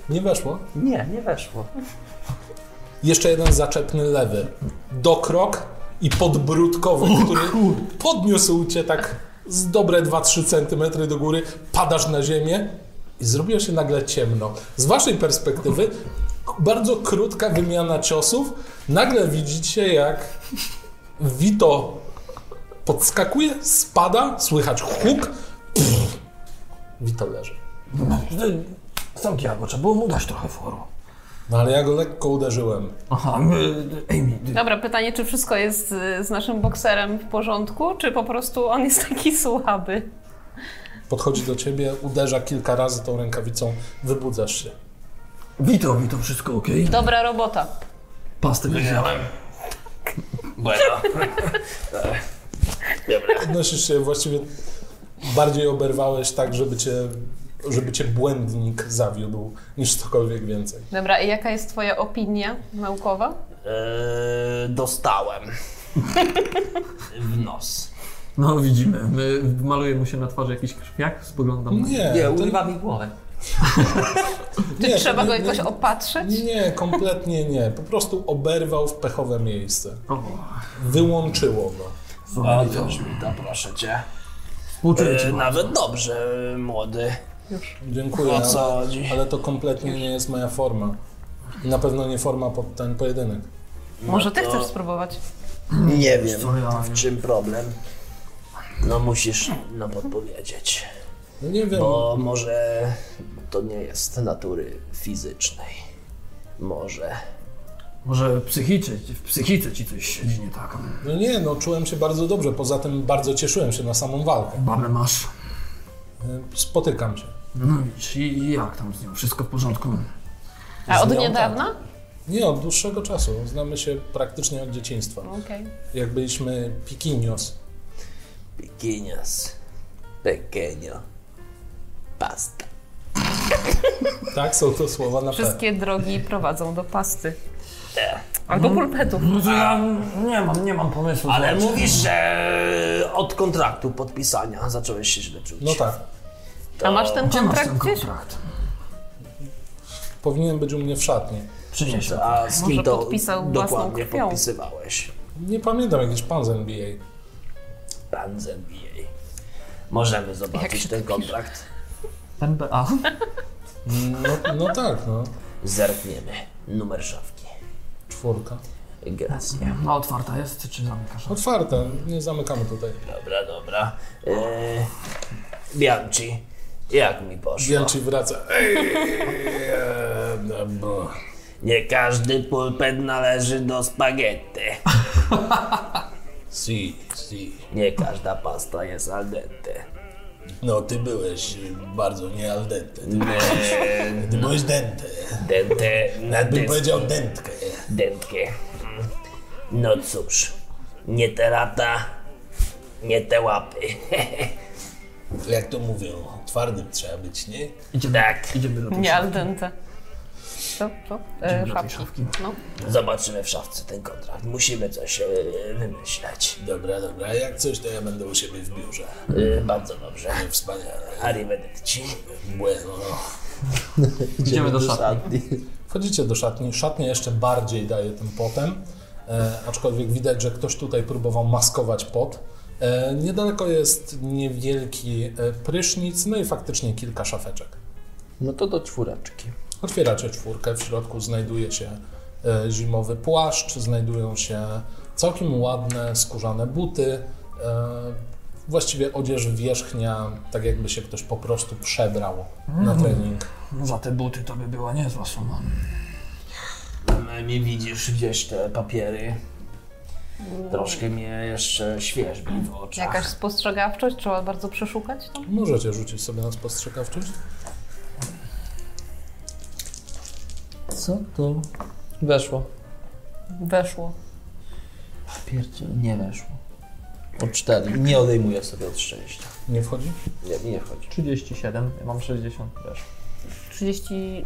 Speaker 1: Nie weszło.
Speaker 10: Nie, nie weszło.
Speaker 1: Jeszcze jeden zaczepny lewy. Dokrok i podbródkowy, który podniósł cię tak z dobre 2-3 centymetry do góry. Padasz na ziemię i zrobiło się nagle ciemno. Z waszej perspektywy k- bardzo krótka wymiana ciosów. Nagle widzicie, jak Wito podskakuje, spada, słychać huk. Pff. Wito leży.
Speaker 9: Stąd ja, bo trzeba było mu dać trochę foru.
Speaker 1: No ale ja go lekko uderzyłem.
Speaker 9: Aha, m- Amy, d-
Speaker 5: Dobra, pytanie, czy wszystko jest y, z naszym bokserem w porządku, czy po prostu on jest taki słaby?
Speaker 1: Podchodzi do ciebie, uderza kilka razy tą rękawicą, wybudzasz się.
Speaker 9: Wito, Wito, wszystko okej?
Speaker 5: Dobra robota.
Speaker 9: Pastę wziąłem.
Speaker 4: Bueno.
Speaker 1: Podnosisz się właściwie bardziej oberwałeś tak, żeby cię, żeby cię błędnik zawiódł niż cokolwiek więcej.
Speaker 5: Dobra, i jaka jest twoja opinia naukowa?
Speaker 4: Eee, dostałem. W nos.
Speaker 11: No widzimy. My, maluje mu się na twarzy jakiś krwiak, spoglądam na
Speaker 1: Nie,
Speaker 10: Nie,
Speaker 1: to-
Speaker 10: urywa mi głowę.
Speaker 5: Czy
Speaker 1: nie,
Speaker 5: trzeba
Speaker 1: to
Speaker 5: go
Speaker 1: nie-
Speaker 5: jakoś opatrzyć?
Speaker 1: Nie, kompletnie nie. Po prostu oberwał w pechowe miejsce.
Speaker 11: O,
Speaker 1: Wyłączyło go.
Speaker 4: O, to mi to, proszę cię.
Speaker 9: E,
Speaker 11: Uczuję
Speaker 4: Eee,
Speaker 11: cię.
Speaker 4: nawet dobrze, młody.
Speaker 1: Dziękuję,
Speaker 4: O co chodzi?
Speaker 1: ale to kompletnie nie jest moja forma. Na pewno nie forma pod ten pojedynek.
Speaker 5: Może ty
Speaker 4: to-
Speaker 5: chcesz spróbować?
Speaker 4: Nie wiem,
Speaker 11: Co ja-
Speaker 4: w czym problem. No musisz nam podpowiedzieć.
Speaker 1: No nie wiem,
Speaker 4: Bo może to nie jest natury fizycznej. Może.
Speaker 9: Może psychicze, w psychice ci coś siedzi nie tak.
Speaker 1: no nie, no czułem się bardzo dobrze. Poza tym bardzo cieszyłem się na samą walkę.
Speaker 9: Babę masz.
Speaker 1: Spotykam się.
Speaker 9: No widzisz, i i jak tam z nią? Wszystko w porządku?
Speaker 5: A od
Speaker 1: Zmiał,
Speaker 5: niedawna?
Speaker 1: Nie, od dłuższego czasu. Znamy się praktycznie od dzieciństwa.
Speaker 5: Okej.
Speaker 1: Jak byliśmy pikinios.
Speaker 4: Pequeños. Pequeño. Pasta.
Speaker 1: Tak, są to słowa na pewno.
Speaker 5: Wszystkie drogi prowadzą do pasty. Albo pulpetów.
Speaker 9: No to ja nie mam, nie mam pomysłu.
Speaker 4: Ale mówisz, że od kontraktu podpisania zacząłeś się źle czuć.
Speaker 1: No tak,
Speaker 5: A masz ten
Speaker 9: Gdzie masz
Speaker 5: kontrakt
Speaker 9: ten
Speaker 5: gdzieś?
Speaker 9: kontrakt?
Speaker 1: powinien być u mnie w szatni.
Speaker 9: Przynieś to.
Speaker 4: A z
Speaker 5: Może
Speaker 4: kim to
Speaker 5: podpisał własną
Speaker 4: dokładnie
Speaker 5: krwią.
Speaker 4: podpisywałeś?
Speaker 1: Nie pamiętam, jakiś pan z NBA.
Speaker 4: Pan z NBA. Możemy zobaczyć
Speaker 5: się
Speaker 4: ten kontrakt.
Speaker 11: NBA.
Speaker 1: No, no tak, no.
Speaker 4: Zerkniemy. Numer szafki.
Speaker 1: Czwórka.
Speaker 4: Gracja.
Speaker 9: A no, otwarta jest, czy zamykasz?
Speaker 1: Otwarte, nie zamykamy tutaj.
Speaker 4: Dobra, dobra. Eee, Bianci, jak mi poszło?
Speaker 1: Bianci wraca. Ej, e, no bo.
Speaker 4: Nie każdy pulpet należy do spaghetti.
Speaker 1: Si, si.
Speaker 4: Nie każda pasta jest al dente.
Speaker 1: No ty byłeś bardzo nie al dente. Ty,
Speaker 4: Eee,
Speaker 1: ty byłeś dente.
Speaker 4: dente na
Speaker 1: Bym
Speaker 4: dys-
Speaker 1: powiedział dętkę.
Speaker 4: dętkę. No cóż, nie te lata, nie te łapy. [LAUGHS]
Speaker 1: Jak to mówią, twardym trzeba być, nie?
Speaker 4: tak,
Speaker 5: Nie al dente. Co? Co? E, szafki. No.
Speaker 4: zobaczymy w szafce ten kontrakt. Musimy coś e, wymyśleć.
Speaker 1: Dobra, dobra, jak coś to ja będę u siebie w biurze.
Speaker 4: E, bardzo dobrze.
Speaker 1: Wspaniale.
Speaker 4: Arrivederci.
Speaker 1: Bueno, no.
Speaker 11: Idziemy do szatni.
Speaker 1: Wchodzicie do szatni. Szatnia jeszcze bardziej daje tym potem, e, aczkolwiek widać, że ktoś tutaj próbował maskować pot. E, niedaleko jest niewielki e, prysznic, no i faktycznie kilka szafeczek.
Speaker 2: No to do czwóreczki.
Speaker 1: Otwieracie czwórkę, w środku znajduje się e, zimowy płaszcz, znajdują się całkiem ładne skórzane buty, e, właściwie odzież wierzchnia, tak jakby się ktoś po prostu przebrał na trening.
Speaker 9: No Za te buty to by była niezła suma.
Speaker 4: Nie widzisz gdzieś te papiery. Troszkę mnie jeszcze świeżbi w oczach.
Speaker 5: Jakaś spostrzegawczość? Trzeba bardzo przeszukać tam?
Speaker 1: Możecie rzucić sobie na spostrzegawczość.
Speaker 2: Co to? Weszło.
Speaker 5: Weszło.
Speaker 2: Pierdzie, nie weszło. O cztery. Nie odejmuję sobie od szczęścia.
Speaker 1: Nie wchodzi?
Speaker 2: Nie, mi nie wchodzi.
Speaker 11: 37, ja mam 60 też.
Speaker 5: 30...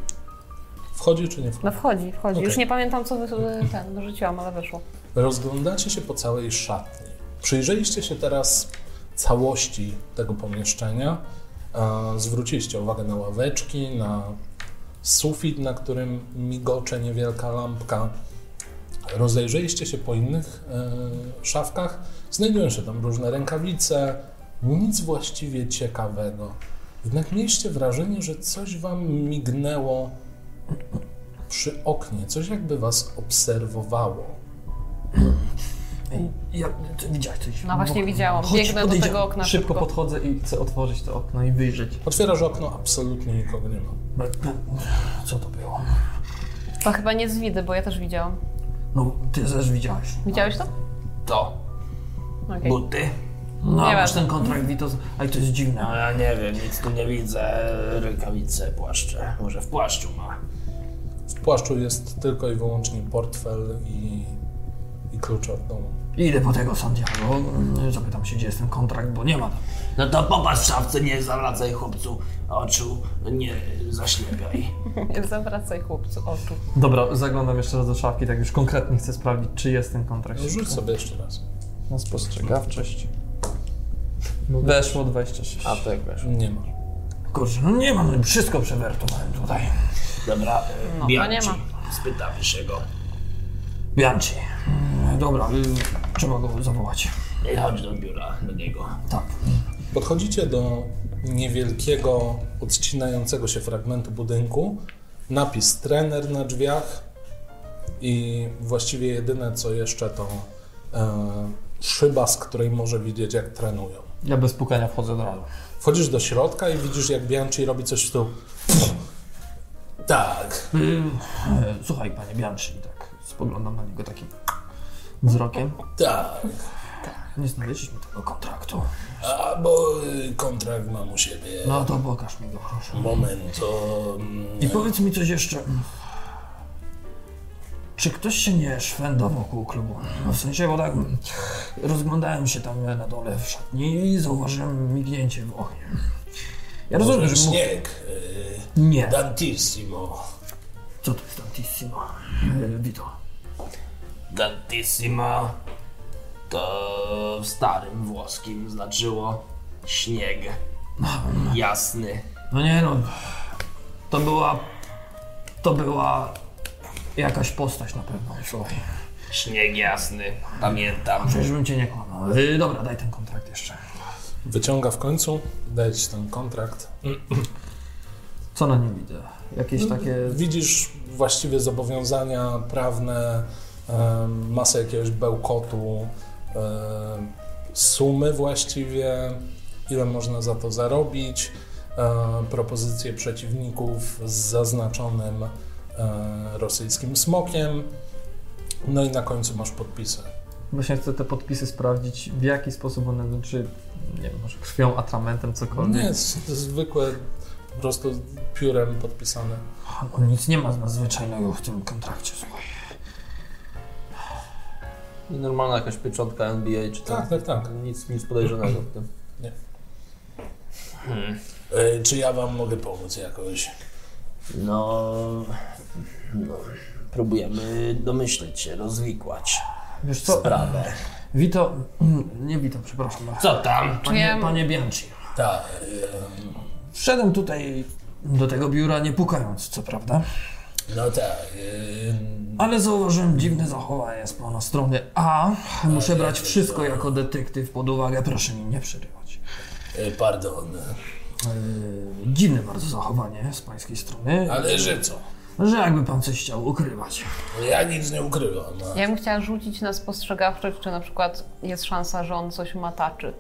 Speaker 1: Wchodzi czy nie wchodzi?
Speaker 5: No wchodzi, wchodzi.
Speaker 1: Okej.
Speaker 5: Już nie pamiętam, co wy, ten dorzuciłam, ale weszło.
Speaker 1: Rozglądacie się po całej szatni. Przyjrzeliście się teraz całości tego pomieszczenia. E, Zwróciliście uwagę na ławeczki, na sufit, na którym migocze niewielka lampka. Rozejrzeliście się po innych e, szafkach. Znajdują się tam różne rękawice, nic właściwie ciekawego. Jednak mieliście wrażenie, że coś wam mignęło przy oknie, coś jakby was obserwowało.
Speaker 9: Ja, ty widziałeś coś?
Speaker 5: No właśnie widziałam.
Speaker 9: Chodź,
Speaker 5: Biegnę do
Speaker 9: podejdziemy.
Speaker 5: tego okna
Speaker 11: Szybko
Speaker 5: szybko.
Speaker 11: podchodzę i chcę otworzyć to okno i wyjrzeć.
Speaker 1: Otwierasz okno, absolutnie nikogo nie ma.
Speaker 9: no, Co to było?
Speaker 5: To chyba nie z widy, bo ja też widziałam.
Speaker 9: No, ty też widziałeś.
Speaker 5: Widziałeś to?
Speaker 9: To.
Speaker 5: Okej.
Speaker 9: Buty? No,
Speaker 5: Nie
Speaker 9: masz
Speaker 5: wiem.
Speaker 9: ten kontrakt Witos. Aj, to jest dziwne.
Speaker 4: No ja nie wiem, nic tu nie widzę. Rękawice, płaszcze. Może w płaszczu ma.
Speaker 1: W płaszczu jest tylko i wyłącznie portfel i, i klucz od domu.
Speaker 9: Idę po tego Santiago, mm, zapytam się, gdzie jest ten kontrakt, bo nie ma tam.
Speaker 4: No to popatrz w szafce, nie zawracaj chłopcu oczu, nie zaślepiaj.
Speaker 5: Nie [LAUGHS] Zawracaj chłopcu oczu.
Speaker 11: Dobra, zaglądam jeszcze raz do szafki, tak już konkretnie chcę sprawdzić, czy jest ten kontrakt.
Speaker 1: No, Rzuć sobie jeszcze raz.
Speaker 13: Na spostrzegawczość.
Speaker 11: Weszło 26.
Speaker 13: A tak wiesz.
Speaker 1: Nie ma.
Speaker 9: Kurczę, no nie ma, no wszystko przewertowałem tutaj.
Speaker 4: Dobra,
Speaker 5: No
Speaker 4: no,
Speaker 5: to nie
Speaker 4: Bianchi,
Speaker 5: ma.
Speaker 4: spytamy się go.
Speaker 9: Bianci. Mm, Dobra, y, trzeba go zawołać.
Speaker 4: Ej, Chodź do biura, do niego.
Speaker 1: Podchodzicie do niewielkiego, odcinającego się fragmentu budynku. Napis trener na drzwiach i właściwie jedyne co jeszcze to e, szyba, z której może widzieć jak trenują.
Speaker 11: Ja bez pukania wchodzę od razu.
Speaker 1: Wchodzisz do środka i widzisz jak Bianchi robi coś w tył. Tak.
Speaker 9: E, Słuchaj, panie Bianchi, tak spoglądam na niego takim wzrokiem.
Speaker 1: Tak.
Speaker 9: Nie znaleźliśmy tego kontraktu.
Speaker 1: A bo y, kontrakt mam u siebie.
Speaker 9: No to pokaż mi go, proszę.
Speaker 1: Moment, to... mm,
Speaker 9: I powiedz mi coś jeszcze. Czy ktoś się nie szwenda wokół klubu? No w sensie, bo tak mm, rozglądałem się tam na dole w szatni i zauważyłem mignięcie w oknie. Ja rozumiem, że mógł...
Speaker 1: Śnieg. y,
Speaker 9: Nie.
Speaker 1: Dantissimo.
Speaker 9: Co to jest tantissimo? E, Wito.
Speaker 4: Dantissima to w starym włoskim znaczyło śnieg. Jasny.
Speaker 9: No nie no, to była, to była jakaś postać na pewno, słuchaj.
Speaker 4: Śnieg jasny, pamiętam.
Speaker 9: Przecież bym cię nie kłamał. Yy, dobra, daj ten kontrakt jeszcze.
Speaker 1: Wyciąga w końcu, daje ci ten kontrakt.
Speaker 11: Co na nim widzę? Jakieś
Speaker 9: No,
Speaker 11: takie...
Speaker 1: Widzisz właściwie zobowiązania prawne, em, masę jakiegoś bełkotu, em, sumy właściwie, ile można za to zarobić, em, propozycje przeciwników z zaznaczonym em, rosyjskim smokiem. No i na końcu masz podpisy.
Speaker 11: Właśnie chcę te podpisy sprawdzić, w jaki sposób one, czy nie wiem, może krwią, atramentem, cokolwiek.
Speaker 1: Nie, z- zwykłe, po prostu piórem podpisane.
Speaker 9: No, nic nie ma nadzwyczajnego w tym kontrakcie, słuchaj.
Speaker 2: I normalna jakaś pieczątka NBA czy tam.
Speaker 1: Tak, tak, tak.
Speaker 2: Nic, nic podejrzanego w tym.
Speaker 1: E, Czy ja wam mogę pomóc jakoś?
Speaker 4: No, no próbujemy domyśleć się, rozwikłać
Speaker 9: Wiesz co,
Speaker 4: sprawę.
Speaker 9: Wito, [CLEARS THROAT] mm, nie Wito, przepraszam.
Speaker 4: Co tam?
Speaker 9: Panie,
Speaker 5: Czuję-
Speaker 9: panie Bianchi,
Speaker 1: Tak.
Speaker 9: wszedłem tutaj do tego biura nie pukając, co prawda,
Speaker 1: No tak. ym,
Speaker 9: ale zauważyłem dziwne zachowanie z pana strony, a muszę brać wszystko jako detektyw pod uwagę, proszę mi nie przerywać.
Speaker 1: y, Pardon.
Speaker 9: Yy, Dziwne bardzo zachowanie z pańskiej strony,
Speaker 1: Ale że co?
Speaker 9: że jakby pan coś chciał ukrywać.
Speaker 1: Ja nic nie ukrywam. a-
Speaker 5: Ja bym chciała rzucić na spostrzegawczość, czy na przykład jest szansa, że on coś mataczy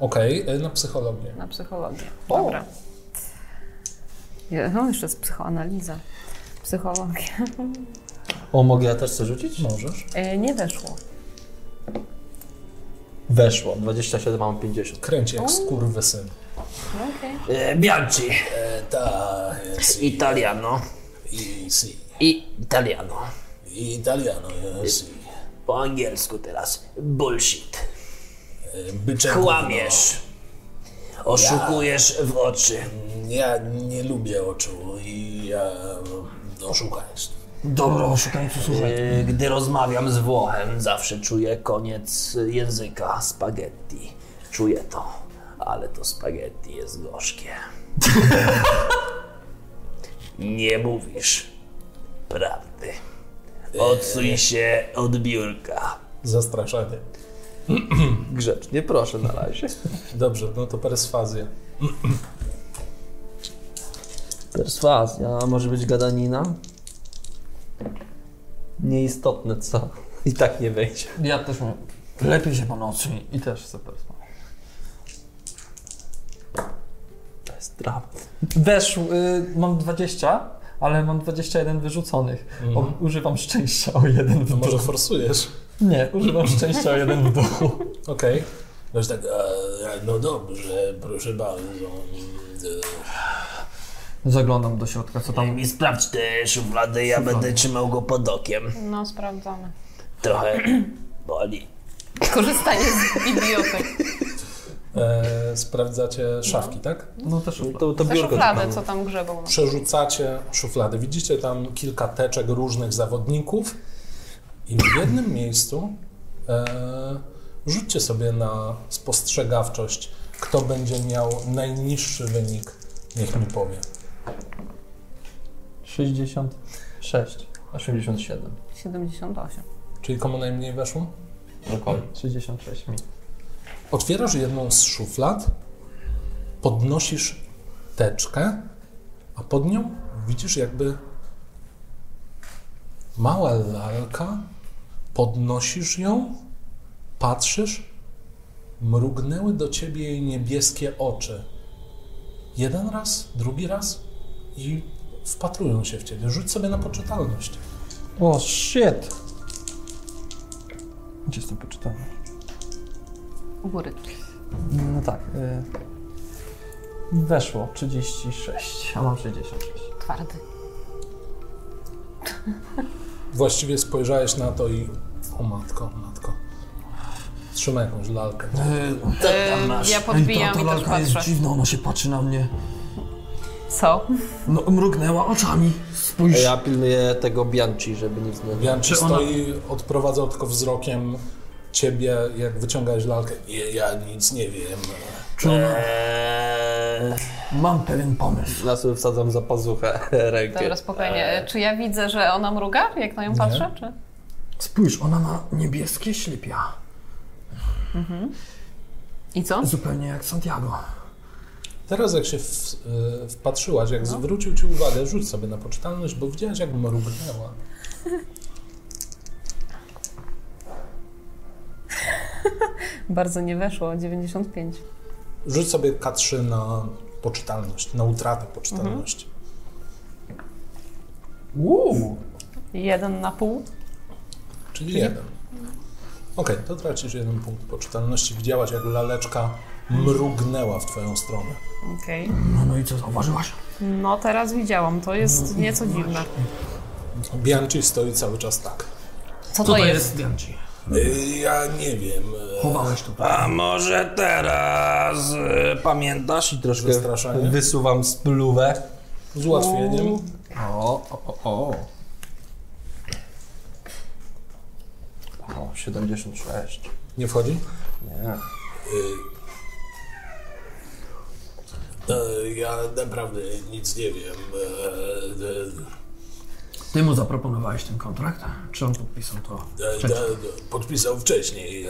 Speaker 1: Okej, y, na psychologię.
Speaker 5: na psychologię. Dobra. Je- No, jeszcze jest psychoanaliza. Psychologia.
Speaker 2: O, mogę ja też coś rzucić?
Speaker 1: Możesz.
Speaker 5: E, nie weszło.
Speaker 2: Weszło. 27, mam 50.
Speaker 1: Kręci jak skurwysyn.
Speaker 5: No, okej.
Speaker 4: E, Bianchi, E,
Speaker 1: E, tak, si,
Speaker 4: Italiano
Speaker 1: i, si.
Speaker 4: i Italiano.
Speaker 1: Italiano, e, si.
Speaker 4: Po angielsku teraz. Bullshit.
Speaker 1: E, Bycze
Speaker 4: Kłamiesz. Oszukujesz w oczy.
Speaker 1: gówno. Ja nie lubię oczu i ja no, oszukaństw.
Speaker 9: Dobra, oszukańcu, słuchaj.
Speaker 4: E, Gdy rozmawiam z Włochem, zawsze czuję koniec języka spaghetti. Czuję to, ale to spaghetti jest gorzkie. [LAUGHS] Nie mówisz prawdy. Odsuń się od biurka.
Speaker 1: Zastraszanie.
Speaker 2: Grzecznie, proszę na razie.
Speaker 1: Dobrze, no to perswazja.
Speaker 2: Perswazja, może być gadanina? Nieistotne, co? [LAUGHS] I tak nie wejdzie.
Speaker 6: Ja też mówię, lepiej się pan odsuń i też chcę porozmawiać.
Speaker 2: To jest drama.
Speaker 6: Weszł, y, mam 20, ale mam 21 wyrzuconych. O, używam szczęścia o jeden
Speaker 1: To
Speaker 6: w
Speaker 1: może
Speaker 6: dół.
Speaker 1: forsujesz?
Speaker 6: Nie, używam szczęścia o jeden w dół.
Speaker 1: Okej.
Speaker 14: Wiesz tak, e, no dobrze, proszę bardzo.
Speaker 6: Zaglądam do środka, co
Speaker 4: Daj
Speaker 6: tam...
Speaker 4: mi sprawdź te szuflady, ja będę trzymał go pod okiem.
Speaker 5: No, sprawdzamy.
Speaker 4: Trochę [CLEARS THROAT] boli.
Speaker 5: Korzystanie [LAUGHS] z bibliotek.
Speaker 1: E, Sprawdzacie szafki, tak?
Speaker 6: No też szufla.
Speaker 2: To, to
Speaker 5: Te
Speaker 2: biurko
Speaker 5: szuflady, co tam grzebą.
Speaker 1: Przerzucacie szuflady. Widzicie tam kilka teczek różnych zawodników i w jednym miejscu e, rzućcie sobie na spostrzegawczość, kto będzie miał najniższy wynik, niech mi powie.
Speaker 6: 66, 87,
Speaker 5: 78.
Speaker 1: Czyli komu najmniej weszło?
Speaker 6: około 66 mi.
Speaker 1: Otwierasz jedną z szuflad, podnosisz teczkę, a pod nią widzisz jakby mała lalka. Podnosisz ją, patrzysz, mrugnęły do ciebie jej niebieskie oczy. Jeden raz, drugi raz i wpatrują się w ciebie. Rzuć sobie na poczytalność.
Speaker 9: O, shit! Gdzie jest to poczytanie?
Speaker 5: U góry.
Speaker 6: No tak. Y... Weszło 36, a mam 66.
Speaker 5: Twardy.
Speaker 1: Właściwie spojrzałeś na to i o matko, o matko. Trzymaj jakąś lalkę.
Speaker 4: Co tam masz?
Speaker 5: E, ja
Speaker 9: Ej,
Speaker 5: podbijam
Speaker 9: ta,
Speaker 5: i
Speaker 9: ta
Speaker 5: też
Speaker 9: lalka jest
Speaker 5: patrzę.
Speaker 9: dziwna, ona się patrzy na mnie.
Speaker 5: Co?
Speaker 9: No, mrugnęła oczami. Spójrz.
Speaker 2: Ja pilnuję tego Bianchi, żeby nic nie...
Speaker 1: Janczy stoi, odprowadzał tylko wzrokiem ciebie, jak wyciągałeś lalkę.
Speaker 14: Ja, ja nic nie wiem.
Speaker 9: Czy ona...
Speaker 4: Eee,
Speaker 9: Mam pewien pomysł.
Speaker 2: Ja sobie wsadzam za pazuchę [LAUGHS] rękę.
Speaker 5: Dobra, spokojnie. E, Czy ja widzę, że ona mruga, jak na nią patrzę? Czy?
Speaker 9: Spójrz, ona ma niebieskie ślepia.
Speaker 5: I co?
Speaker 9: Zupełnie jak Santiago.
Speaker 1: Teraz jak się w, y, wpatrzyłaś, jak zwrócił ci uwagę, rzuć sobie na poczytalność, bo widziałaś jak mrugnęła.
Speaker 5: Bardzo nie weszło, 95.
Speaker 1: Rzuć sobie K3 na poczytalność, na utratę poczytalności.
Speaker 5: Jeden na pół.
Speaker 1: Czyli jeden. Okej, to tracisz jeden punkt poczytalności. Widziałaś jak laleczka mrugnęła w twoją stronę.
Speaker 5: Okej.
Speaker 9: No, no i co, zauważyłaś?
Speaker 5: No teraz widziałam, to jest nieco dziwne.
Speaker 1: Bianchi stoi cały czas tak.
Speaker 5: Co to jest?
Speaker 9: Zdjęcie.
Speaker 14: Y, Ja nie wiem. e,
Speaker 9: Chowałeś to.
Speaker 4: a może teraz e, pamiętasz? I troszkę
Speaker 1: Wystraszanie.
Speaker 2: Wysuwam spluwę.
Speaker 1: Z ułatwieniem.
Speaker 2: O, o, o, o. O, 76.
Speaker 1: Nie wchodzi?
Speaker 2: Nie.
Speaker 1: Y,
Speaker 14: e, Ja naprawdę nic nie wiem.
Speaker 1: y,
Speaker 14: e,
Speaker 9: Ty mu zaproponowałeś ten kontrakt? Czy on podpisał to?
Speaker 14: e,
Speaker 1: y,
Speaker 14: e, e, Podpisał wcześniej.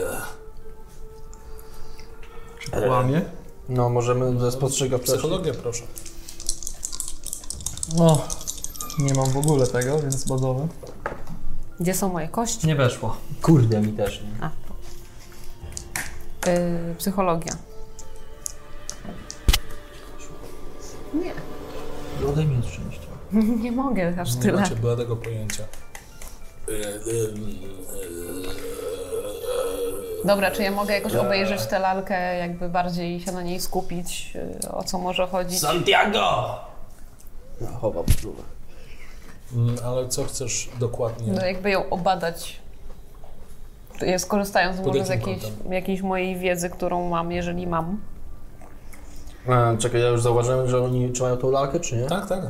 Speaker 14: e.
Speaker 9: Łamie?
Speaker 2: No, możemy ze spostrzegawczości.
Speaker 1: Psychologię proszę.
Speaker 6: O, No, nie mam w ogóle tego, więc badowy.
Speaker 5: Gdzie są moje kości?
Speaker 6: Nie weszło.
Speaker 2: Kurde, mi też nie.
Speaker 5: A, to. Yy, psychologia. Nie.
Speaker 2: Dodaj mi No, szczęście.
Speaker 5: [LAUGHS] Nie mogę aż
Speaker 1: Nie
Speaker 5: tyle.
Speaker 1: macie bladego pojęcia.
Speaker 5: Dobra, czy ja mogę jakoś obejrzeć tę lalkę, jakby bardziej się na niej skupić, yy, o co może chodzić?
Speaker 4: Santiago!
Speaker 2: Chowam spluwę.
Speaker 1: Mm, Ale co chcesz dokładnie?
Speaker 5: No, jakby ją obadać. Ja skorzystając może z
Speaker 1: jakim
Speaker 5: jakiejś,
Speaker 2: tak.
Speaker 5: jakiejś mojej wiedzy, którą mam, jeżeli mam. [LAUGHS]
Speaker 2: E, czekaj, ja już zauważyłem, że oni trzymają tą lalkę, czy nie?
Speaker 1: Tak, tak.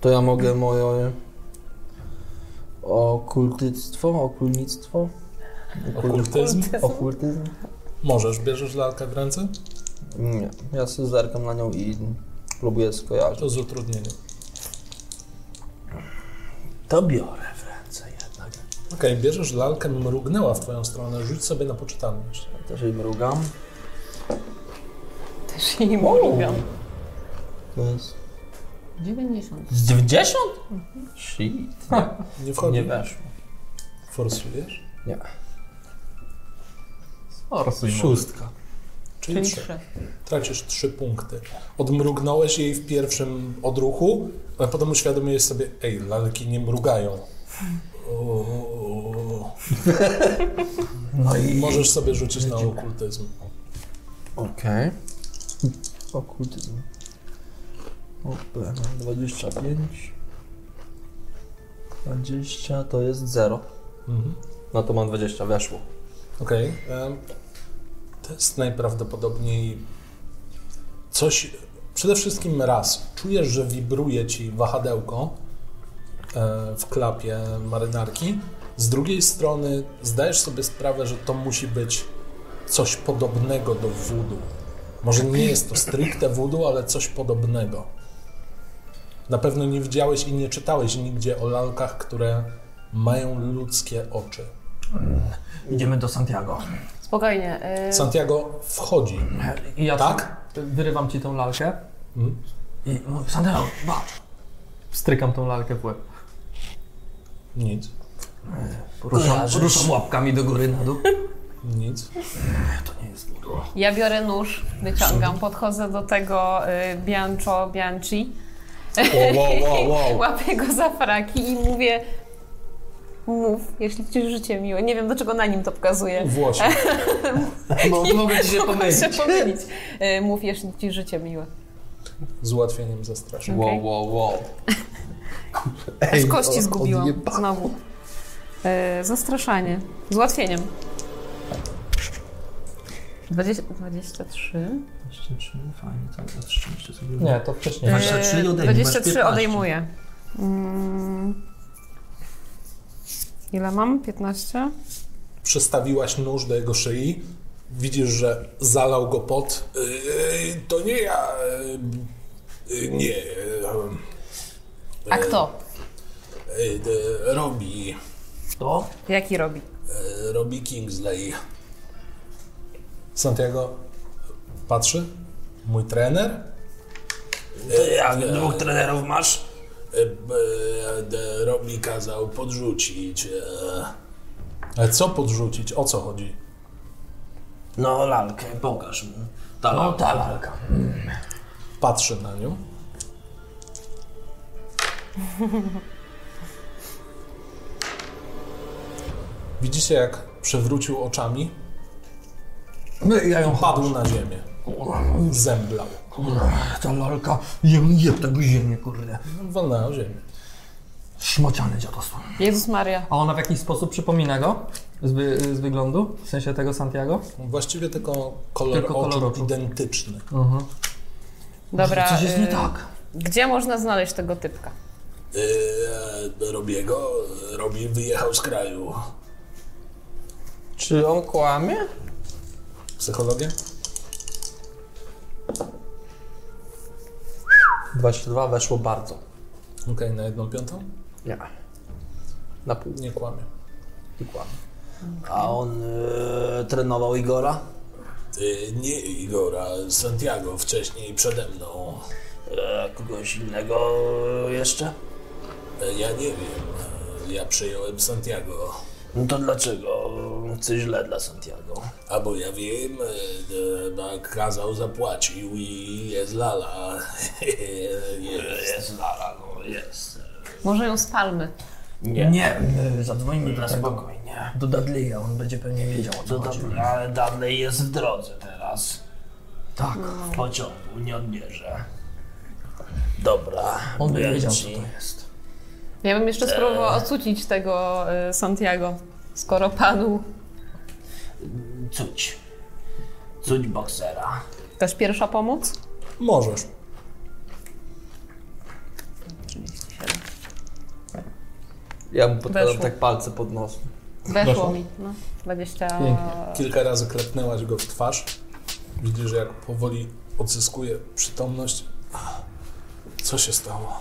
Speaker 2: To ja mogę moje okultyctwo, okulnictwo,
Speaker 1: Okultyzm?
Speaker 2: okultyzm?
Speaker 1: Możesz, bierzesz lalkę w ręce?
Speaker 2: Nie, ja sobie zerkam na nią i próbuję skojarzyć.
Speaker 1: To z utrudnieniem.
Speaker 4: To biorę w ręce jednak.
Speaker 1: Okej, bierzesz lalkę, mrugnęła w twoją stronę, rzuć sobie na poczytalność.
Speaker 2: Też jej mrugam.
Speaker 5: Też jej mrugam.
Speaker 2: To jest...
Speaker 5: 90.
Speaker 15: Z 90?
Speaker 2: Shit.
Speaker 1: Nie wchodzi?
Speaker 2: Nie weszło.
Speaker 1: Forsujesz?
Speaker 6: Forsuj mu.
Speaker 2: Szóstka.
Speaker 1: Czyli
Speaker 5: Czyli
Speaker 1: trzy.
Speaker 5: 3.
Speaker 1: Tracisz trzy punkty. Odmrugnąłeś jej w pierwszym odruchu, ale potem uświadomiłeś sobie, ej, lalki nie mrugają. O.
Speaker 9: No i
Speaker 1: Możesz sobie rzucić na okultyzm.
Speaker 2: Okej. Okultyzm. no, Opa, 25. 20 to jest 0.
Speaker 1: Mhm.
Speaker 2: No to mam 20, weszło.
Speaker 1: Okej. em, To jest najprawdopodobniej coś. Przede wszystkim raz czujesz, że wibruje ci wahadełko e, w klapie marynarki. Z drugiej strony zdajesz sobie sprawę, że to musi być coś podobnego do wudu. Może nie jest to stricte wudu, ale coś podobnego. Na pewno nie widziałeś i nie czytałeś nigdzie o lalkach, które mają ludzkie oczy.
Speaker 9: idziemy do Santiago.
Speaker 5: Spokojnie. y,
Speaker 1: Santiago wchodzi.
Speaker 6: I ja
Speaker 1: Tak?
Speaker 6: wyrywam ci tą lalkę,
Speaker 9: I mówię, Santiago, patrz,
Speaker 6: strykam tą lalkę w łeb.
Speaker 1: Nic.
Speaker 9: ruszam, ruszam łapkami do góry na dół.
Speaker 1: Nic.
Speaker 5: Ja biorę nóż, wyciągam, podchodzę do tego y, Biancho Bianchi,
Speaker 2: Wow, wow, [LAUGHS] wow, wow.
Speaker 5: łapię go za fraki i mówię mów, jeśli ci życie miłe. Nie wiem, dlaczego na nim to pokazuje.
Speaker 1: Włosi.
Speaker 2: No, mogę ci się
Speaker 5: [LAUGHS] Muszę
Speaker 2: pomylić.
Speaker 5: pomylić. Y, Mów, jeśli ci życie miłe.
Speaker 1: Z ułatwieniem zastraszam.
Speaker 2: Wow, wow, wow.
Speaker 5: Z kości
Speaker 2: o-
Speaker 5: zgubiłam
Speaker 2: odjeba-
Speaker 5: znowu. Y, Zastraszanie. Z ułatwieniem. 20, 23.
Speaker 2: Jeszcze trzy, fajnie, tak, od szczęścia sobie.
Speaker 6: Nie, to wcześniej.
Speaker 2: Masz za trzy i odejmij, masz
Speaker 5: 23
Speaker 2: 15.
Speaker 5: Eee, odejmuję. Mm. Ile mam? 15?
Speaker 1: Przystawiłaś nóż do jego szyi. Widzisz, że zalał go pot. Yy, to nie ja. Yy, yy, nie. Yy,
Speaker 5: A kto?
Speaker 1: yy, yy, robi.
Speaker 5: Jaki robi?
Speaker 1: Yy, robi Kingsley. Santiago patrzy. Mój trener?
Speaker 4: Ty, a dwóch trenerów masz?
Speaker 1: Yy, yy, d- robi kazał podrzucić. Yy. Ale co podrzucić? O co chodzi?
Speaker 4: No lalkę, pokaż mu. Ta
Speaker 9: No
Speaker 4: lalka.
Speaker 9: ta lalka.
Speaker 1: Patrzy na nią. Widzicie, jak przewrócił oczami,
Speaker 9: My, ja ją
Speaker 1: padł na ziemię. Zemblał.
Speaker 9: Kurwa, ta lalka, jem, jeb tego ziemię, kurde.
Speaker 1: Walnęła ziemię.
Speaker 9: Szmociane dziadostwo.
Speaker 5: Jezus Maria.
Speaker 6: A ona w jakiś sposób przypomina go z, wy, z wyglądu, w sensie tego Santiago?
Speaker 1: Właściwie tylko kolor
Speaker 6: Tylko
Speaker 1: oczu
Speaker 6: kolor oczu.
Speaker 1: identyczny.
Speaker 5: Dobra.
Speaker 9: Coś jest nie
Speaker 5: y,
Speaker 9: tak.
Speaker 5: Gdzie można znaleźć tego typka?
Speaker 1: Yy, robię go. Robi wyjechał z kraju.
Speaker 2: Czy on kłamie?
Speaker 1: Psychologię?
Speaker 2: 22 weszło bardzo.
Speaker 1: Okej, na jedną piątą?
Speaker 2: Nie. Na pół.
Speaker 1: Nie kłamie.
Speaker 2: Nie kłamie.
Speaker 4: A on y, trenował Igora?
Speaker 1: Yy, nie Igora, Santiago wcześniej przede mną.
Speaker 4: E, kogoś innego e, jeszcze?
Speaker 1: Yy, ja nie wiem. Yy, ja przyjąłem Santiago.
Speaker 4: No to dlaczego chce źle dla Santiago?
Speaker 1: A bo ja wiem, e, e, kazał zapłacił i jest
Speaker 9: [LAUGHS]
Speaker 1: lala. jest.
Speaker 4: Jest lala, no jest.
Speaker 5: Może ją spalmy.
Speaker 4: Nie.
Speaker 9: Nie, my zadzwońmy do
Speaker 4: Na
Speaker 9: tego.
Speaker 4: spokojnie.
Speaker 9: Do Dudley'a, on będzie pewnie wiedział o co
Speaker 4: Do
Speaker 9: chodzi.
Speaker 4: Dudley, ale Dudley jest w drodze teraz.
Speaker 9: Tak.
Speaker 4: W pociągu, nie odbierze. Dobra,
Speaker 9: On by
Speaker 4: wiem
Speaker 9: wiedział, co
Speaker 4: ci.
Speaker 9: to jest.
Speaker 5: Ja bym jeszcze spróbowała ocucić tego y, Santiago, skoro padł.
Speaker 4: Cuć. Cuć boksera.
Speaker 5: Też pierwsza pomoc?
Speaker 1: Możesz.
Speaker 5: 37.
Speaker 2: Ja mu podkładam
Speaker 5: Weszło.
Speaker 2: tak palce pod nos.
Speaker 5: Weszło mi. No, 20.
Speaker 1: Kilka razy klepnęłaś go w twarz. Widzisz, jak powoli odzyskuje przytomność. Co się stało?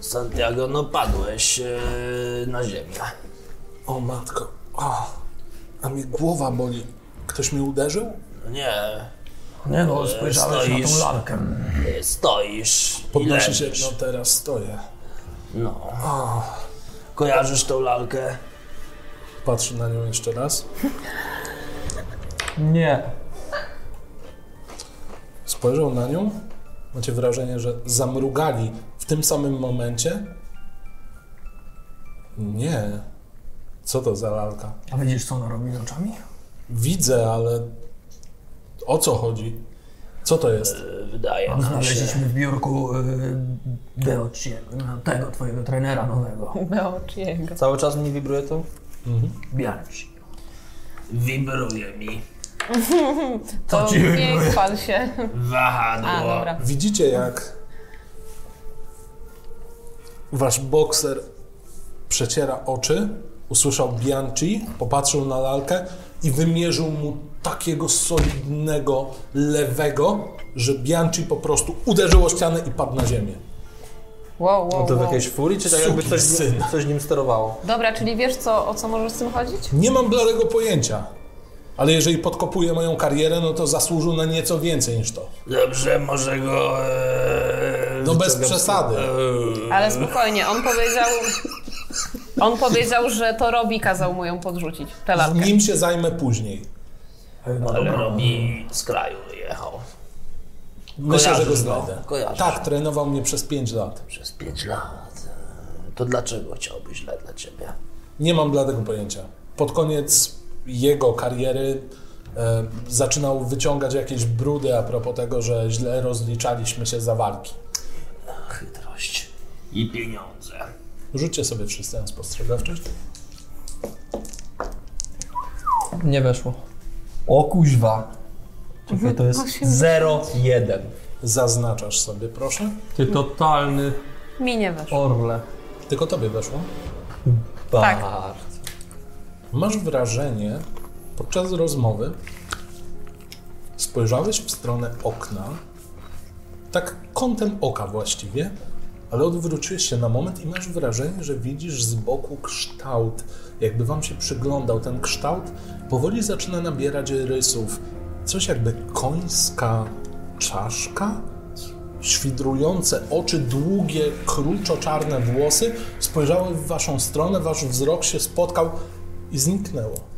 Speaker 4: Santiago, no padłeś e, na ziemię.
Speaker 1: O matko, o, a mnie głowa boli. Ktoś mnie uderzył?
Speaker 4: No nie,
Speaker 9: Nie no, spojrzałeś na
Speaker 4: E, stoisz.
Speaker 9: tą lalkę.
Speaker 4: e, stoisz i
Speaker 1: Podnosi się,
Speaker 4: leżysz.
Speaker 1: no teraz stoję.
Speaker 4: No. Kojarzysz tą lalkę?
Speaker 1: Patrzy na nią jeszcze raz.
Speaker 11: Nie.
Speaker 1: Spojrzał na nią. Macie wrażenie, że zamrugali w tym samym momencie? Nie. Co to za lalka?
Speaker 9: A widzisz, co ona robi oczami?
Speaker 1: Widzę, ale o co chodzi? Co to jest?
Speaker 4: E, Wydaje nam się.
Speaker 9: Znaleźliśmy w biurku y, Beociego, no, tego twojego trenera nowego,
Speaker 5: Beochiego.
Speaker 2: Cały czas mi wibruje to?
Speaker 9: Bianci.
Speaker 4: Wibruje mi
Speaker 5: To nie chwal się. A,
Speaker 4: wahadło.
Speaker 5: dobra.
Speaker 1: Widzicie, jak wasz bokser przeciera oczy, usłyszał Bianchi, popatrzył na lalkę i wymierzył mu takiego solidnego lewego, że Bianchi po prostu uderzył o ścianę i padł na ziemię.
Speaker 5: Wow, wow,
Speaker 2: No to w
Speaker 5: wow.
Speaker 2: jakiejś furii, czy tak jakby
Speaker 1: Suki
Speaker 2: coś,
Speaker 1: syn.
Speaker 2: coś nim sterowało?
Speaker 5: Dobra, czyli wiesz co, o co możesz z tym chodzić?
Speaker 1: Nie mam bladego pojęcia, ale jeżeli podkopuje moją karierę, no to zasłużył na nieco więcej niż to.
Speaker 4: Dobrze, może go... E,
Speaker 1: No bez przesady.
Speaker 5: Ale spokojnie, on powiedział... On powiedział, że to Robi kazał mu ją podrzucić, tę lalkę.
Speaker 1: Nim się zajmę później.
Speaker 4: ale robi z kraju jechał.
Speaker 1: Myślę, że go
Speaker 4: Kojarzysz
Speaker 1: znajdę.
Speaker 4: Kojarzysz.
Speaker 1: Tak, trenował mnie przez 5 lat.
Speaker 4: Przez pięć lat. E, To dlaczego chciałby źle dla ciebie?
Speaker 1: Nie mam bladego pojęcia. Pod koniec jego kariery e, zaczynał wyciągać jakieś brudy a propos tego, że źle rozliczaliśmy się za walki.
Speaker 4: Chytrość i pieniądze.
Speaker 1: Rzućcie sobie wszyscy na spostrzegawczość.
Speaker 11: Nie weszło.
Speaker 2: O kuźwa. Czekaj, to jest
Speaker 5: Właśnie-
Speaker 2: 0-1.
Speaker 1: Zaznaczasz sobie, proszę.
Speaker 11: Ty totalny
Speaker 5: Mi nie weszło.
Speaker 11: orle.
Speaker 1: Tylko tobie weszło.
Speaker 5: Tak.
Speaker 1: Masz wrażenie, podczas rozmowy spojrzałeś w stronę okna, tak kątem oka właściwie, ale odwróciłeś się na moment i masz wrażenie, że widzisz z boku kształt. Jakby wam się przyglądał, ten kształt powoli zaczyna nabierać rysów. Coś jakby końska czaszka? Świdrujące oczy, długie, kruczo-czarne włosy spojrzały w waszą stronę, wasz wzrok się spotkał i zniknęło.